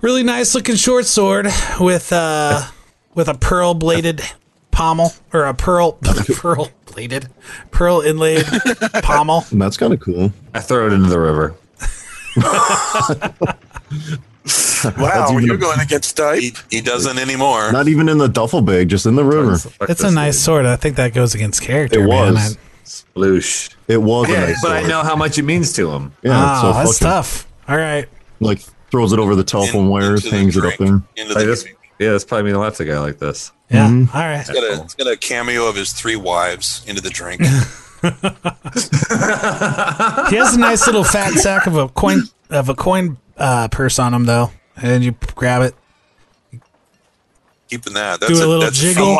really nice looking short sword with uh with a pearl bladed pommel or a pearl [laughs] pearl bladed pearl
[laughs]
inlaid pommel.
And That's kind of cool.
I throw it into the river.
Wow,
even
you're
a-
going against type.
He, he doesn't anymore.
Not even in the duffel bag, just in the river.
Fuck
It's a
this
nice sword. I think that goes against character.
It
man.
was.
I-
dude. Loosh.
It was a
Yeah,
nice
but I
sword.
know how much it means to him.
Yeah,
Ah,
so
that's
fucking,
tough. All right.
like throws it over the telephone
In-
wire,
into the
hangs it up
drink,
there.
Into the
Like this,
drink.
yeah, this probably means a lot to a guy like this.
Yeah.
Mm-hmm.
All right.
It's got, a, it's got a cameo of his three wives into
[laughs]
the drink.
He has a nice little fat sack of a coin of a coin uh, purse on him though, and you grab it,
Keeping that.
do
That's
a,
a,
little
that's
jiggle,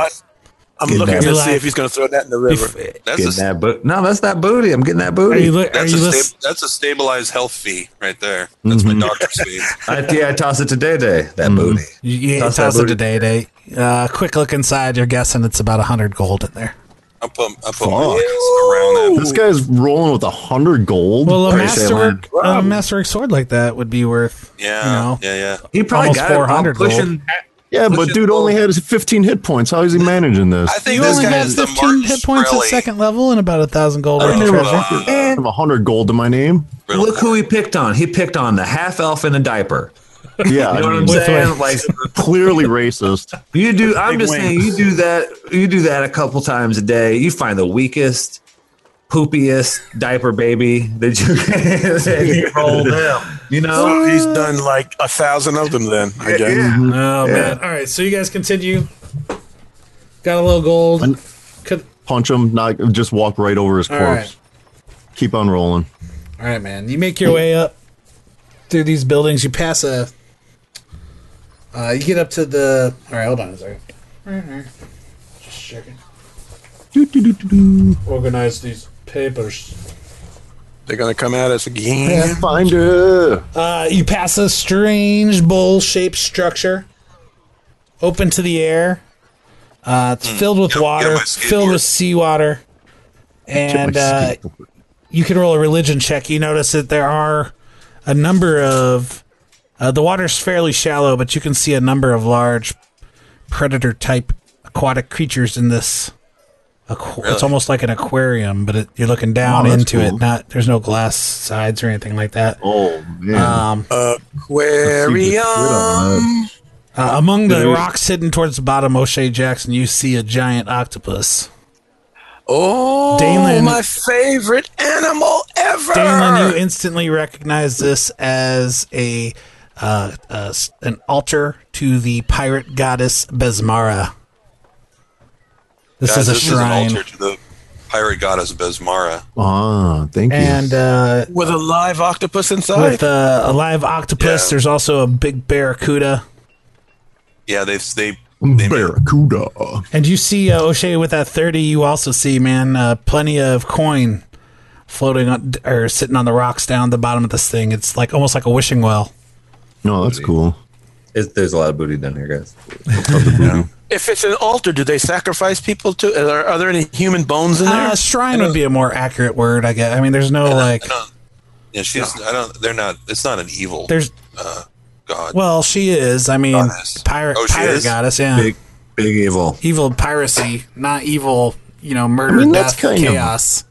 I'm
Good
looking
night.
to
You're
see
like-
if he's going to throw that in the river.
If-
That's
Getting
a
that booty. No, that's that booty. I'm getting that
Are
booty.
you, li- are
that's
you Mm-hmm.
a
lis-
sta- that's a stabilized health fee right there. That's my doctor's fee.
I, yeah, I toss it to Day Day. That booty.
you, you
Toss
toss,
that
it
booty.
today, day. Uh, quick look inside. You're guessing it's about hundred gold in there.
I'll put I'll put my legs around that.
This guy's rolling with a hundred gold.
Well, a
Pretty
masterwork,
sure,
a
man.
masterwork sword like that would be worth, you
Yeah,
know,
yeah, yeah.
He probably
Almost
got it while
400 gold.
pushing.
yeah, but
Push
dude
it
only
forward.
had 15 hit points. How is he managing this?
I think
You
this
only
guy
have
is the
15
Martin
hit points at
Shkreli
second level and about a thousand gold worth of
of,
treasure.
uh,
I
And
have 100 gold to my name.
riddle
look who
war.
he picked on. He picked on the half elf in a diaper.
Yeah,
You know
I
what
mean,
I'm
With
saying?
wings. [laughs]
Like
clearly racist.
you do. I'm
Big
just saying you do that. You do that a couple times a day. You find the weakest, poopiest diaper baby that you [laughs] can and you roll them. You know.
So Oh, he's done like a thousand of them then, I guess.
Oh man! All right, so you guys continue. Got a little gold. Could-
Punch him, not just walk right over his
All
corpse.
right.
Keep on rolling.
All right, man. You make your way up through these buildings. You pass a. Uh, you get up to the. All right, hold on a second. Just checking. Organize these papers.
They're going to come at us again.
Pathfinder.
Uh, you pass a strange bowl-shaped structure, open to the air. Uh, it's filled with
Yep,
water,
got Hmm. my skateboard.
filled with seawater, and uh, you can roll a religion check. You notice that there are a number of uh, the water's fairly shallow, but you can see a number of large predator type aquatic creatures in this. Aqu- It's almost like an aquarium, but it, you're looking down
Oh, that's
into
cool.
it. Not there's no glass sides or anything like that.
oh man.
Um,
Aquarium.
uh, among the
Dude.
rocks hidden towards the bottom, O'Shea Jackson, you see a giant octopus.
Oh,
Dalen.
my favorite animal ever.
Dalen, you instantly recognize this as a, uh, uh, s- an altar to the pirate goddess Besmara. This is
Guys,
a
this
shrine,
Is an altar to the pirate goddess Besmara.
ah, thank you.
and uh,
with a live octopus inside.
with uh, a live octopus,
Yeah.
there's also a big barracuda,
Yeah, they they they made
Barracuda.
and you see uh, O'Shea with that thirty. You also see, man, uh, plenty of coin floating on, or sitting on the rocks down at the bottom of this thing. It's like almost like a wishing well.
No, that's cool.
It's, there's a lot of booty down here, guys.
if it's an altar, do they sacrifice people to? uh, Are, are there any human bones in there?
Uh, shrine would be a more accurate word, I guess. I mean, there's no like,
yeah, she's I don't they're not it's not an evil
there's
god.
Well, she is. I mean,
Goddess.
pirate,
Oh, she
pirate
is?
goddess. Yeah,
Big, big evil.
evil piracy, not evil. You know, murder,
I mean, that's
death,
kind of-
chaos.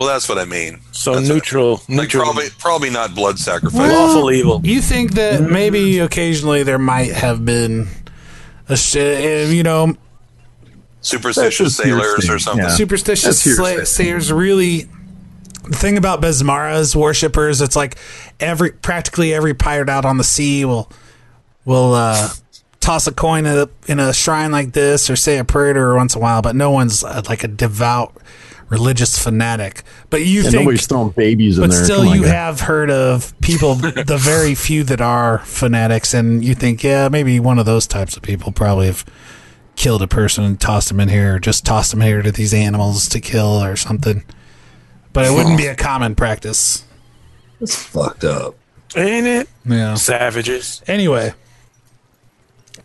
well, that's what I mean.
so neutral,
Like
neutral,
probably probably not blood sacrifice.
lawful evil.
You think that
Mm.
maybe occasionally there might have been a shit, eh, you know,
Superstitious
That's just your
sailors or
thing,
something.
yeah. That's
superstitious
hearsay.
sla- sayers really the thing about Besmara's worshippers it's like every practically every pirate out on the sea will will uh toss a coin in a, in a shrine like this or say a prayer to her once in a while but no one's uh, like a devout religious fanatic but you
And
think
nobody's throwing babies in
but
there.
still
Come on,
you
guys.
have heard of people the very few that are fanatics and you think yeah maybe one of those types of people probably have killed a person and tossed them in here or just tossed them here to these animals to kill or something but it wouldn't be a common practice
It's fucked up.
Ain't it?
yeah
Savages.
anyway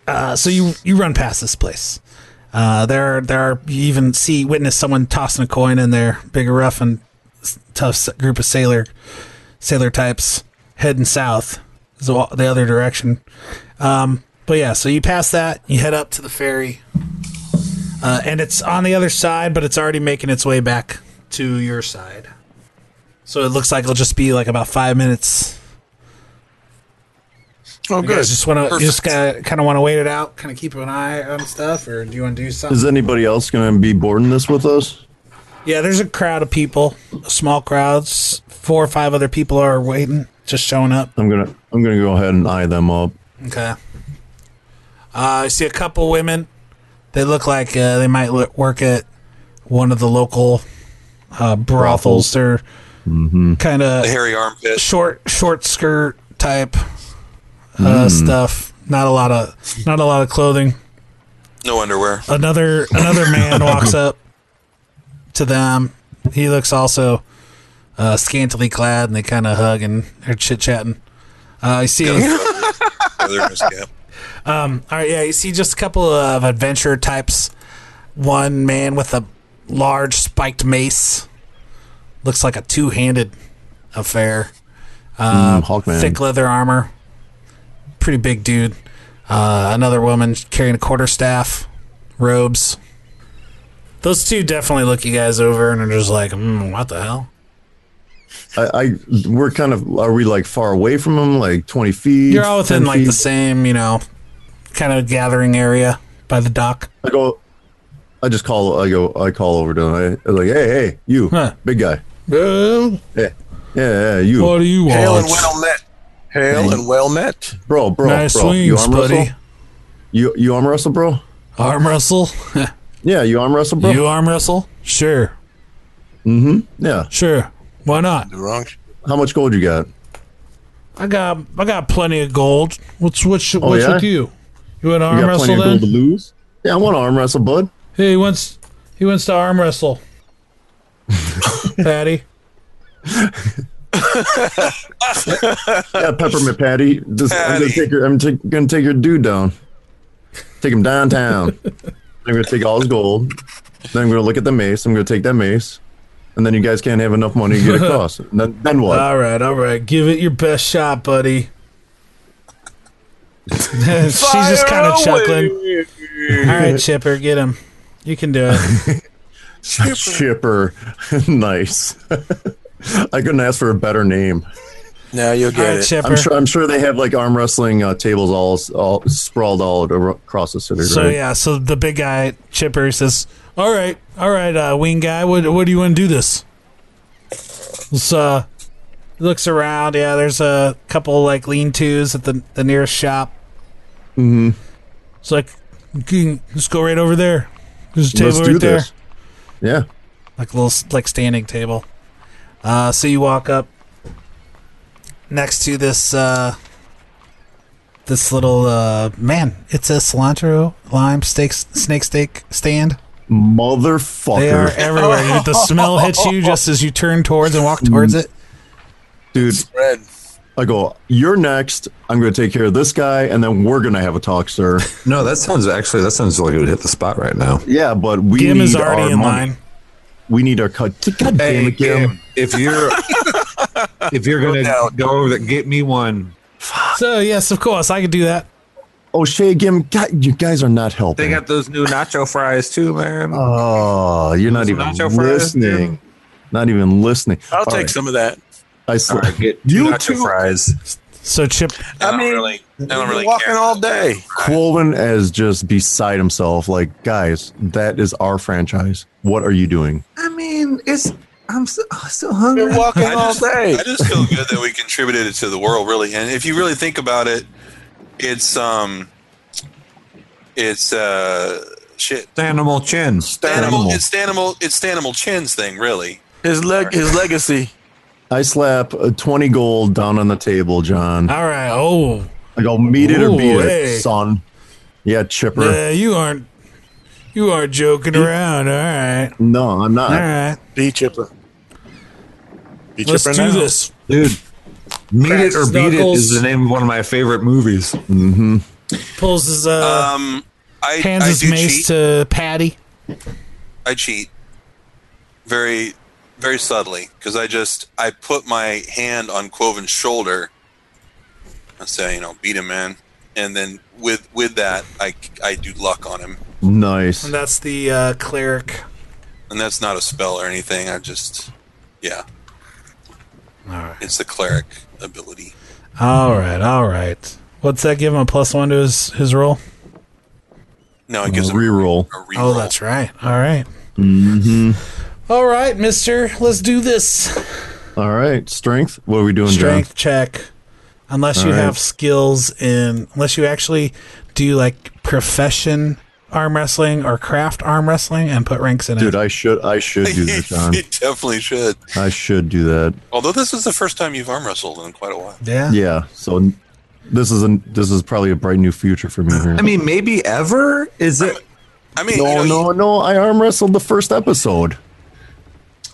uh, so you you run past this place uh, there are, there are you even see witness someone tossing a coin in there big rough and s- tough s- group of sailor sailor types heading south so the other direction um, but yeah so you pass that you head up to the ferry uh, and it's on the other side but it's already making its way back to your side so it looks like it'll just be like about five minutes
Oh,
you
good.
guys just want to
Perfect.
just kind of want to wait it out, kind of keep an eye on stuff, or do you want to do something?
Is anybody else going to be boarding this with us?
yeah, there's a crowd of people, small crowds. Four or five other people are waiting, just showing up.
I'm gonna I'm gonna go ahead and eye them up.
Okay. Uh, I see a couple women. They look like uh, they might lo- work at one of the local uh, brothels. They're kind of
The hairy armpit.
short short skirt type uh, stuff. Not a lot of not a lot of clothing.
No underwear.
another another man walks up to them. He looks also uh, scantily clad, and they kind of hug and they're chit chatting. Uh, I see. all
Other than his cap.
right, yeah, you see just a couple of adventure types. One man with a large spiked mace, looks like a two-handed affair.
Mm, Hawkman.
Uh, Thick leather armor, pretty big dude. Uh, another woman carrying a quarterstaff, robes. Those two definitely look you guys over and are just like, mm, "What the hell?"
I, I we're kind of are we like far away from him? Like twenty feet.
You're all within
10
like the
feet?
same, you know, kind of gathering area by the dock.
I go. I just call. I go. I call over to him. I, I like, hey, hey, you,
Huh.
big guy.
Well,
Yeah, yeah, yeah you,
what do you
Hail and
want?
well met. Hail
Mm-hmm.
and well met.
bro, bro,
Nice
bro. you
swings,
arm
buddy.
wrestle? You you arm wrestle, bro?
Arm wrestle?
Yeah, you arm wrestle, bro.
you arm wrestle? Sure,
yeah.
sure. Why not?
The wrong.
How much gold you got?
I got I got plenty of gold. What's what's what's
Oh, yeah?
with you? You want
You
to arm
got plenty
wrestle
of gold to
then?
lose. Yeah, I want to arm wrestle, bud.
Hey, he wants he wants to arm [laughs] wrestle. Patty.
Yeah, peppermint patty. Just, I'm gonna
Patty.
take your. I'm ta- gonna take your dude down. Take him
[laughs]
downtown. I'm gonna take all his gold. Then I'm gonna look at the mace. I'm gonna take that mace, and then you guys can't have enough money to get
[laughs]
across. And then, then what?
All right, all right. Give it your best shot, buddy. [laughs] She's just kind of chuckling. All right, Chipper, get him. You
[laughs]
can do it.
Chipper. [laughs] nice. [laughs] I couldn't ask for a better name.
Now you'll
All
get
right,
it.
Chipper.
I'm sure. I'm sure they have like arm wrestling uh, tables all, all sprawled all ar- across the city.
So
right?
yeah, so the big guy Chipper says, "All right, all right, uh, wing guy, what what do you want to do this?" Let's uh, looks around. Yeah, there's a couple like lean tos at the the nearest shop. Mm-hmm. It's like, "Okay, let's go right over there. There's a table
Let's
right
do
there,
this. Yeah.
like a little s- like standing table. Uh, so you walk up next to this uh, this little uh, man. It's a cilantro lime steak snake steak stand. They are
Motherfucker.
everywhere. You- the smell hits you just as you turn towards and walk towards it.
Dude,
Red.
I go, you're next. I'm going to take care of this guy, and then we're going to have a talk, sir.
No, that sounds actually that sounds like it would hit the spot right now.
[laughs] yeah, but we
Gim
need
is already
our
in
money.
line.
We need our cut. God damn
Hey,
it, Gim.
Gim, if [laughs] you're if you're gonna
No doubt.
go over there, get me one.
So yes, of course I could do that.
Oh, Shay, Gim, God, you guys are not helping.
They got those new nacho fries too, man.
oh, you're not
Those
even
nacho fries,
listening.
Gim.
Not even listening.
I'll
All
take
right,
some of that.
I sl-
All right, get
You
you nacho
two-
fries.
So Chip,
I, don't
mean,
really, I don't really
walking
care.
all day.
Quoven as just beside himself. Like, guys, that is our franchise. What are you doing?
I mean, it's I'm so, so hungry.
You're walking
I
all
just,
day.
I just feel good that we contributed it to the world, really. And if you really think about it, it's um, it's uh, shit.
Animal chin.
Stanimal, it's Stanimal, it's Stanimal Chin's thing, really.
His leg, his legacy.
I slap uh, 20 gold down on the table, John.
all right. Oh,
I go, meet it
Ooh,
or beat
hey.
it, son. Yeah, chipper.
yeah, you aren't you aren't joking around. All right,
No, I'm not.
all right.
B chipper. B
Let's do
now.
this.
Dude, Meet It or Beat It
Knuckles.
is the name of one of my favorite movies.
Pulls his uh,
Um, I
hands
I
his
do
mace
cheat.
to Patty.
I cheat very, very subtly because I just I put my hand on Quoven's shoulder. I say, you know, beat him, man, and then with with that, I I do luck on him,
Nice.
And that's the uh, cleric.
and that's not a spell or anything. I just, yeah, it's the cleric ability.
All right, all right. What's that give him a plus one to his his roll?
No, it gives him
Reroll.
a reroll.
Oh, that's right. All right.
Mm-hmm.
All right, Mister. Let's do this.
All right. Strength. What are we doing,
strength check unless you
All right.
have skills in unless you actually do like profession arm wrestling or craft arm wrestling and put ranks in
John? Dude,
it.
I should I should
[laughs]
do that, John.
it definitely should.
I should do that.
Although this is the first time you've arm wrestled in quite a while.
Yeah.
Yeah. So n- this is a this is probably a bright new future for me here.
I mean, maybe ever? Is it
I mean,
no,
you know,
no, no. I arm wrestled the first episode.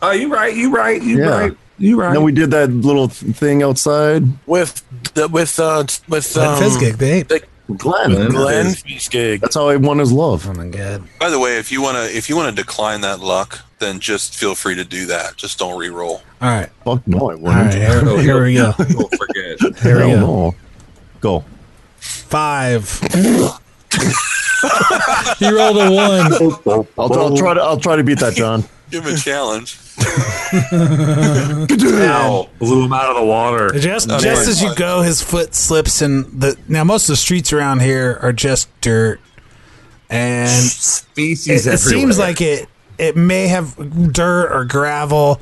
Oh, you right, you right, you
Yeah.
right, you right.
And then we did that little th- thing outside.
with the, with uh t- with
That
um,
Fizgig, babe.
Glenn.
Glenn Fiskig.
That's how I won his love.
Oh my god.
you- by the way, if you wanna if you wanna decline that luck, then just feel free to do that. Just don't re-roll.
All right.
Fuck no, I wouldn't.
All right. Here,
[laughs]
here we go.
Oh, [laughs] Don't forget.
Here we
Hell
go.
no. Go.
Five. [laughs] he rolled a one.
I'll, I'll try to. I'll try to beat that,
[laughs]
John. [laughs]
Give him a challenge.
Ow, blew him out of the water.
Just,
Okay.
just as you go, his foot slips and the now most of the streets around here are just dirt, and
Species
it, it seems like it it may have dirt or gravel.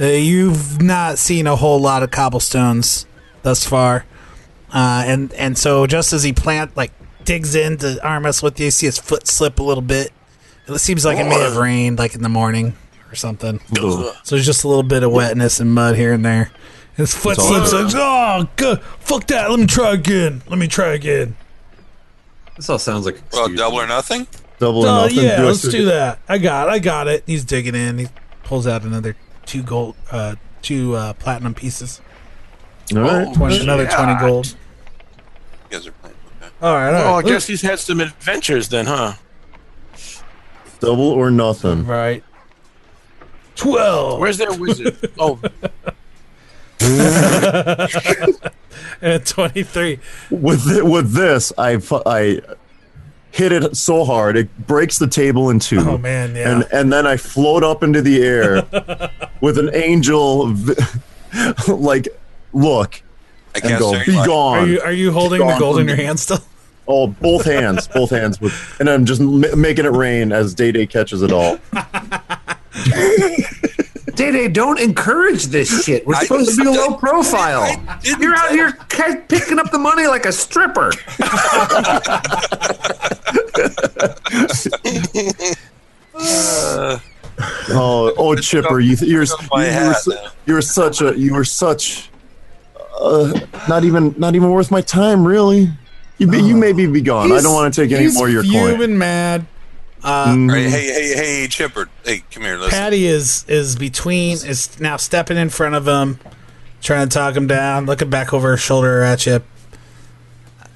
Uh, you've not seen a whole lot of cobblestones thus far, uh, and and so just as he plant like digs in to arm wrestle with you, you see his foot slip a little bit. It seems like it may have rained like in the morning or something. So there's just a little bit of wetness and mud here and there. His foot slips. Like, oh, good. Fuck that. Let me try again. Let me try again.
This all sounds like
Well, double or nothing?
Double or
Oh
nothing.
yeah,
a
let's
sig-
do that. I got, it, I got it. He's digging in. He pulls out another two gold, uh, two uh, platinum pieces.
All right.
20, another twenty gold.
You guys are playing. Okay.
All right, all
Oh,
right.
I
Look-
guess he's had some adventures then, huh?
Double or nothing.
right. Twelve.
Where's their wizard? [laughs] Oh,
and [laughs] twenty-three.
With thi- with this, I fu- I hit it so hard it breaks the table in two.
Oh man, yeah.
and and then I float up into the
[laughs]
air with an angel, v- [laughs] like look
I
and
cast
go
Fairy
be
Light.
are
gone.
you are you holding
Gone
the gold
for
in your
me.
hand still?
[laughs] oh, both hands, both hands with, and I'm just m- making it rain as Day Day catches it
[laughs]
all.
Day Day, don't encourage this shit. We're
I-
supposed to be low profile.
didn't
You're out here ca- picking up the money like a stripper.
Oh, oh, Chipper, you th- you're you,
my
you were,
hat
su-
now.
you were such a you were such uh, not even not even worth my time, really. You be, you maybe be gone. I don't want to take any more of your
fuming
coin.
mad.
All right, hey, hey, hey, Chipper. Hey, come here. Listen.
Patty is is between is now stepping in front of him, trying to talk him down, looking back over her shoulder at you.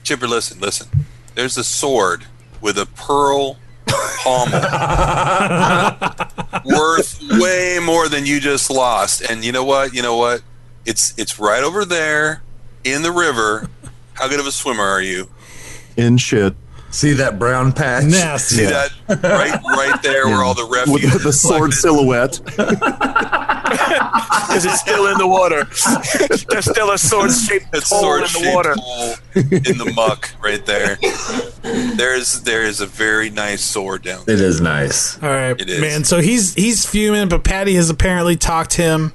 Chipper, listen, listen. There's a sword with a pearl
[laughs]
pommel worth way more than you just lost. And you know what? You know what? It's it's right over there in the river. How good of a swimmer are you?
In shit,
See that brown patch?
Nasty.
See that right right there where all the
with
refuge
the, the
is [laughs]
sword silhouette.
collected?
because it's still in the water. [laughs] There's still a sword-shaped
That
hole in the
sword-shaped
water.
hole in the muck right there. There's there is a very nice sword down there.
It is nice.
All right,
It is.
man. So he's he's fuming, but Patty has apparently talked him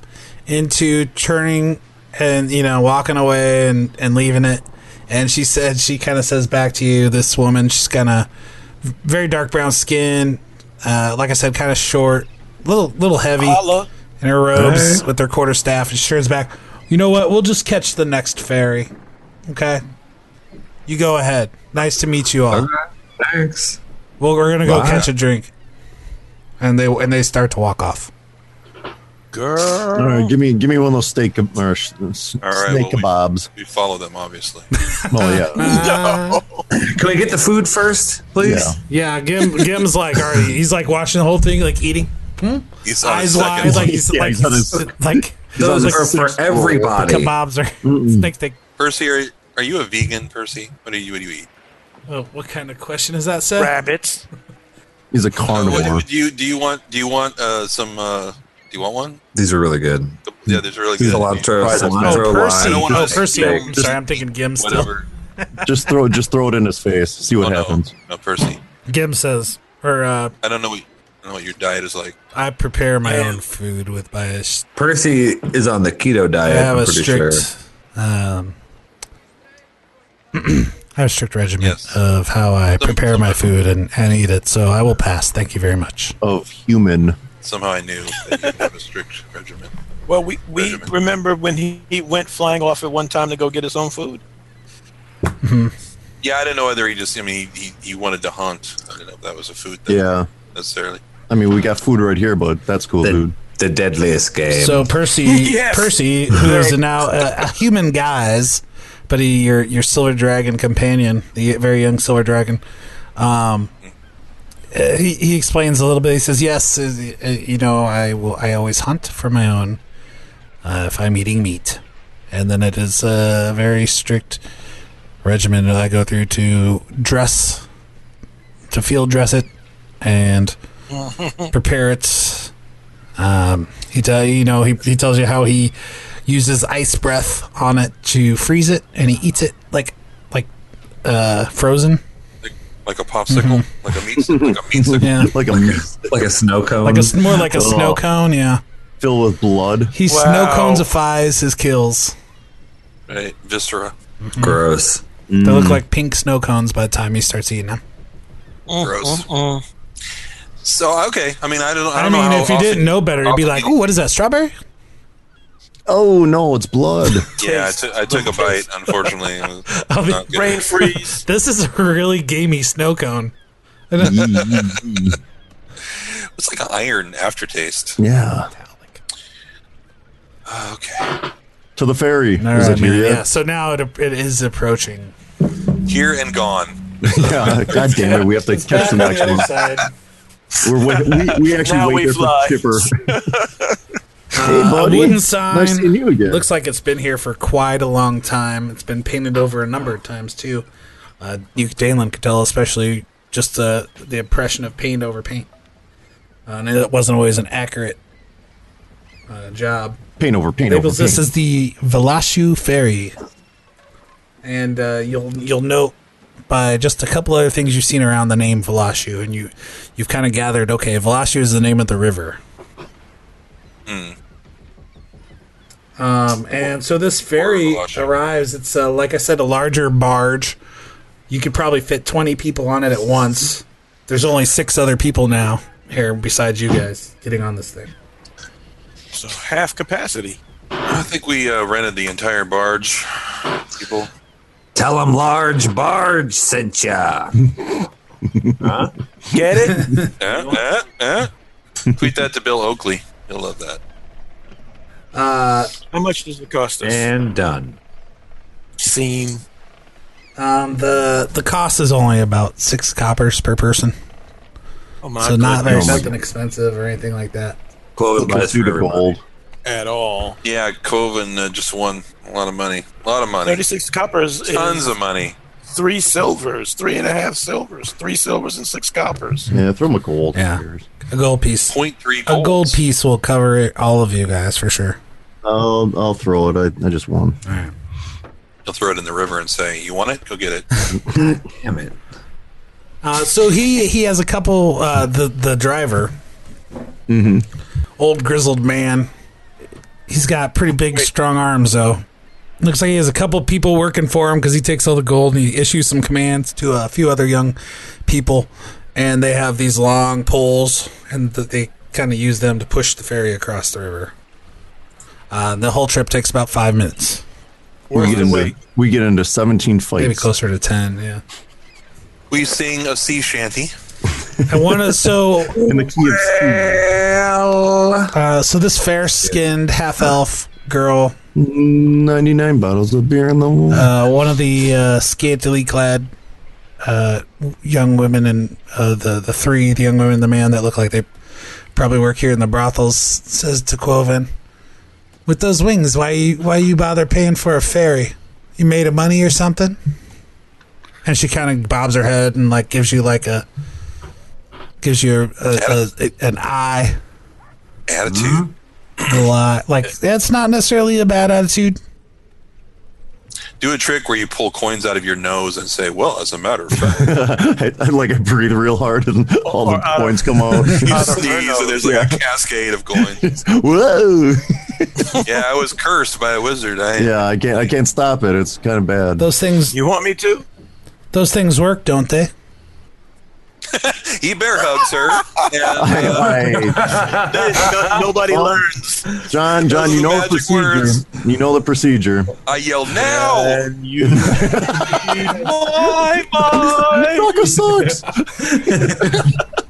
into turning and you know walking away and and leaving it. And she said she kind of says back to you, this woman. She's kind of very dark brown skin. Uh, like I said, kind of short, little little heavy
Holla.
in her robes with her quarter staff. And she turns back. You know what? We'll just catch the next ferry. Okay. You go ahead. Nice to meet you all.
Thanks.
Well, we're gonna go
Wow.
catch a drink, and they and they start to walk off.
Girl.
All right, give me give me one of those steak keb- or s- s-
All right,
snake
well,
kebabs.
We follow them obviously.
Oh yeah,
[laughs]
Can we get the food first, please?
yeah.
Yeah, Gim Gim's like already. He's like watching the whole thing, like eating,
He's on his
eyes
Oh, second
wide, like he's
Yeah,
like
he's on his-
[laughs] like
Those
like,
are for everybody.
kebabs are snake thing.
Percy, are, are you a vegan, Percy? What do you what do you eat?
Oh, what kind of question is that, Seth?
Rabbits.
He's a
Uh, what- [laughs]
carnivore.
do you do you want do you want uh, some uh, do you want one?
These are really good.
Yeah, there's really good
Cilantro,
Right, that's
cilantro
Oh, Percy.
I
wine.
don't wanna
Oh, Percy.
say-
I'm sorry, I'm thinking Gim still.
whatever.
Just throw just throw it in his face. See
Oh,
what
no,
happens.
no, Percy.
Gim says, or uh,
I don't know what I don't know what your diet is like.
I prepare my own food with my. s-
Percy is on the keto
I
diet.
have
I'm
a
pretty
strict.
sure.
Um, [clears throat] I have a strict regimen
Yes.
of how I prepare my food and, and eat it, so I will pass. Thank you very much.
Of human.
Somehow I knew that you have a strict [laughs] regimen.
Well, we, we
Benjamin.
remember when he, he went flying off at one time to go get his own food.
Yeah, I didn't know whether he just. I mean, he, he, he wanted to hunt. I didn't know if that was a food thing.
Yeah.
necessarily.
I mean, we got food right here, but that's cool,
The,
dude.
the deadliest game.
So Percy,
Yes!
Percy, who is now a, a human guise, but he, your your silver dragon companion, the very young silver dragon, um, uh, he he explains a little bit. He says, "Yes, uh, uh, you know, I will. I always hunt for my own uh, if I'm eating meat, and then it is a very strict regimen that I go through to dress, to field dress it, and prepare it." Um, he tell you know he, he tells you how he uses ice breath on it to freeze it, and he eats it like like uh, frozen.
Like, like a popsicle, like a meat, like a meat sickle.
[laughs] Yeah,
Like a meat
[laughs] like a snow cone.
like a s- more like a snow cone. Yeah,
filled with blood.
he snow conesifies his kills.
Right, viscera,
Gross.
They
Mm.
look like pink snow cones by the time he starts eating them.
gross. So okay, I mean, I don't. I,
Uh-huh, I,
don't
mean,
know how
if he
often-
didn't know better, he'd be
often
like,
he-
"Ooh, what is that? Strawberry?"
Oh no, it's
[laughs]
blood.
Yeah, I took- I took a bite. Unfortunately, It was
I'll be-
not good.
Brain freeze.
[laughs] This is a really gamey snow cone.
It's like an iron aftertaste.
yeah.
Okay,
To the ferry.
All
Is
right,
it here
man,
yet?
yeah. So now it, it is approaching.
here and gone.
[laughs] Yeah, God damn it, we
[laughs]
have to catch the next one. We're wait, we, we actually
Now
wait
we
there
fly.
for Skipper. [laughs]
[laughs]
hey, buddy.
Uh, wooden sign.
Nice seeing you again.
Looks like it's been here for quite a long time. It's been painted over a number of times too. Uh, you, Dalen could tell, especially just the the impression of paint over paint, uh, and it wasn't always an accurate uh, job.
paint over paint over
Labels
paint.
this as the Velashu Ferry, and uh, you'll you'll note by just a couple other things you've seen around the name Velashu, and you you've kind of gathered. Okay, Velashu is the name of the river. Um, and so this ferry
Velashu.
arrives. It's uh, like I said, a larger barge. You could probably fit twenty people on it at once. There's only six other people now here besides you guys getting on this thing.
[laughs] So half capacity.
I think we uh, rented the entire barge. People,
Tell them large barge sent ya.
Get it?
eh, eh, eh.
[laughs]
tweet that to Bill Oakley. He'll love that.
How much does it cost us?
and done.
Scene.
Um, the the cost is only about six coppers per person,
Oh my
so not very
goodness.
something expensive or anything like that.
Cloven
Let's
buys
do
for
the
everybody.
gold.
at all.
Yeah, Coven uh, just won a lot of money. A lot of money.
Thirty-six coppers is
Tons of money.
three silvers, three and a half silvers, three silvers and six coppers.
Yeah, throw him a gold.
Yeah. A gold piece,
Point three
a
gold.
gold piece will cover it, all of you guys for sure.
I'll, Um, I'll throw it. I, I just won.
He'll throw it in the river and say, "You want it? Go get it."
Damn it.
Uh, so he he has a couple. Uh, the the driver, old grizzled man. He's got pretty big, strong arms though. Looks like he has a couple people working for him because he takes all the gold and he issues some commands to a few other young people, and they have these long poles and th- they kind of use them to push the ferry across the river. Uh, the whole trip takes about five minutes,
We get, into, we get into 17
maybe
fights.
closer to ten. Yeah,
we sing a sea shanty.
I want to. So
In the key of speed.
Uh, so this fair-skinned half-elf girl,
99 bottles of beer in the world.
uh, one of the uh, scantily clad uh, young women, and uh, the the three, the young women, and the man that look like they probably work here in the brothels, says to Quoven, "With those wings, why you why you bother paying for a ferry? You made of money or something?" And she kind of bobs her head and like gives you like a gives you a, a, a, an eye
Attitude.
Mm-hmm. a lot. Like that's not necessarily a bad attitude.
Do a trick where you pull coins out of your nose and say, "Well, as a matter of fact,"
[laughs] I, I like I breathe real hard and all the
uh,
coins come
[laughs]
out.
you sneeze and there's like a cascade of coins.
[laughs] Whoa!
yeah, I was cursed by a wizard. I
Yeah, I can't. I can't stop it. It's kind of bad.
Those things
You want me to?
those things work, don't they?
he bear
[laughs]
hugs her. And, uh,
[laughs]
I-
No- nobody
Well-
learns.
John, John,
Those
you
are
know the
magic
procedure.
words.
You know the procedure.
I yell now.
And you
Bye bye.
Taco sucks.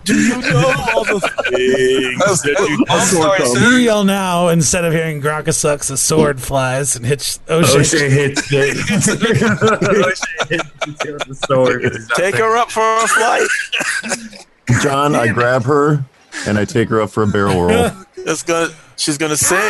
Do you know all the things?
I was- I'm sorry,
You
sir.
yell now instead of hearing Gronka sucks, a sword flies and hits O'Shea.
O'Shea hits it. O'Shea hits it with the sword.
[laughs] Take her up for a flight.
John, I grab her and I take her up for a barrel roll.
That's gonna. She's gonna sing.
Yeah.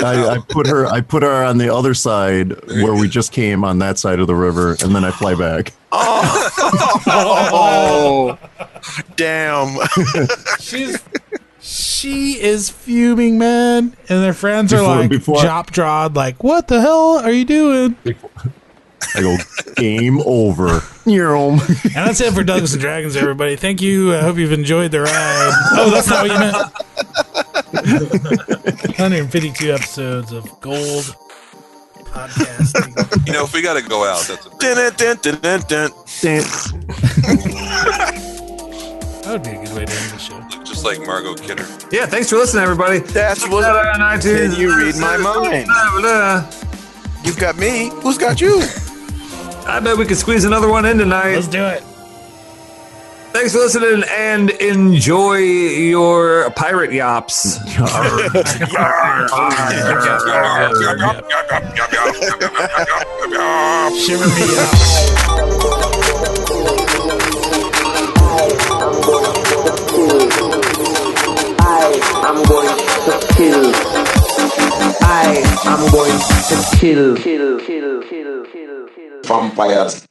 I, I put her I put her on the other side where we just came on that side of the river and then I fly back.
Oh,
Damn.
She's she is fuming, man. And their friends
Before-
are like
before-
chop jawed, like, what the hell are you doing?
I go, game over. You're home.
And that's it for Douglas and Dragons, everybody. Thank you. I hope you've enjoyed the ride. Oh, that's not what you meant. 152 episodes of gold podcasting.
You know, if we got to go out, that's a
Dun, dun, dun, dun, dun.
That would be a good way to end the show.
just like Margot Kidder.
Yeah, thanks for listening, everybody.
That's what-
on iTunes.
Can you read my mind? You've got me. Who's got you?
I bet we could squeeze another one in tonight.
Let's do it.
Thanks for listening and enjoy your pirate yops. [laughs]
Shiver me up.
I'm going to kill. I am going to kill. Kill, kill, kill, kill, kill. Vampires.